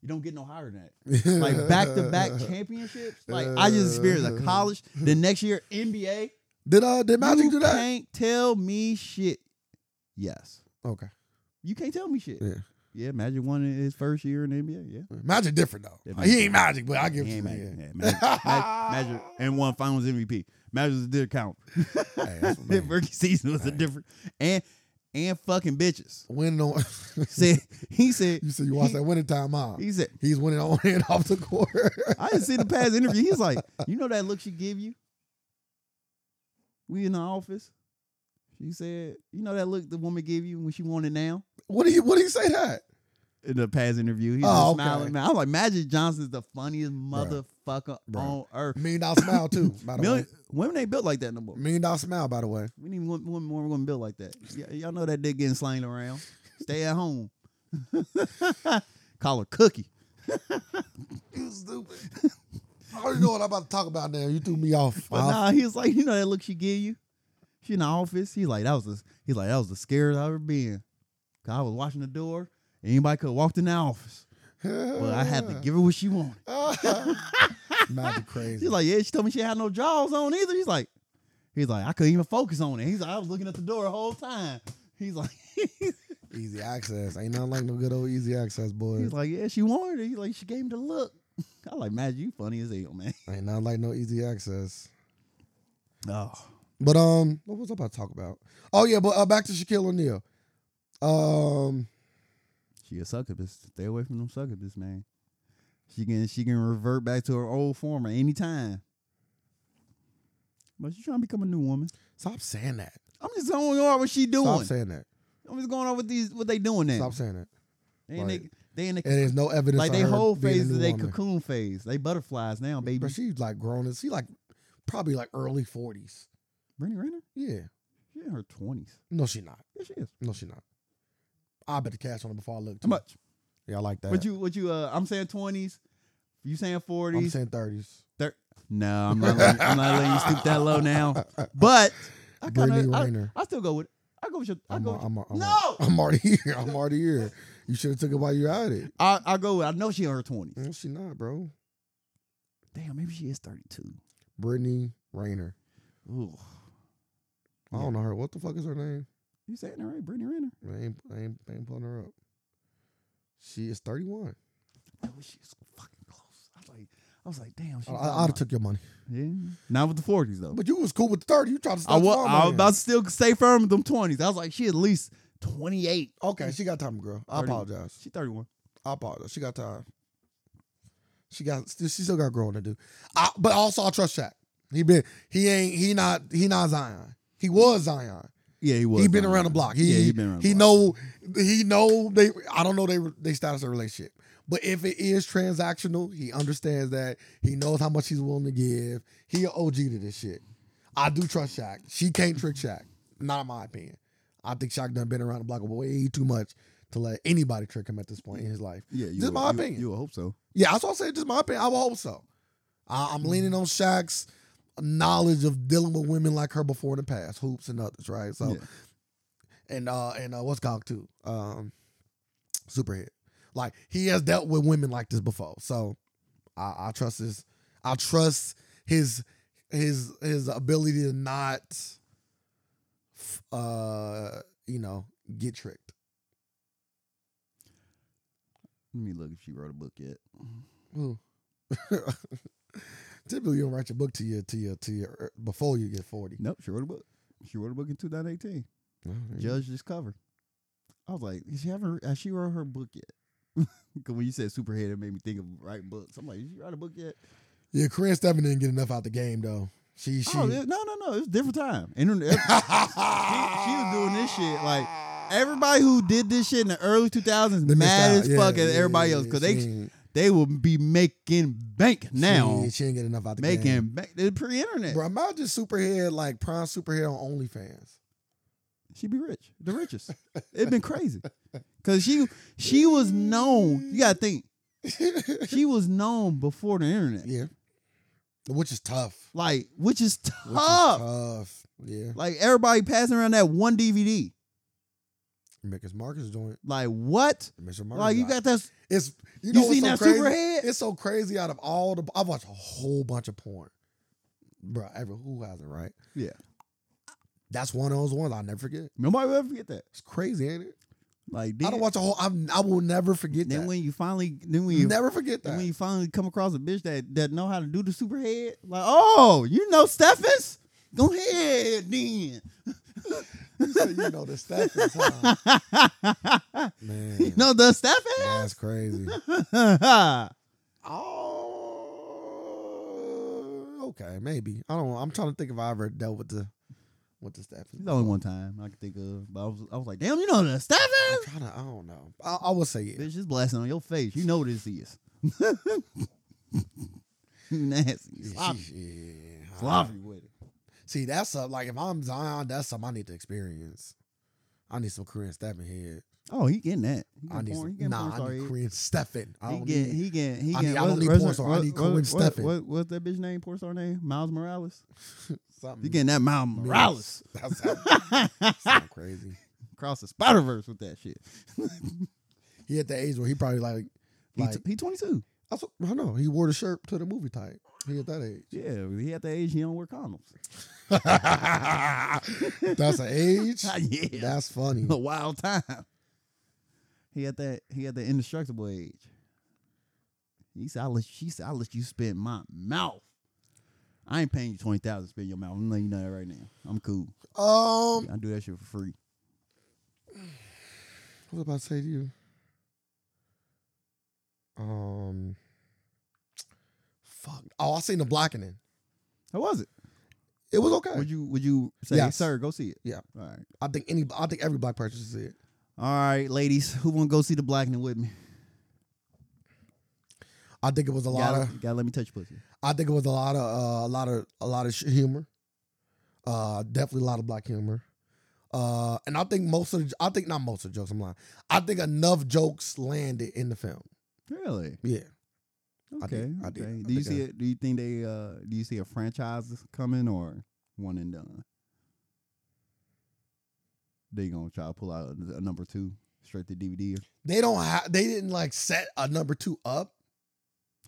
[SPEAKER 1] You don't get no higher than that like back to back championships. Like I just experienced a college. The next year NBA.
[SPEAKER 2] Did uh did Magic
[SPEAKER 1] you
[SPEAKER 2] do that?
[SPEAKER 1] Can't tell me shit. Yes,
[SPEAKER 2] Okay,
[SPEAKER 1] you can't tell me shit.
[SPEAKER 2] Yeah.
[SPEAKER 1] yeah. Magic won in his first year in the NBA. Yeah,
[SPEAKER 2] Magic different though.
[SPEAKER 1] Yeah,
[SPEAKER 2] he
[SPEAKER 1] Magic.
[SPEAKER 2] ain't Magic, but I
[SPEAKER 1] He
[SPEAKER 2] give him
[SPEAKER 1] ain't
[SPEAKER 2] that.
[SPEAKER 1] Magic, yeah, Magic, Mag- Magic, and won Finals MVP. Magic did count.
[SPEAKER 2] Hey, that's what
[SPEAKER 1] His
[SPEAKER 2] matters.
[SPEAKER 1] rookie season was a
[SPEAKER 2] Hey.
[SPEAKER 1] different and and fucking bitches.
[SPEAKER 2] Winning on.
[SPEAKER 1] Said he said
[SPEAKER 2] you said you watched
[SPEAKER 1] he-
[SPEAKER 2] that winning time out.
[SPEAKER 1] he said
[SPEAKER 2] He's winning on and off the court.
[SPEAKER 1] I didn't see the past interview. He's like, you know that look she give you? We in the office. She said, you know that look the woman give you when she want it now?
[SPEAKER 2] what do you what do you say that?
[SPEAKER 1] In the past interview, he's
[SPEAKER 2] Oh,
[SPEAKER 1] just
[SPEAKER 2] okay.
[SPEAKER 1] smiling. Man, I'm like, Magic Johnson's the funniest motherfucker on
[SPEAKER 2] Bruh.
[SPEAKER 1] earth.
[SPEAKER 2] Million dollar smile too. By the
[SPEAKER 1] Million,
[SPEAKER 2] way,
[SPEAKER 1] women ain't built like that no more.
[SPEAKER 2] million dollar smile. By the way,
[SPEAKER 1] We need one, one more woman built like that. Y- y'all know that dick getting slanged around. Stay at home. Call her Cookie.
[SPEAKER 2] You stupid. I already know what I'm about to talk about now. You threw me off.
[SPEAKER 1] But nah, he was like, you know that look she give you. She in the office. He's like, that was the he's like that was the scariest I ever been. 'Cause I was watching the door. Anybody could have walked in the office, but I had to give her what she wanted.
[SPEAKER 2] Magic crazy.
[SPEAKER 1] She's like, yeah, she told me she had no jaws on either. He's like, he's like, I couldn't even focus on it. He's like, I was looking at the door the whole time. He's like,
[SPEAKER 2] Easy access. Ain't nothing like no good old easy access, boys.
[SPEAKER 1] he's like, yeah, she wanted it. He's like, she gave me the look. I like, man, you funny as hell, man.
[SPEAKER 2] Ain't nothing like no easy access.
[SPEAKER 1] Oh,
[SPEAKER 2] But um, what was I about to talk about? Oh yeah, but uh, back to Shaquille O'Neal. Um,
[SPEAKER 1] she a succubus. Stay away from them succubus, man. She can she can revert back to her old form at any time. But she trying to become a new woman.
[SPEAKER 2] stop saying that.
[SPEAKER 1] I'm just going over what she doing.
[SPEAKER 2] Stop saying that.
[SPEAKER 1] I'm just going over what these what they doing now.
[SPEAKER 2] Stop saying that.
[SPEAKER 1] They in
[SPEAKER 2] Like-
[SPEAKER 1] the- they in the
[SPEAKER 2] And there's no evidence.
[SPEAKER 1] like
[SPEAKER 2] of
[SPEAKER 1] they
[SPEAKER 2] her
[SPEAKER 1] whole
[SPEAKER 2] being a
[SPEAKER 1] phase is
[SPEAKER 2] new
[SPEAKER 1] they
[SPEAKER 2] woman.
[SPEAKER 1] cocoon phase. They butterflies now, baby.
[SPEAKER 2] But she's like grown. as- She like probably like early forties.
[SPEAKER 1] Brittany Renner?
[SPEAKER 2] Yeah.
[SPEAKER 1] She in her twenties.
[SPEAKER 2] No, she not.
[SPEAKER 1] Yeah, she is.
[SPEAKER 2] No, she not. I bet the cash on it before I look.
[SPEAKER 1] How much?
[SPEAKER 2] Yeah, I like that.
[SPEAKER 1] What you what you uh I'm saying twenties. You saying
[SPEAKER 2] I'm
[SPEAKER 1] forties?
[SPEAKER 2] saying thirties.
[SPEAKER 1] no, I'm not letting, I'm not letting you stoop that low now. But I
[SPEAKER 2] Brittany
[SPEAKER 1] kinda, I,
[SPEAKER 2] Rainer.
[SPEAKER 1] I still go with I go with your I
[SPEAKER 2] I'm,
[SPEAKER 1] go
[SPEAKER 2] a,
[SPEAKER 1] with,
[SPEAKER 2] I'm, a, I'm, a-
[SPEAKER 1] No!
[SPEAKER 2] I'm already here. I'm already here. You should have took it while you're at it.
[SPEAKER 1] I, I go with I know she in her twenties.
[SPEAKER 2] No, she not, bro.
[SPEAKER 1] Damn, maybe she is thirty two.
[SPEAKER 2] Brittany Rayner.
[SPEAKER 1] Ooh.
[SPEAKER 2] I don't know her. What the fuck is her name?
[SPEAKER 1] You saying that right, Brittany Renner?
[SPEAKER 2] I ain't, I ain't, I ain't pulling her up. She is 31.
[SPEAKER 1] I wish she was fucking close. I was like I was like, damn, she
[SPEAKER 2] I,
[SPEAKER 1] got
[SPEAKER 2] I, I'd
[SPEAKER 1] mine.
[SPEAKER 2] have took your money.
[SPEAKER 1] yeah. Not with the forties though.
[SPEAKER 2] But you was cool with the 30. You tried to
[SPEAKER 1] I
[SPEAKER 2] stop
[SPEAKER 1] was,
[SPEAKER 2] my
[SPEAKER 1] I was
[SPEAKER 2] man.
[SPEAKER 1] about to still stay firm with them twenties. I was like, she at least twenty eight.
[SPEAKER 2] Okay, she got time, girl. I
[SPEAKER 1] 30.
[SPEAKER 2] apologize.
[SPEAKER 1] She thirty one.
[SPEAKER 2] I apologize. She got time. She got. She still got growing to do. I, but also, I trust Shaq. He been. He ain't. He not. He not Zion. He was Zion.
[SPEAKER 1] Yeah, he was.
[SPEAKER 2] he been
[SPEAKER 1] young,
[SPEAKER 2] around the
[SPEAKER 1] man.
[SPEAKER 2] block. He,
[SPEAKER 1] yeah, he been around.
[SPEAKER 2] He
[SPEAKER 1] the block.
[SPEAKER 2] know he know they I don't know they they status their relationship. But if it is transactional, he understands that. He knows how much he's willing to give. He an OG to this shit. I do trust Shaq. She can't trick Shaq. Not in my opinion. I think Shaq done been around the block way too much to let anybody trick him at this point in his life.
[SPEAKER 1] Yeah, you
[SPEAKER 2] This
[SPEAKER 1] would-
[SPEAKER 2] my
[SPEAKER 1] you would-
[SPEAKER 2] opinion.
[SPEAKER 1] You would hope so.
[SPEAKER 2] Yeah, that's what I'm saying. Just my opinion. I would hope so. I, I'm leaning on Shaq's knowledge of dealing with women like her before in the past, hoops and others, right? So,
[SPEAKER 1] Yeah.
[SPEAKER 2] and uh, and uh, what's called too, um, Superhead. Like he has dealt with women like this before, so I, I trust his. I trust his his his ability to not, f- uh, you know, get tricked.
[SPEAKER 1] Let me look if she wrote a book yet.
[SPEAKER 2] Typically, you don't write your book to your to your to your er, before you get forty.
[SPEAKER 1] Nope, she wrote a book. She wrote a book in 2018. Judge this cover. I was like, is she haven't has she wrote her book yet? 'Cause when you said superhead, it made me think of writing books. I'm like, did she write a book yet?
[SPEAKER 2] Yeah, Corinne Stephens didn't get enough out the game though. She she
[SPEAKER 1] Oh, yeah, no, no, no. It's a different time. Internet. she was doing this shit, like, Everybody who did this shit in the early 2000s
[SPEAKER 2] They missed
[SPEAKER 1] mad
[SPEAKER 2] out.
[SPEAKER 1] as
[SPEAKER 2] Yeah,
[SPEAKER 1] fuck at
[SPEAKER 2] yeah,
[SPEAKER 1] everybody
[SPEAKER 2] yeah,
[SPEAKER 1] else
[SPEAKER 2] yeah.
[SPEAKER 1] because
[SPEAKER 2] She
[SPEAKER 1] they
[SPEAKER 2] ain't-
[SPEAKER 1] they will be making bank now.
[SPEAKER 2] she, she ain't get enough out the
[SPEAKER 1] making
[SPEAKER 2] game.
[SPEAKER 1] bank. It's pre-internet.
[SPEAKER 2] Bro, imagine superhead like prime superhead on OnlyFans.
[SPEAKER 1] She be rich, the richest. it's been crazy because she she was known. You gotta think she was known before the internet.
[SPEAKER 2] yeah, which is tough.
[SPEAKER 1] Like, which is
[SPEAKER 2] Which is
[SPEAKER 1] tough.
[SPEAKER 2] tough. Yeah,
[SPEAKER 1] Like everybody passing around that one DVD.
[SPEAKER 2] Marcus Marcus joint.
[SPEAKER 1] Like what?
[SPEAKER 2] Mr. Marcus.
[SPEAKER 1] Like you got that? s-
[SPEAKER 2] it's
[SPEAKER 1] You,
[SPEAKER 2] you know what's
[SPEAKER 1] seen
[SPEAKER 2] so
[SPEAKER 1] that
[SPEAKER 2] crazy?
[SPEAKER 1] superhead?
[SPEAKER 2] It's so crazy. Out of all the, I've watched a whole bunch of porn, bro. Ever who hasn't, right?
[SPEAKER 1] Yeah.
[SPEAKER 2] That's one of those ones I'll never forget.
[SPEAKER 1] Nobody will ever forget that.
[SPEAKER 2] It's crazy, ain't it?
[SPEAKER 1] Like then,
[SPEAKER 2] I don't watch a whole. I'm, I will never forget
[SPEAKER 1] then
[SPEAKER 2] that.
[SPEAKER 1] when you finally then when you
[SPEAKER 2] never forget
[SPEAKER 1] then
[SPEAKER 2] that.
[SPEAKER 1] when you finally come across a bitch that that know how to do the superhead, like oh you know Stephens, go ahead then.
[SPEAKER 2] so you know the stuff is huh?
[SPEAKER 1] you
[SPEAKER 2] man.
[SPEAKER 1] know the Stephens.
[SPEAKER 2] That's crazy.
[SPEAKER 1] I
[SPEAKER 2] Oh, okay, maybe. I don't. know. I'm trying to think if I ever dealt with the with the stuff.
[SPEAKER 1] It's only one time I can think of, but I was, I was like, damn, you know the
[SPEAKER 2] I'm
[SPEAKER 1] Stephens.
[SPEAKER 2] trying to. I don't know. I, I would say yeah.
[SPEAKER 1] Bitch, just blasting on your face. You know what this is. You Nasty.
[SPEAKER 2] Yeah,
[SPEAKER 1] Sloppy.
[SPEAKER 2] yeah. I-
[SPEAKER 1] Sloppy with it.
[SPEAKER 2] See, that's a, like if I'm Zion, that's something I need to experience. I need some Korean stepping head.
[SPEAKER 1] Oh, he getting that. He
[SPEAKER 2] I
[SPEAKER 1] getting
[SPEAKER 2] need,
[SPEAKER 1] porn.
[SPEAKER 2] some-
[SPEAKER 1] he getting porn
[SPEAKER 2] nah,
[SPEAKER 1] star
[SPEAKER 2] I need
[SPEAKER 1] head.
[SPEAKER 2] Korean Stefan. I
[SPEAKER 1] He
[SPEAKER 2] don't
[SPEAKER 1] get,
[SPEAKER 2] need-
[SPEAKER 1] he get, he
[SPEAKER 2] I
[SPEAKER 1] get.
[SPEAKER 2] need- I don't need porn star. I need Cohen
[SPEAKER 1] what, what,
[SPEAKER 2] Steffan.
[SPEAKER 1] what, what's that bitch name? Porn star name? Miles Morales.
[SPEAKER 2] something.
[SPEAKER 1] You getting that Miles Morales?
[SPEAKER 2] That sound- sound crazy.
[SPEAKER 1] Cross the Spider Verse with that shit.
[SPEAKER 2] He at the age where he probably like,
[SPEAKER 1] He,
[SPEAKER 2] like
[SPEAKER 1] t- he 22.
[SPEAKER 2] I s- I know he wore the shirt to the movie type. He at that age.
[SPEAKER 1] Yeah, he at the age he don't wear condoms.
[SPEAKER 2] That's an age.
[SPEAKER 1] yeah,
[SPEAKER 2] That's funny.
[SPEAKER 1] a wild time. He at that. He at the indestructible age. He said, "I let she said I let you spit in my mouth. I ain't paying you twenty thousand to spit in your mouth. I'm letting you know that right now. I'm cool.
[SPEAKER 2] Um,
[SPEAKER 1] I do that shit for free.
[SPEAKER 2] what was I about to say to you? Um, fuck. Oh, I seen the blackening.
[SPEAKER 1] How was it?
[SPEAKER 2] It was okay.
[SPEAKER 1] Would you Would you say,
[SPEAKER 2] Yes.
[SPEAKER 1] sir, go see it?
[SPEAKER 2] Yeah.
[SPEAKER 1] All right.
[SPEAKER 2] I think any. I think every black person should see it.
[SPEAKER 1] All right, ladies, who want to go see the blackening with me?
[SPEAKER 2] I think it was a lot
[SPEAKER 1] Gotta,
[SPEAKER 2] of.
[SPEAKER 1] gotta let me touch your pussy.
[SPEAKER 2] I think it was a lot of uh, a lot of a lot of sh- humor. Uh, definitely a lot of black humor. Uh, and I think most of the, I think not most of the jokes. I'm lying. I think enough jokes landed in the film.
[SPEAKER 1] Really?
[SPEAKER 2] Yeah,
[SPEAKER 1] Okay.
[SPEAKER 2] I did, I did,
[SPEAKER 1] okay.
[SPEAKER 2] I
[SPEAKER 1] Do you
[SPEAKER 2] think
[SPEAKER 1] see? it? do you think they? uh Do you see a franchise coming or one and done? They gonna try to pull out a a number two straight to DVD. Or,
[SPEAKER 2] they don't have. They didn't like set a number two up.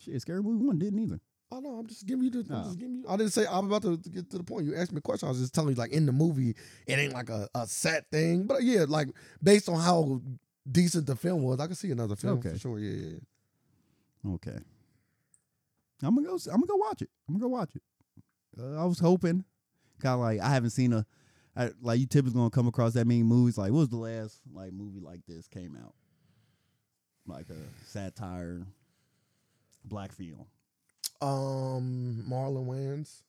[SPEAKER 1] shit, scary movie one didn't either.
[SPEAKER 2] Oh no, I'm just giving you the.
[SPEAKER 1] No.
[SPEAKER 2] I'm just giving you. I didn't say I'm about to get to the point. You asked me a question. I was just telling you like in the movie, it ain't like a, a set thing. But yeah, like based on how decent the film was, I could see another film
[SPEAKER 1] Okay.
[SPEAKER 2] for sure. Yeah, yeah. yeah.
[SPEAKER 1] Okay. I'm gonna go. s- I'm gonna go watch it. I'm gonna go watch it. Uh, I was hoping, kind of like I haven't seen a, I, like you typically gonna come across that many movies. Like, what was the last like movie like this came out? Like a satire, black film,
[SPEAKER 2] Um, Marlon Wayans.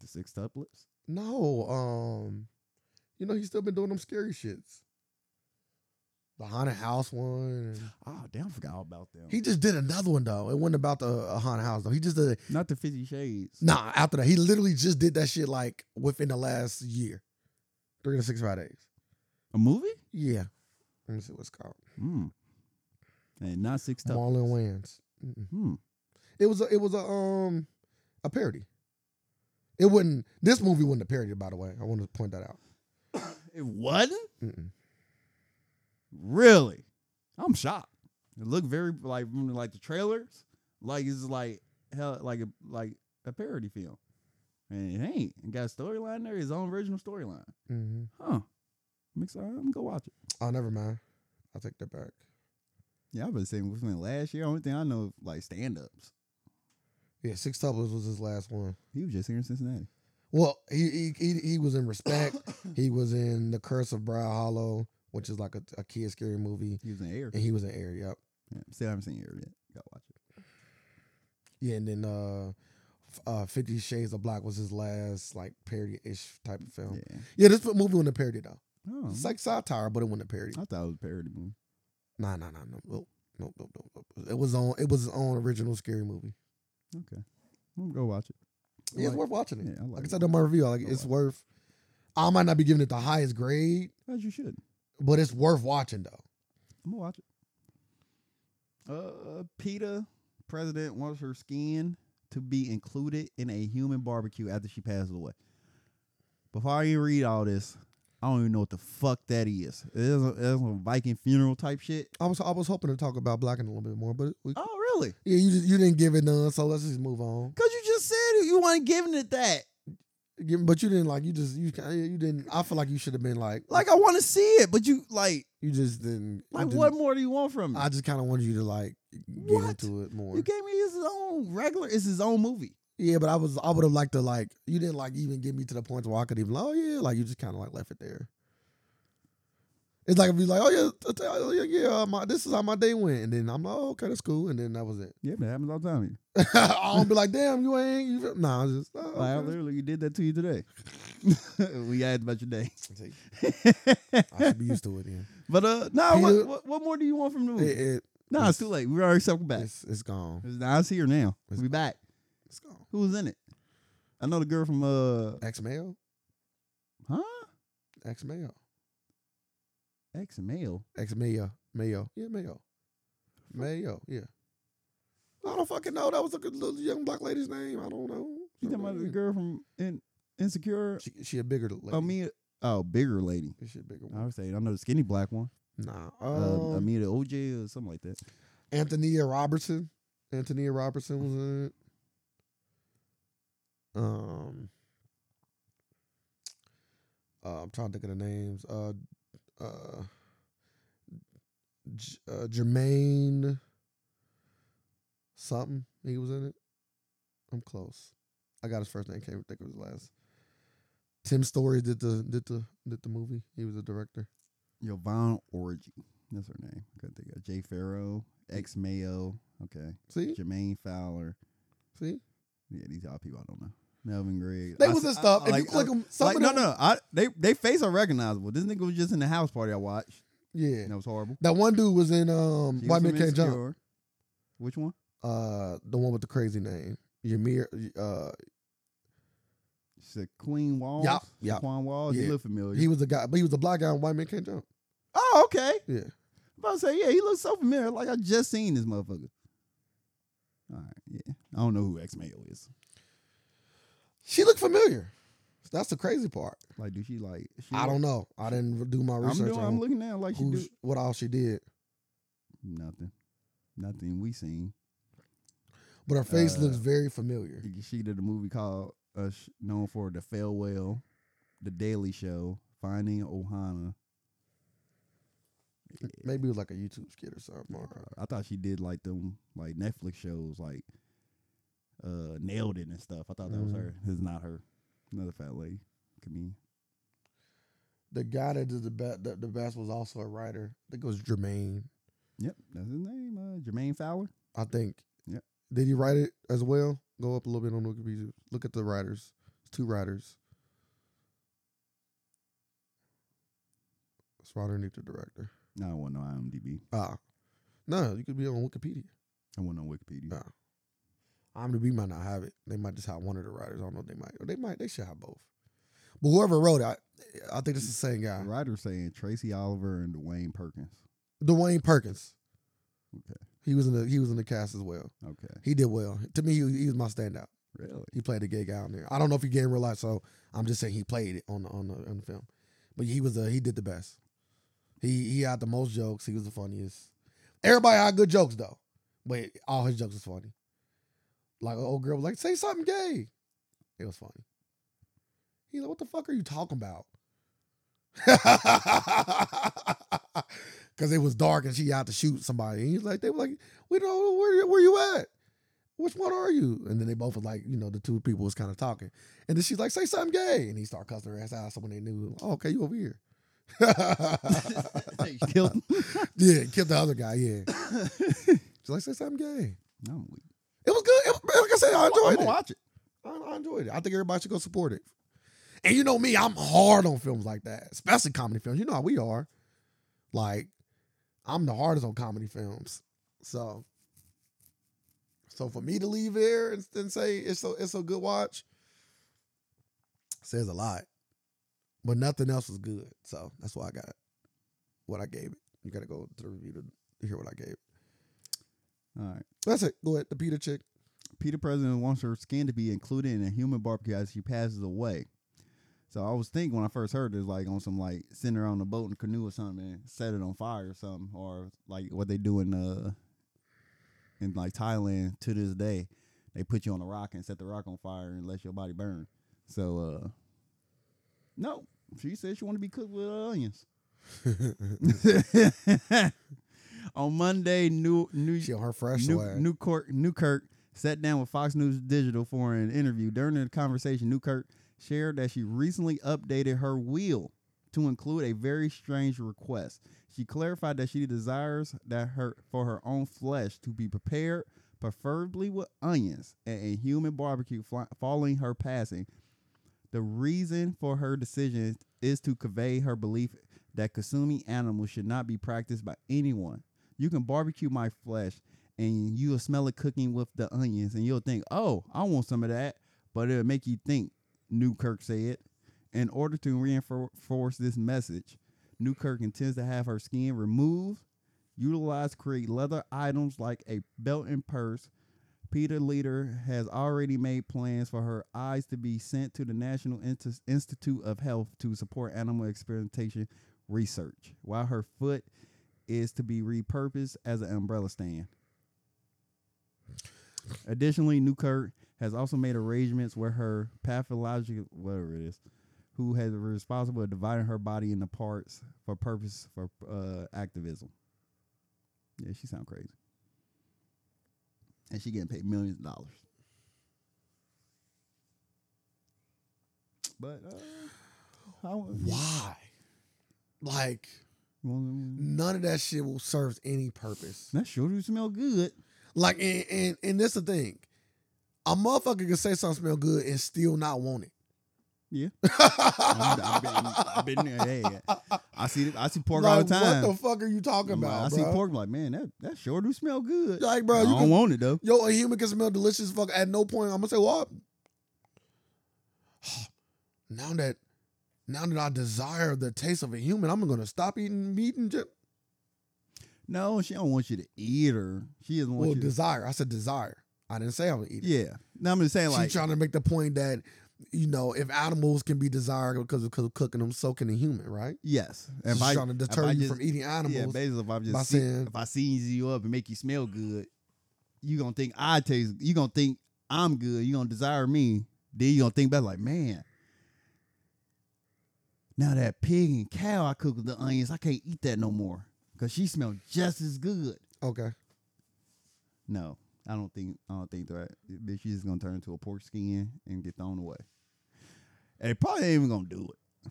[SPEAKER 1] the six tuplets.
[SPEAKER 2] No, um, you know he's still been doing them scary shits. The haunted house one. and-
[SPEAKER 1] Oh damn, I forgot all about them.
[SPEAKER 2] He just did another one though. It wasn't about the uh, haunted house though. He just did
[SPEAKER 1] Not the Fifty Shades.
[SPEAKER 2] nah. After that, he literally just did that shit like within the last year, three to six five days.
[SPEAKER 1] A movie?
[SPEAKER 2] Yeah. Let me see what's called.
[SPEAKER 1] Hmm. And not six tuplets.
[SPEAKER 2] Marlon Wayans. Mm-mm.
[SPEAKER 1] Hmm.
[SPEAKER 2] It was a, it was a um a parody. It wouldn't. This movie wasn't a parody, by the way. I want to point that out.
[SPEAKER 1] It wasn't.
[SPEAKER 2] Mm-mm.
[SPEAKER 1] Really? I'm shocked. It looked very like from, like the trailers, like it's like hell, like a like a parody film, and it ain't. It got a storyline there, his own original storyline.
[SPEAKER 2] Mm-hmm.
[SPEAKER 1] Huh? I'm excited. I'm gonna go watch it.
[SPEAKER 2] Oh, never mind. I'll take that back.
[SPEAKER 1] Yeah, I've been saying within last year. Only thing I know like stand ups.
[SPEAKER 2] Yeah, six doubles was his last one.
[SPEAKER 1] He was just here in Cincinnati.
[SPEAKER 2] Well, he he he, he was in respect. he was in the Curse of Brow Hollow, which is like a, a kid scary movie,
[SPEAKER 1] He was in Air.
[SPEAKER 2] and he was in Air. Yep.
[SPEAKER 1] Yeah, still haven't seen Air yet. Gotta watch it.
[SPEAKER 2] Yeah, and then uh, f- uh, Fifty Shades of Black was his last like parody ish type of film. Yeah,
[SPEAKER 1] Yeah.
[SPEAKER 2] this movie wasn't a parody though.
[SPEAKER 1] Oh,
[SPEAKER 2] It's like satire, but it wasn't a parody.
[SPEAKER 1] I thought it was a parody movie.
[SPEAKER 2] Nah, nah, nah, no, no, no, no, no, no. It was on. It was his own original scary movie.
[SPEAKER 1] Okay, I'm gonna go watch it. I
[SPEAKER 2] Yeah, it's
[SPEAKER 1] like-
[SPEAKER 2] worth watching it.
[SPEAKER 1] Yeah, I like.
[SPEAKER 2] like I
[SPEAKER 1] it.
[SPEAKER 2] said on my review, I like
[SPEAKER 1] I like
[SPEAKER 2] it's
[SPEAKER 1] it.
[SPEAKER 2] worth. I might not be giving it the highest grade,
[SPEAKER 1] As you should.
[SPEAKER 2] but it's worth watching though.
[SPEAKER 1] I'm gonna watch it. Uh, PETA president wants her skin to be included in a human barbecue after she passes away. Before I even read all this, I don't even know what the fuck that is. It is a, it is a Viking funeral type shit.
[SPEAKER 2] I was I was hoping to talk about blacking a little bit more, but we,
[SPEAKER 1] Oh, really?
[SPEAKER 2] yeah, you just, you didn't give it none, so let's just move on.
[SPEAKER 1] Cause you just said you weren't giving it that.
[SPEAKER 2] Yeah, But you didn't like you just you kinda- you didn't. I feel like you should have been like
[SPEAKER 1] Like I want to see it, but you like
[SPEAKER 2] you just didn't. you
[SPEAKER 1] like
[SPEAKER 2] didn't-
[SPEAKER 1] what more do you want from me?
[SPEAKER 2] I just kind of wanted you to like get
[SPEAKER 1] What?
[SPEAKER 2] into it more.
[SPEAKER 1] you gave me his own regular. It's his own movie.
[SPEAKER 2] yeah, but I was I would have liked to like you didn't like even get me to the point where I could even oh yeah like you just kind of like left it there. It's like if you like oh yeah t- t- oh, yeah yeah uh, my this is how my day went and then I'm like oh, okay that's cool and then that was it.
[SPEAKER 1] Yeah, that happens all the time.
[SPEAKER 2] I don't be like damn you ain't you feel-" nah I just oh, okay,
[SPEAKER 1] Like, I
[SPEAKER 2] that's
[SPEAKER 1] literally did that to you today. we asked about your day.
[SPEAKER 2] Take- I should be used to it. Yeah.
[SPEAKER 1] but uh, no.
[SPEAKER 2] Peter-
[SPEAKER 1] What, what, what more do you want from the movie?
[SPEAKER 2] It, it,
[SPEAKER 1] nah, it's too late. We already circled back.
[SPEAKER 2] it's, it's gone.
[SPEAKER 1] It's, nah, it's here now.
[SPEAKER 2] It's-
[SPEAKER 1] we back.
[SPEAKER 2] It's gone.
[SPEAKER 1] Who was in it? I know the girl from uh,
[SPEAKER 2] X male,
[SPEAKER 1] huh?
[SPEAKER 2] X male.
[SPEAKER 1] Ex male.
[SPEAKER 2] Ex Mayo. Mayo. Yeah, Mayo. Mayo, yeah. I don't fucking know. That was a good little young black lady's name. I don't know.
[SPEAKER 1] You talking about the girl from in, Insecure?
[SPEAKER 2] She, she a bigger lady.
[SPEAKER 1] Oh, me. Oh, bigger lady.
[SPEAKER 2] She a bigger
[SPEAKER 1] I
[SPEAKER 2] one.
[SPEAKER 1] would say I know the skinny black one.
[SPEAKER 2] Nah.
[SPEAKER 1] Uh,
[SPEAKER 2] Um,
[SPEAKER 1] Amita OJ or something like that.
[SPEAKER 2] Antonia Robertson. Antonia Robertson was in it. Um, uh, I'm trying to think of the names. Uh, uh, J- uh, Jermaine something. He was in it. I'm close. I got his first name. Can't even think of his last. Tim Story did the did the did the movie. He was the director.
[SPEAKER 1] Yvonne Orgy. That's her name. Couldn't think of Jay Farrow, ex Mayo. Okay.
[SPEAKER 2] See,
[SPEAKER 1] Jermaine Fowler.
[SPEAKER 2] see,
[SPEAKER 1] Yeah, these are people I don't know. Melvin Gregg.
[SPEAKER 2] they
[SPEAKER 1] I
[SPEAKER 2] was
[SPEAKER 1] s-
[SPEAKER 2] in stuff.
[SPEAKER 1] I- I
[SPEAKER 2] If you
[SPEAKER 1] like-
[SPEAKER 2] click
[SPEAKER 1] I-
[SPEAKER 2] them, some
[SPEAKER 1] Like,
[SPEAKER 2] of
[SPEAKER 1] no,
[SPEAKER 2] them-
[SPEAKER 1] no, I, they they face are recognizable. This nigga was just in the house party I watched.
[SPEAKER 2] yeah.
[SPEAKER 1] And that was horrible.
[SPEAKER 2] That one dude was in um
[SPEAKER 1] She was
[SPEAKER 2] White
[SPEAKER 1] from
[SPEAKER 2] Man Can't Jump.
[SPEAKER 1] Insecure. Which one?
[SPEAKER 2] Uh, the one with the crazy name, Yamir. Uh,
[SPEAKER 1] Sha- Queen Walls.
[SPEAKER 2] Yup, yup.
[SPEAKER 1] Quan Walls.
[SPEAKER 2] Yeah.
[SPEAKER 1] You look familiar.
[SPEAKER 2] he was a guy, but he was a black guy. in White Man Can't Jump.
[SPEAKER 1] oh, okay.
[SPEAKER 2] Yeah,
[SPEAKER 1] I'm about to say, yeah, he looks so familiar. Like I just seen this motherfucker. All right, yeah. I don't know who X Mayo is.
[SPEAKER 2] she looked familiar. That's the crazy part.
[SPEAKER 1] Like, do she like? She
[SPEAKER 2] I don't know. I didn't do my
[SPEAKER 1] I'm
[SPEAKER 2] research
[SPEAKER 1] doing. I'm
[SPEAKER 2] on
[SPEAKER 1] looking now. Like she
[SPEAKER 2] who,
[SPEAKER 1] do
[SPEAKER 2] sh- what all she did,
[SPEAKER 1] nothing. Nothing we seen.
[SPEAKER 2] but her face
[SPEAKER 1] Uh,
[SPEAKER 2] looks very familiar.
[SPEAKER 1] She did a movie called uh, sh- known for The Farewell, The Daily Show, Finding Ohana. Yeah.
[SPEAKER 2] Maybe it was like a YouTube skit or something. or-
[SPEAKER 1] I thought she did like them like Netflix shows like uh nailed it and stuff. I thought that was
[SPEAKER 2] Mhm.
[SPEAKER 1] her. It's not her. Another fat lady. Comedian.
[SPEAKER 2] The guy that did the best, the, the best was also a writer. I think it was Jermaine.
[SPEAKER 1] Yep, that's his name. Uh, Jermaine Fowler.
[SPEAKER 2] I think.
[SPEAKER 1] Yep.
[SPEAKER 2] Did he write it as well? Go up a little bit on Wikipedia. Look at the writers. It's two writers. It's right underneath the director.
[SPEAKER 1] No, I wasn't on IMDb.
[SPEAKER 2] Ah. No, you could be on Wikipedia.
[SPEAKER 1] I wasn't on Wikipedia.
[SPEAKER 2] Yeah. IMDb might not have it. They might just have one of the writers. I don't know. if They might. Or they might. They should have both. But whoever wrote it, I, I think it's the same guy.
[SPEAKER 1] The writer's saying Tracy Oliver and Dwayne Perkins.
[SPEAKER 2] Dwayne Perkins.
[SPEAKER 1] Okay.
[SPEAKER 2] He was in the he was in the cast as well.
[SPEAKER 1] Okay.
[SPEAKER 2] He did well. To me, he, he was my standout.
[SPEAKER 1] Really?
[SPEAKER 2] He played the gay guy on there. I don't know if he gay in real life, so I'm just saying he played it on the on the, on the film. But he was uh, he did the best. He he had the most jokes. He was the funniest. Everybody had good jokes though, but all his jokes was funny. Like an old girl was like, "Say something gay." It was funny. He's like, "What the fuck are you talking about?" Because it was dark and she had to shoot somebody. And he's like, "They were like, we don't know where where you at." which one are you? And then they both were like, you know, the two people was kind of talking. And then she's like, say something gay. And he started cussing her ass out. So when they knew, oh, okay, you over here.
[SPEAKER 1] They killed him.
[SPEAKER 2] yeah, killed the other guy. Yeah. She's like, say something gay.
[SPEAKER 1] I'm weak.
[SPEAKER 2] It was good. It was, like I said, I
[SPEAKER 1] I'm
[SPEAKER 2] enjoyed
[SPEAKER 1] gonna
[SPEAKER 2] it.
[SPEAKER 1] watch it.
[SPEAKER 2] I, I enjoyed it. I think everybody should go support it. And you know me, I'm hard on films like that, especially comedy films. You know how we are. Like, I'm the hardest on comedy films. So, so for me to leave there and, and say it's so it's a good watch says a lot. But nothing else was good, so that's why I got what I gave it. You got to go to the review to, to hear what I gave.
[SPEAKER 1] All right.
[SPEAKER 2] That's it. Go ahead, the Peter chick.
[SPEAKER 1] Peter President wants her skin to be included in a human barbecue as she passes away. So I was thinking when I first heard this, like on some like send her on a boat and canoe or something and set it on fire or something, or like what they do in uh in like Thailand to this day, they put you on a rock and set the rock on fire and let your body burn. So uh no, she said she want to be cooked with uh, onions. on Monday, new new
[SPEAKER 2] She on her fresh
[SPEAKER 1] New,
[SPEAKER 2] leg.
[SPEAKER 1] Newkirk, Newkirk sat down with Fox News Digital for an interview. During the conversation, Newkirk shared that she recently updated her will to include a very strange request. She clarified that she desires that her for her own flesh to be prepared, preferably with onions and a human barbecue fly, following her passing. The reason for her decision is to convey her belief that consuming animals should not be practiced by anyone. You can barbecue my flesh and you'll smell it cooking with the onions and you'll think, oh, I want some of that. But it'll make you think, Newkirk said. In order to reinforce this message, Newkirk intends to have her skin removed, utilized to create leather items like a belt and purse. Peter Leader has already made plans for her eyes to be sent to the National Inst- Institute of Health to support animal experimentation research, while her foot is to be repurposed as an umbrella stand. Additionally, Newkirk has also made arrangements with her pathological whatever it is, who has responsible for dividing her body into parts for purpose for uh, activism. Yeah, she sound crazy, and she getting paid millions of dollars. But uh, how?
[SPEAKER 2] Why? Like
[SPEAKER 1] That
[SPEAKER 2] none of that shit will serve any purpose.
[SPEAKER 1] sure do smell good.
[SPEAKER 2] Like and and, and that's the thing. A motherfucker can say something smell good and still not want it.
[SPEAKER 1] Yeah. I've been, I've
[SPEAKER 2] I've
[SPEAKER 1] been there. Hey, I see, I see pork all
[SPEAKER 2] like,
[SPEAKER 1] the time.
[SPEAKER 2] What the fuck are you talking
[SPEAKER 1] I'm like,
[SPEAKER 2] about?
[SPEAKER 1] I
[SPEAKER 2] bro?
[SPEAKER 1] see pork. I'm like, man, that that sure do smell good.
[SPEAKER 2] Like, bro,
[SPEAKER 1] I
[SPEAKER 2] you
[SPEAKER 1] don't
[SPEAKER 2] can,
[SPEAKER 1] want it though.
[SPEAKER 2] yo, a human can smell delicious. Fuck, at no point I'm gonna say what. now that, now that I desire the taste of a human, I'm gonna stop eating meat and just
[SPEAKER 1] No, she don't want you to eat her. She doesn't want
[SPEAKER 2] well
[SPEAKER 1] you. To,
[SPEAKER 2] desire. I said desire. I didn't say I was eating.
[SPEAKER 1] yeah. No, I'm just saying
[SPEAKER 2] She's
[SPEAKER 1] like,
[SPEAKER 2] trying to make the point that you know if animals can be desired because of, because of cooking them, so can a human, right?
[SPEAKER 1] yes.
[SPEAKER 2] She's
[SPEAKER 1] I-
[SPEAKER 2] trying to
[SPEAKER 1] if
[SPEAKER 2] deter
[SPEAKER 1] I
[SPEAKER 2] you
[SPEAKER 1] just-
[SPEAKER 2] from eating
[SPEAKER 1] Yeah,
[SPEAKER 2] animals.
[SPEAKER 1] basically, if I
[SPEAKER 2] by
[SPEAKER 1] just see,
[SPEAKER 2] saying-
[SPEAKER 1] if I seize you up and make you smell good, you gonna think I taste. You gonna think I'm good. You gonna desire me. Then you gonna think back like, man. Now that pig and cow I cook with the onions, I can't eat that no more because she smelled just as good.
[SPEAKER 2] okay,
[SPEAKER 1] No, I don't think I don't think that. Bitch, she's just gonna turn into a pork skin and get thrown away. And they probably ain't even gonna do it.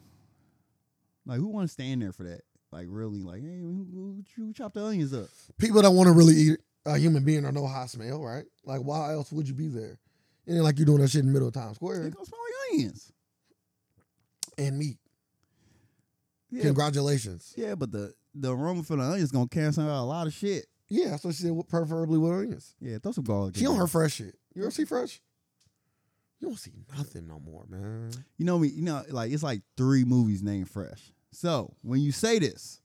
[SPEAKER 1] Like, who want to stand there for that? Like, really? Like, hey, who, who, who chopped the onions up?
[SPEAKER 2] people that want to really eat a human being or know how it smell, right? Like, why else would you be there? And then, like you're doing that shit in the middle of Times
[SPEAKER 1] They
[SPEAKER 2] Square
[SPEAKER 1] gonna smell like onions.
[SPEAKER 2] and meat.
[SPEAKER 1] Yeah,
[SPEAKER 2] Congratulations.
[SPEAKER 1] yeah, but the the aroma from the onions gonna cancel out a lot of shit.
[SPEAKER 2] Yeah, so she said well, preferably with onions.
[SPEAKER 1] Yeah, throw some garlic.
[SPEAKER 2] She
[SPEAKER 1] in
[SPEAKER 2] on
[SPEAKER 1] there.
[SPEAKER 2] her fresh shit. You ever see fresh? You don't see nothing no more, man.
[SPEAKER 1] You know me. You know, like it's like three movies named Fresh. So when you say this,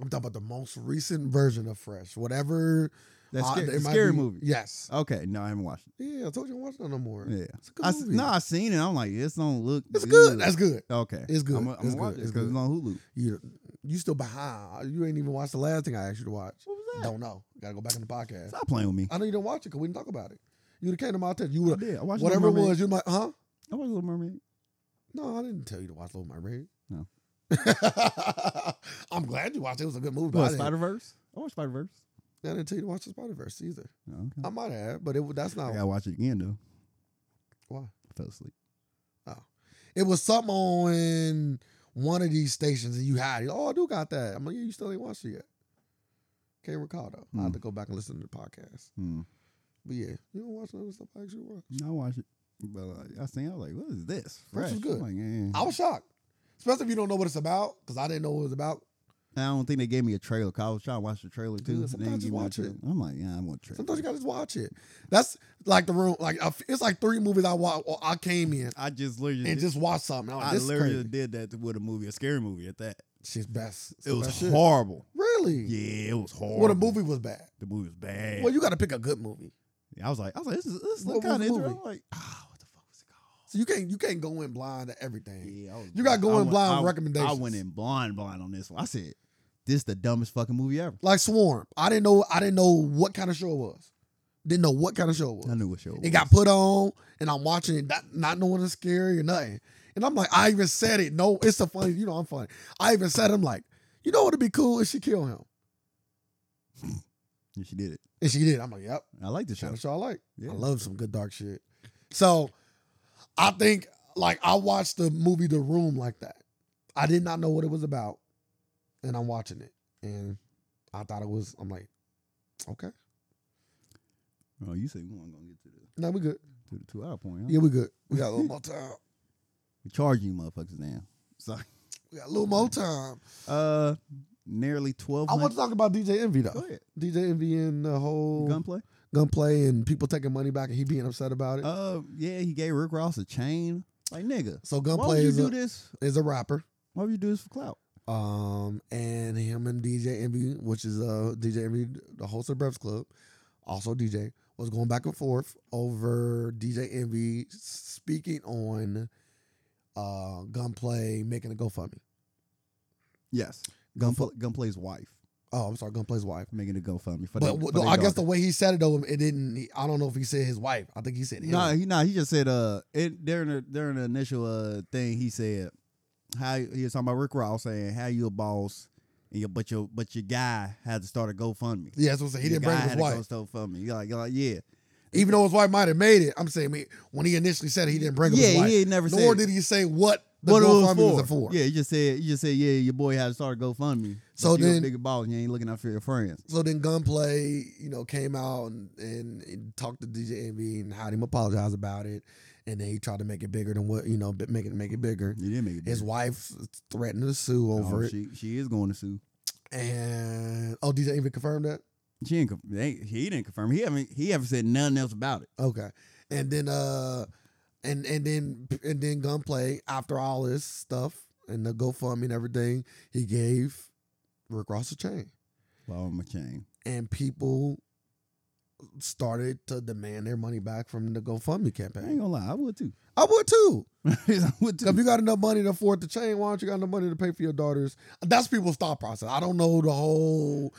[SPEAKER 2] I'm talking about the most recent version of Fresh. Whatever.
[SPEAKER 1] that's
[SPEAKER 2] uh,
[SPEAKER 1] scary,
[SPEAKER 2] it might
[SPEAKER 1] scary
[SPEAKER 2] be-
[SPEAKER 1] movie.
[SPEAKER 2] Yes.
[SPEAKER 1] Okay, no, I haven't watched it.
[SPEAKER 2] Yeah, I told you I watched that no more.
[SPEAKER 1] Yeah.
[SPEAKER 2] It's a good
[SPEAKER 1] I s-
[SPEAKER 2] movie.
[SPEAKER 1] no, I seen it. I'm like, this don't look.
[SPEAKER 2] it's good. That's good.
[SPEAKER 1] okay.
[SPEAKER 2] It's good.
[SPEAKER 1] I'm gonna
[SPEAKER 2] It's
[SPEAKER 1] watch
[SPEAKER 2] good.
[SPEAKER 1] it
[SPEAKER 2] It's
[SPEAKER 1] because it's
[SPEAKER 2] good.
[SPEAKER 1] on Hulu.
[SPEAKER 2] You you still behind. You ain't even watched the last thing I asked you to watch.
[SPEAKER 1] What was
[SPEAKER 2] Don't know. Gotta go back in the podcast.
[SPEAKER 1] Stop playing with me.
[SPEAKER 2] I know you didn't watch it because we didn't talk about it. You would have came to my attention. You
[SPEAKER 1] I
[SPEAKER 2] would
[SPEAKER 1] did. I watched
[SPEAKER 2] have whatever it
[SPEAKER 1] Little Mermaid.
[SPEAKER 2] was. You're like, huh?
[SPEAKER 1] I watched Little Mermaid.
[SPEAKER 2] No, I didn't tell you to watch Little Mermaid.
[SPEAKER 1] No.
[SPEAKER 2] I'm glad you watched it. It was a good movie. But I,
[SPEAKER 1] What,
[SPEAKER 2] didn't,
[SPEAKER 1] Spider Verse. I watched Spider Verse.
[SPEAKER 2] I didn't tell you to watch the Spider Verse either.
[SPEAKER 1] Oh, Okay.
[SPEAKER 2] I might have, but it that's
[SPEAKER 1] I
[SPEAKER 2] not
[SPEAKER 1] gotta watch it again though.
[SPEAKER 2] why.
[SPEAKER 1] I fell asleep.
[SPEAKER 2] It was something on one of these stations, and you had it. Oh, I do got that. I'm like, yeah, you still ain't watched it yet. Can't recall though. I have to go back and listen to the podcast.
[SPEAKER 1] Hmm.
[SPEAKER 2] But yeah, you don't watch none of the stuff I actually watched.
[SPEAKER 1] I watched it, but like, I seen. it, I was like, what is this?
[SPEAKER 2] Fresh was good.
[SPEAKER 1] I'm Like, eh.
[SPEAKER 2] I was shocked, especially if you don't know what it's about, because I didn't know what it was about.
[SPEAKER 1] I don't think they gave me a trailer. 'cause I was trying to watch the trailer too.
[SPEAKER 2] Dude,
[SPEAKER 1] and they
[SPEAKER 2] sometimes
[SPEAKER 1] didn't
[SPEAKER 2] you
[SPEAKER 1] give me a
[SPEAKER 2] watch it.
[SPEAKER 1] trailer. I'm like, yeah, I'm gonna trailer.
[SPEAKER 2] Sometimes you gotta just watch it. That's like the room. Like I f- it's like three movies I wa- I came in
[SPEAKER 1] I just literally
[SPEAKER 2] and
[SPEAKER 1] did-
[SPEAKER 2] just watched something. I, was,
[SPEAKER 1] I
[SPEAKER 2] this is
[SPEAKER 1] literally
[SPEAKER 2] crazy.
[SPEAKER 1] did that with a movie, a scary movie at that.
[SPEAKER 2] Shit's best. It's
[SPEAKER 1] It
[SPEAKER 2] the
[SPEAKER 1] was
[SPEAKER 2] best shit.
[SPEAKER 1] horrible.
[SPEAKER 2] Really?
[SPEAKER 1] Yeah, it was horrible.
[SPEAKER 2] Well, the movie was bad.
[SPEAKER 1] The movie was bad.
[SPEAKER 2] Well, you got to pick a good movie.
[SPEAKER 1] I was like, I was like, this is this
[SPEAKER 2] What
[SPEAKER 1] look
[SPEAKER 2] was
[SPEAKER 1] kind of
[SPEAKER 2] the movie?
[SPEAKER 1] interesting. I'm like, ah, what the fuck was it called?
[SPEAKER 2] So you can't you can't go in blind to everything.
[SPEAKER 1] Yeah, I was
[SPEAKER 2] You gotta go
[SPEAKER 1] I
[SPEAKER 2] in
[SPEAKER 1] went-
[SPEAKER 2] blind
[SPEAKER 1] I-
[SPEAKER 2] recommendations.
[SPEAKER 1] I went in blind, blind on this one. I said, this the dumbest fucking movie ever.
[SPEAKER 2] Like Swarm, I didn't know I didn't know what kind of show it was. Didn't know what kind of show it was.
[SPEAKER 1] I knew what show.
[SPEAKER 2] It got put on, and I'm watching it, not, not knowing it's scary or nothing. And I'm like, I even said it. No, it's a funny. You know, I'm funny. I even said, I'm like, you know what'd be cool if she killed him,
[SPEAKER 1] and she did it.
[SPEAKER 2] and she did. I'm like, yep,
[SPEAKER 1] I like the show.
[SPEAKER 2] kind of show I like.
[SPEAKER 1] Yeah.
[SPEAKER 2] I love some good dark shit. So I think like I watched the movie The Room like that. I did not know what it was about, and I'm watching it, and I thought it was. I'm like, okay,
[SPEAKER 1] Oh, you said we weren't gonna get to the
[SPEAKER 2] now we good.
[SPEAKER 1] to the two hour point. Huh?
[SPEAKER 2] Yeah, we good. We got a little more time.
[SPEAKER 1] We charging you motherfuckers now. So,
[SPEAKER 2] We got a little more time.
[SPEAKER 1] uh, nearly twelve.
[SPEAKER 2] I want to
[SPEAKER 1] hundred-
[SPEAKER 2] talk about DJ Envy
[SPEAKER 1] Go
[SPEAKER 2] though.
[SPEAKER 1] ahead.
[SPEAKER 2] DJ Envy and the whole
[SPEAKER 1] Gunplay.
[SPEAKER 2] gunplay and people taking money back and he being upset about it.
[SPEAKER 1] Uh, yeah, he gave Rick Ross a chain. Like nigga,
[SPEAKER 2] so
[SPEAKER 1] why would
[SPEAKER 2] gunplay
[SPEAKER 1] you
[SPEAKER 2] is
[SPEAKER 1] do
[SPEAKER 2] a,
[SPEAKER 1] this?
[SPEAKER 2] is a rapper.
[SPEAKER 1] Why would you do this for clout?
[SPEAKER 2] Um, and him and DJ Envy, which is uh DJ Envy, the host of Brev's Club, also DJ, was going back and forth over DJ Envy speaking on uh Gunplay making a GoFundMe.
[SPEAKER 1] Yes. Gunplay, Gunplay's wife
[SPEAKER 2] Oh, I'm sorry, Gunplay's wife.
[SPEAKER 1] making a GoFundMe for
[SPEAKER 2] But
[SPEAKER 1] their-
[SPEAKER 2] wh-
[SPEAKER 1] for
[SPEAKER 2] no,
[SPEAKER 1] their
[SPEAKER 2] I guess
[SPEAKER 1] daughter.
[SPEAKER 2] the way he said it though, it didn't. he- I don't know if he said his wife. I think he said him.
[SPEAKER 1] No, he nah, he just said uh it during the during the initial uh thing he said how he was talking about Rick Ross saying how you a boss and your but your but your guy had to start a GoFundMe.
[SPEAKER 2] Yeah, that's what I'm saying. He
[SPEAKER 1] Your
[SPEAKER 2] didn't bring
[SPEAKER 1] guy
[SPEAKER 2] up his
[SPEAKER 1] had to
[SPEAKER 2] wife,
[SPEAKER 1] Go GoFundMe. You're like, you're like yeah.
[SPEAKER 2] even though his wife might have made it. I'm saying we- when he initially said it, he didn't bring up his
[SPEAKER 1] Yeah,
[SPEAKER 2] wife.
[SPEAKER 1] he ain't never said
[SPEAKER 2] Nor did he say what the
[SPEAKER 1] what it
[SPEAKER 2] GoFundMe was for.
[SPEAKER 1] Yeah, he just said he just said, Yeah, your boy had to start a GoFundMe.
[SPEAKER 2] So
[SPEAKER 1] But you
[SPEAKER 2] then-
[SPEAKER 1] a big boss and you ain't looking out for your friends.
[SPEAKER 2] So then Gunplay, you know, came out and, and, and talked to DJ Envy and had him apologize about it, and then he tried to make it bigger than what you know, b- make it make it bigger.
[SPEAKER 1] You didn't make it.
[SPEAKER 2] His
[SPEAKER 1] big.
[SPEAKER 2] wife threatened to sue
[SPEAKER 1] Oh,
[SPEAKER 2] over it,
[SPEAKER 1] She she is going to sue.
[SPEAKER 2] and oh, DJ Envy confirmed that.
[SPEAKER 1] She ain't, conf- they, he didn't confirm. He haven't he haven't said nothing else about it.
[SPEAKER 2] Okay. And then uh and and then and then Gunplay, after all this stuff and the GoFundMe and everything, he gave Rick Ross a chain.
[SPEAKER 1] Well, my chain.
[SPEAKER 2] And people started to demand their money back from the
[SPEAKER 1] I
[SPEAKER 2] GoFundMe
[SPEAKER 1] ain't
[SPEAKER 2] campaign.
[SPEAKER 1] gonna lie, I would too.
[SPEAKER 2] I would too.
[SPEAKER 1] I would too.
[SPEAKER 2] If you got enough money to afford the chain, why don't you got enough money to pay for your daughters? That's people's thought process. I don't know the whole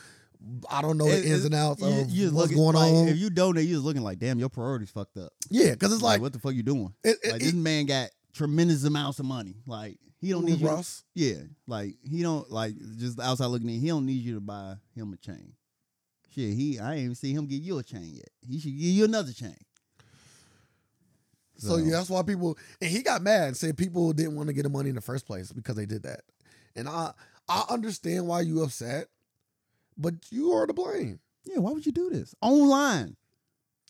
[SPEAKER 2] I don't know
[SPEAKER 1] It-
[SPEAKER 2] the ins
[SPEAKER 1] it-
[SPEAKER 2] and outs
[SPEAKER 1] you-
[SPEAKER 2] of
[SPEAKER 1] you
[SPEAKER 2] what's
[SPEAKER 1] looking-
[SPEAKER 2] going
[SPEAKER 1] like,
[SPEAKER 2] on.
[SPEAKER 1] If you donate, you're looking like, damn, your priorities fucked up.
[SPEAKER 2] yeah, because it's like,
[SPEAKER 1] what the fuck you doing?
[SPEAKER 2] it, it,
[SPEAKER 1] Like this man got tremendous amounts of money. Like he don't need
[SPEAKER 2] Rick
[SPEAKER 1] you.
[SPEAKER 2] Ross.
[SPEAKER 1] Yeah, like he don't like just outside looking in. He don't need you to buy him a chain. Shit, he I ain't even see him get you a chain yet. He should give you another chain.
[SPEAKER 2] So, yeah, that's why people and he got mad and said people didn't want to get the money in the first place because they did that. And I I understand why you upset, but you are to blame.
[SPEAKER 1] yeah. Why would you do this online?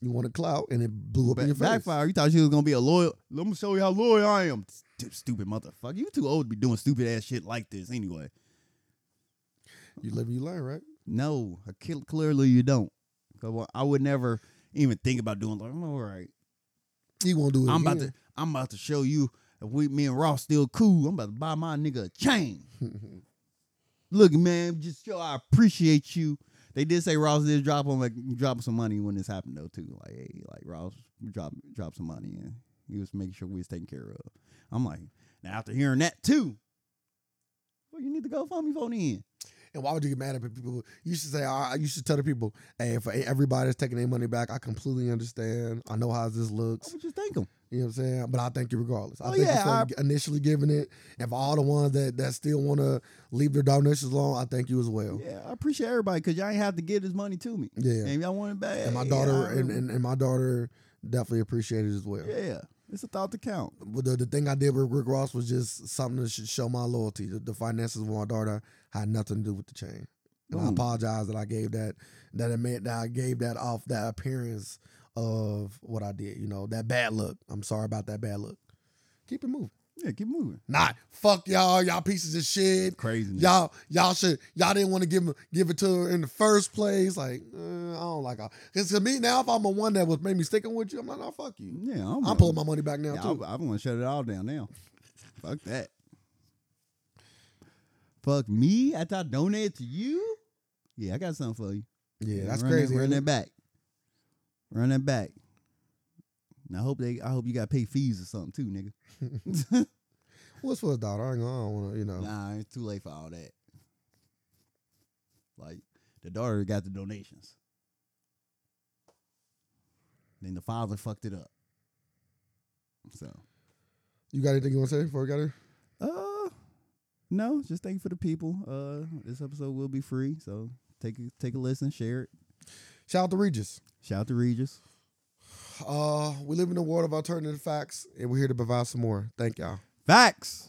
[SPEAKER 2] You want a clout and it blew up in
[SPEAKER 1] Ba-
[SPEAKER 2] your face.
[SPEAKER 1] backfire. You thought you was gonna be a loyal. Let me show you how loyal I am. Stu- Stupid motherfucker. You too old to be doing stupid ass shit like this anyway.
[SPEAKER 2] You live and you learn, right?
[SPEAKER 1] No, I cl- clearly you don't. 'Cause wha- I would never even think about doing like, I'm all right.
[SPEAKER 2] You won't do it.
[SPEAKER 1] I'm about
[SPEAKER 2] again.
[SPEAKER 1] to I'm about to show you if we me and Ross still cool. I'm about to buy my nigga a chain. Look, man, just show I appreciate you. They did say Ross did drop him like drop him some money when this happened though too. Like, hey, like Ross drop drop some money and he was making sure we was taken care of. I'm like, now after hearing that too, well, you need to go find me phone in.
[SPEAKER 2] and why would you get mad at people? You should say, I you should tell the people, hey, if everybody's taking their money back, I completely understand. I know how this
[SPEAKER 1] I
[SPEAKER 2] looks.
[SPEAKER 1] would just thank him.
[SPEAKER 2] You know what I'm saying? But I thank you regardless. I
[SPEAKER 1] Oh,
[SPEAKER 2] thank
[SPEAKER 1] yeah,
[SPEAKER 2] you for initially giving it. And for all the ones that, that still want to leave their donations alone, I thank you as well.
[SPEAKER 1] Yeah, I appreciate everybody because y'all ain't have to give this money to me.
[SPEAKER 2] Yeah.
[SPEAKER 1] And y'all want it back.
[SPEAKER 2] And my
[SPEAKER 1] Yeah,
[SPEAKER 2] daughter
[SPEAKER 1] I
[SPEAKER 2] and,
[SPEAKER 1] remember.
[SPEAKER 2] and, and my daughter definitely appreciated it as well.
[SPEAKER 1] yeah, it's a thought to count.
[SPEAKER 2] But the, the thing I did with Rick Ross was just something that should show my loyalty. The, the finances of my daughter had nothing to do with the chain. And I
[SPEAKER 1] Boom.
[SPEAKER 2] apologize that I gave that that it meant that I gave that off that appearance of what I did, you know, that bad look. I'm sorry about that bad look. Keep it moving.
[SPEAKER 1] Yeah, keep moving.
[SPEAKER 2] Not fuck y'all, y'all pieces of shit.
[SPEAKER 1] Crazy.
[SPEAKER 2] Y'all, y'all should, y'all didn't want to give him, give it to her in the first place. Like, uh, I don't like her. Cause to me now, if I'm a one that was made me sticking with you, I'm like, no, fuck you.
[SPEAKER 1] Yeah, I'm,
[SPEAKER 2] I'm
[SPEAKER 1] gonna-
[SPEAKER 2] pulling my money back now
[SPEAKER 1] yeah,
[SPEAKER 2] too.
[SPEAKER 1] I, am gonna shut it all down now. Fuck that. Fuck me after I donated to you. Yeah, I got something for you.
[SPEAKER 2] yeah, that's
[SPEAKER 1] run
[SPEAKER 2] crazy.
[SPEAKER 1] That, run
[SPEAKER 2] ain't
[SPEAKER 1] that
[SPEAKER 2] it?
[SPEAKER 1] back. Run that back. And I hope they. I hope you got to pay fees or something too, nigga.
[SPEAKER 2] What's for his daughter? I ain't gonna, I don't wanna, you know.
[SPEAKER 1] Nah, it's too late for all that. Like the daughter got the donations. Then the father fucked it up. So
[SPEAKER 2] You got anything you want to say before we got here?
[SPEAKER 1] uh no, just thank you for the people. Uh this episode will be free, so take a take a listen, share it.
[SPEAKER 2] Shout out to Regis.
[SPEAKER 1] Shout out to Regis.
[SPEAKER 2] Uh, we live in a world of alternative facts, and we're here to provide some more. Thank y'all.
[SPEAKER 1] Facts.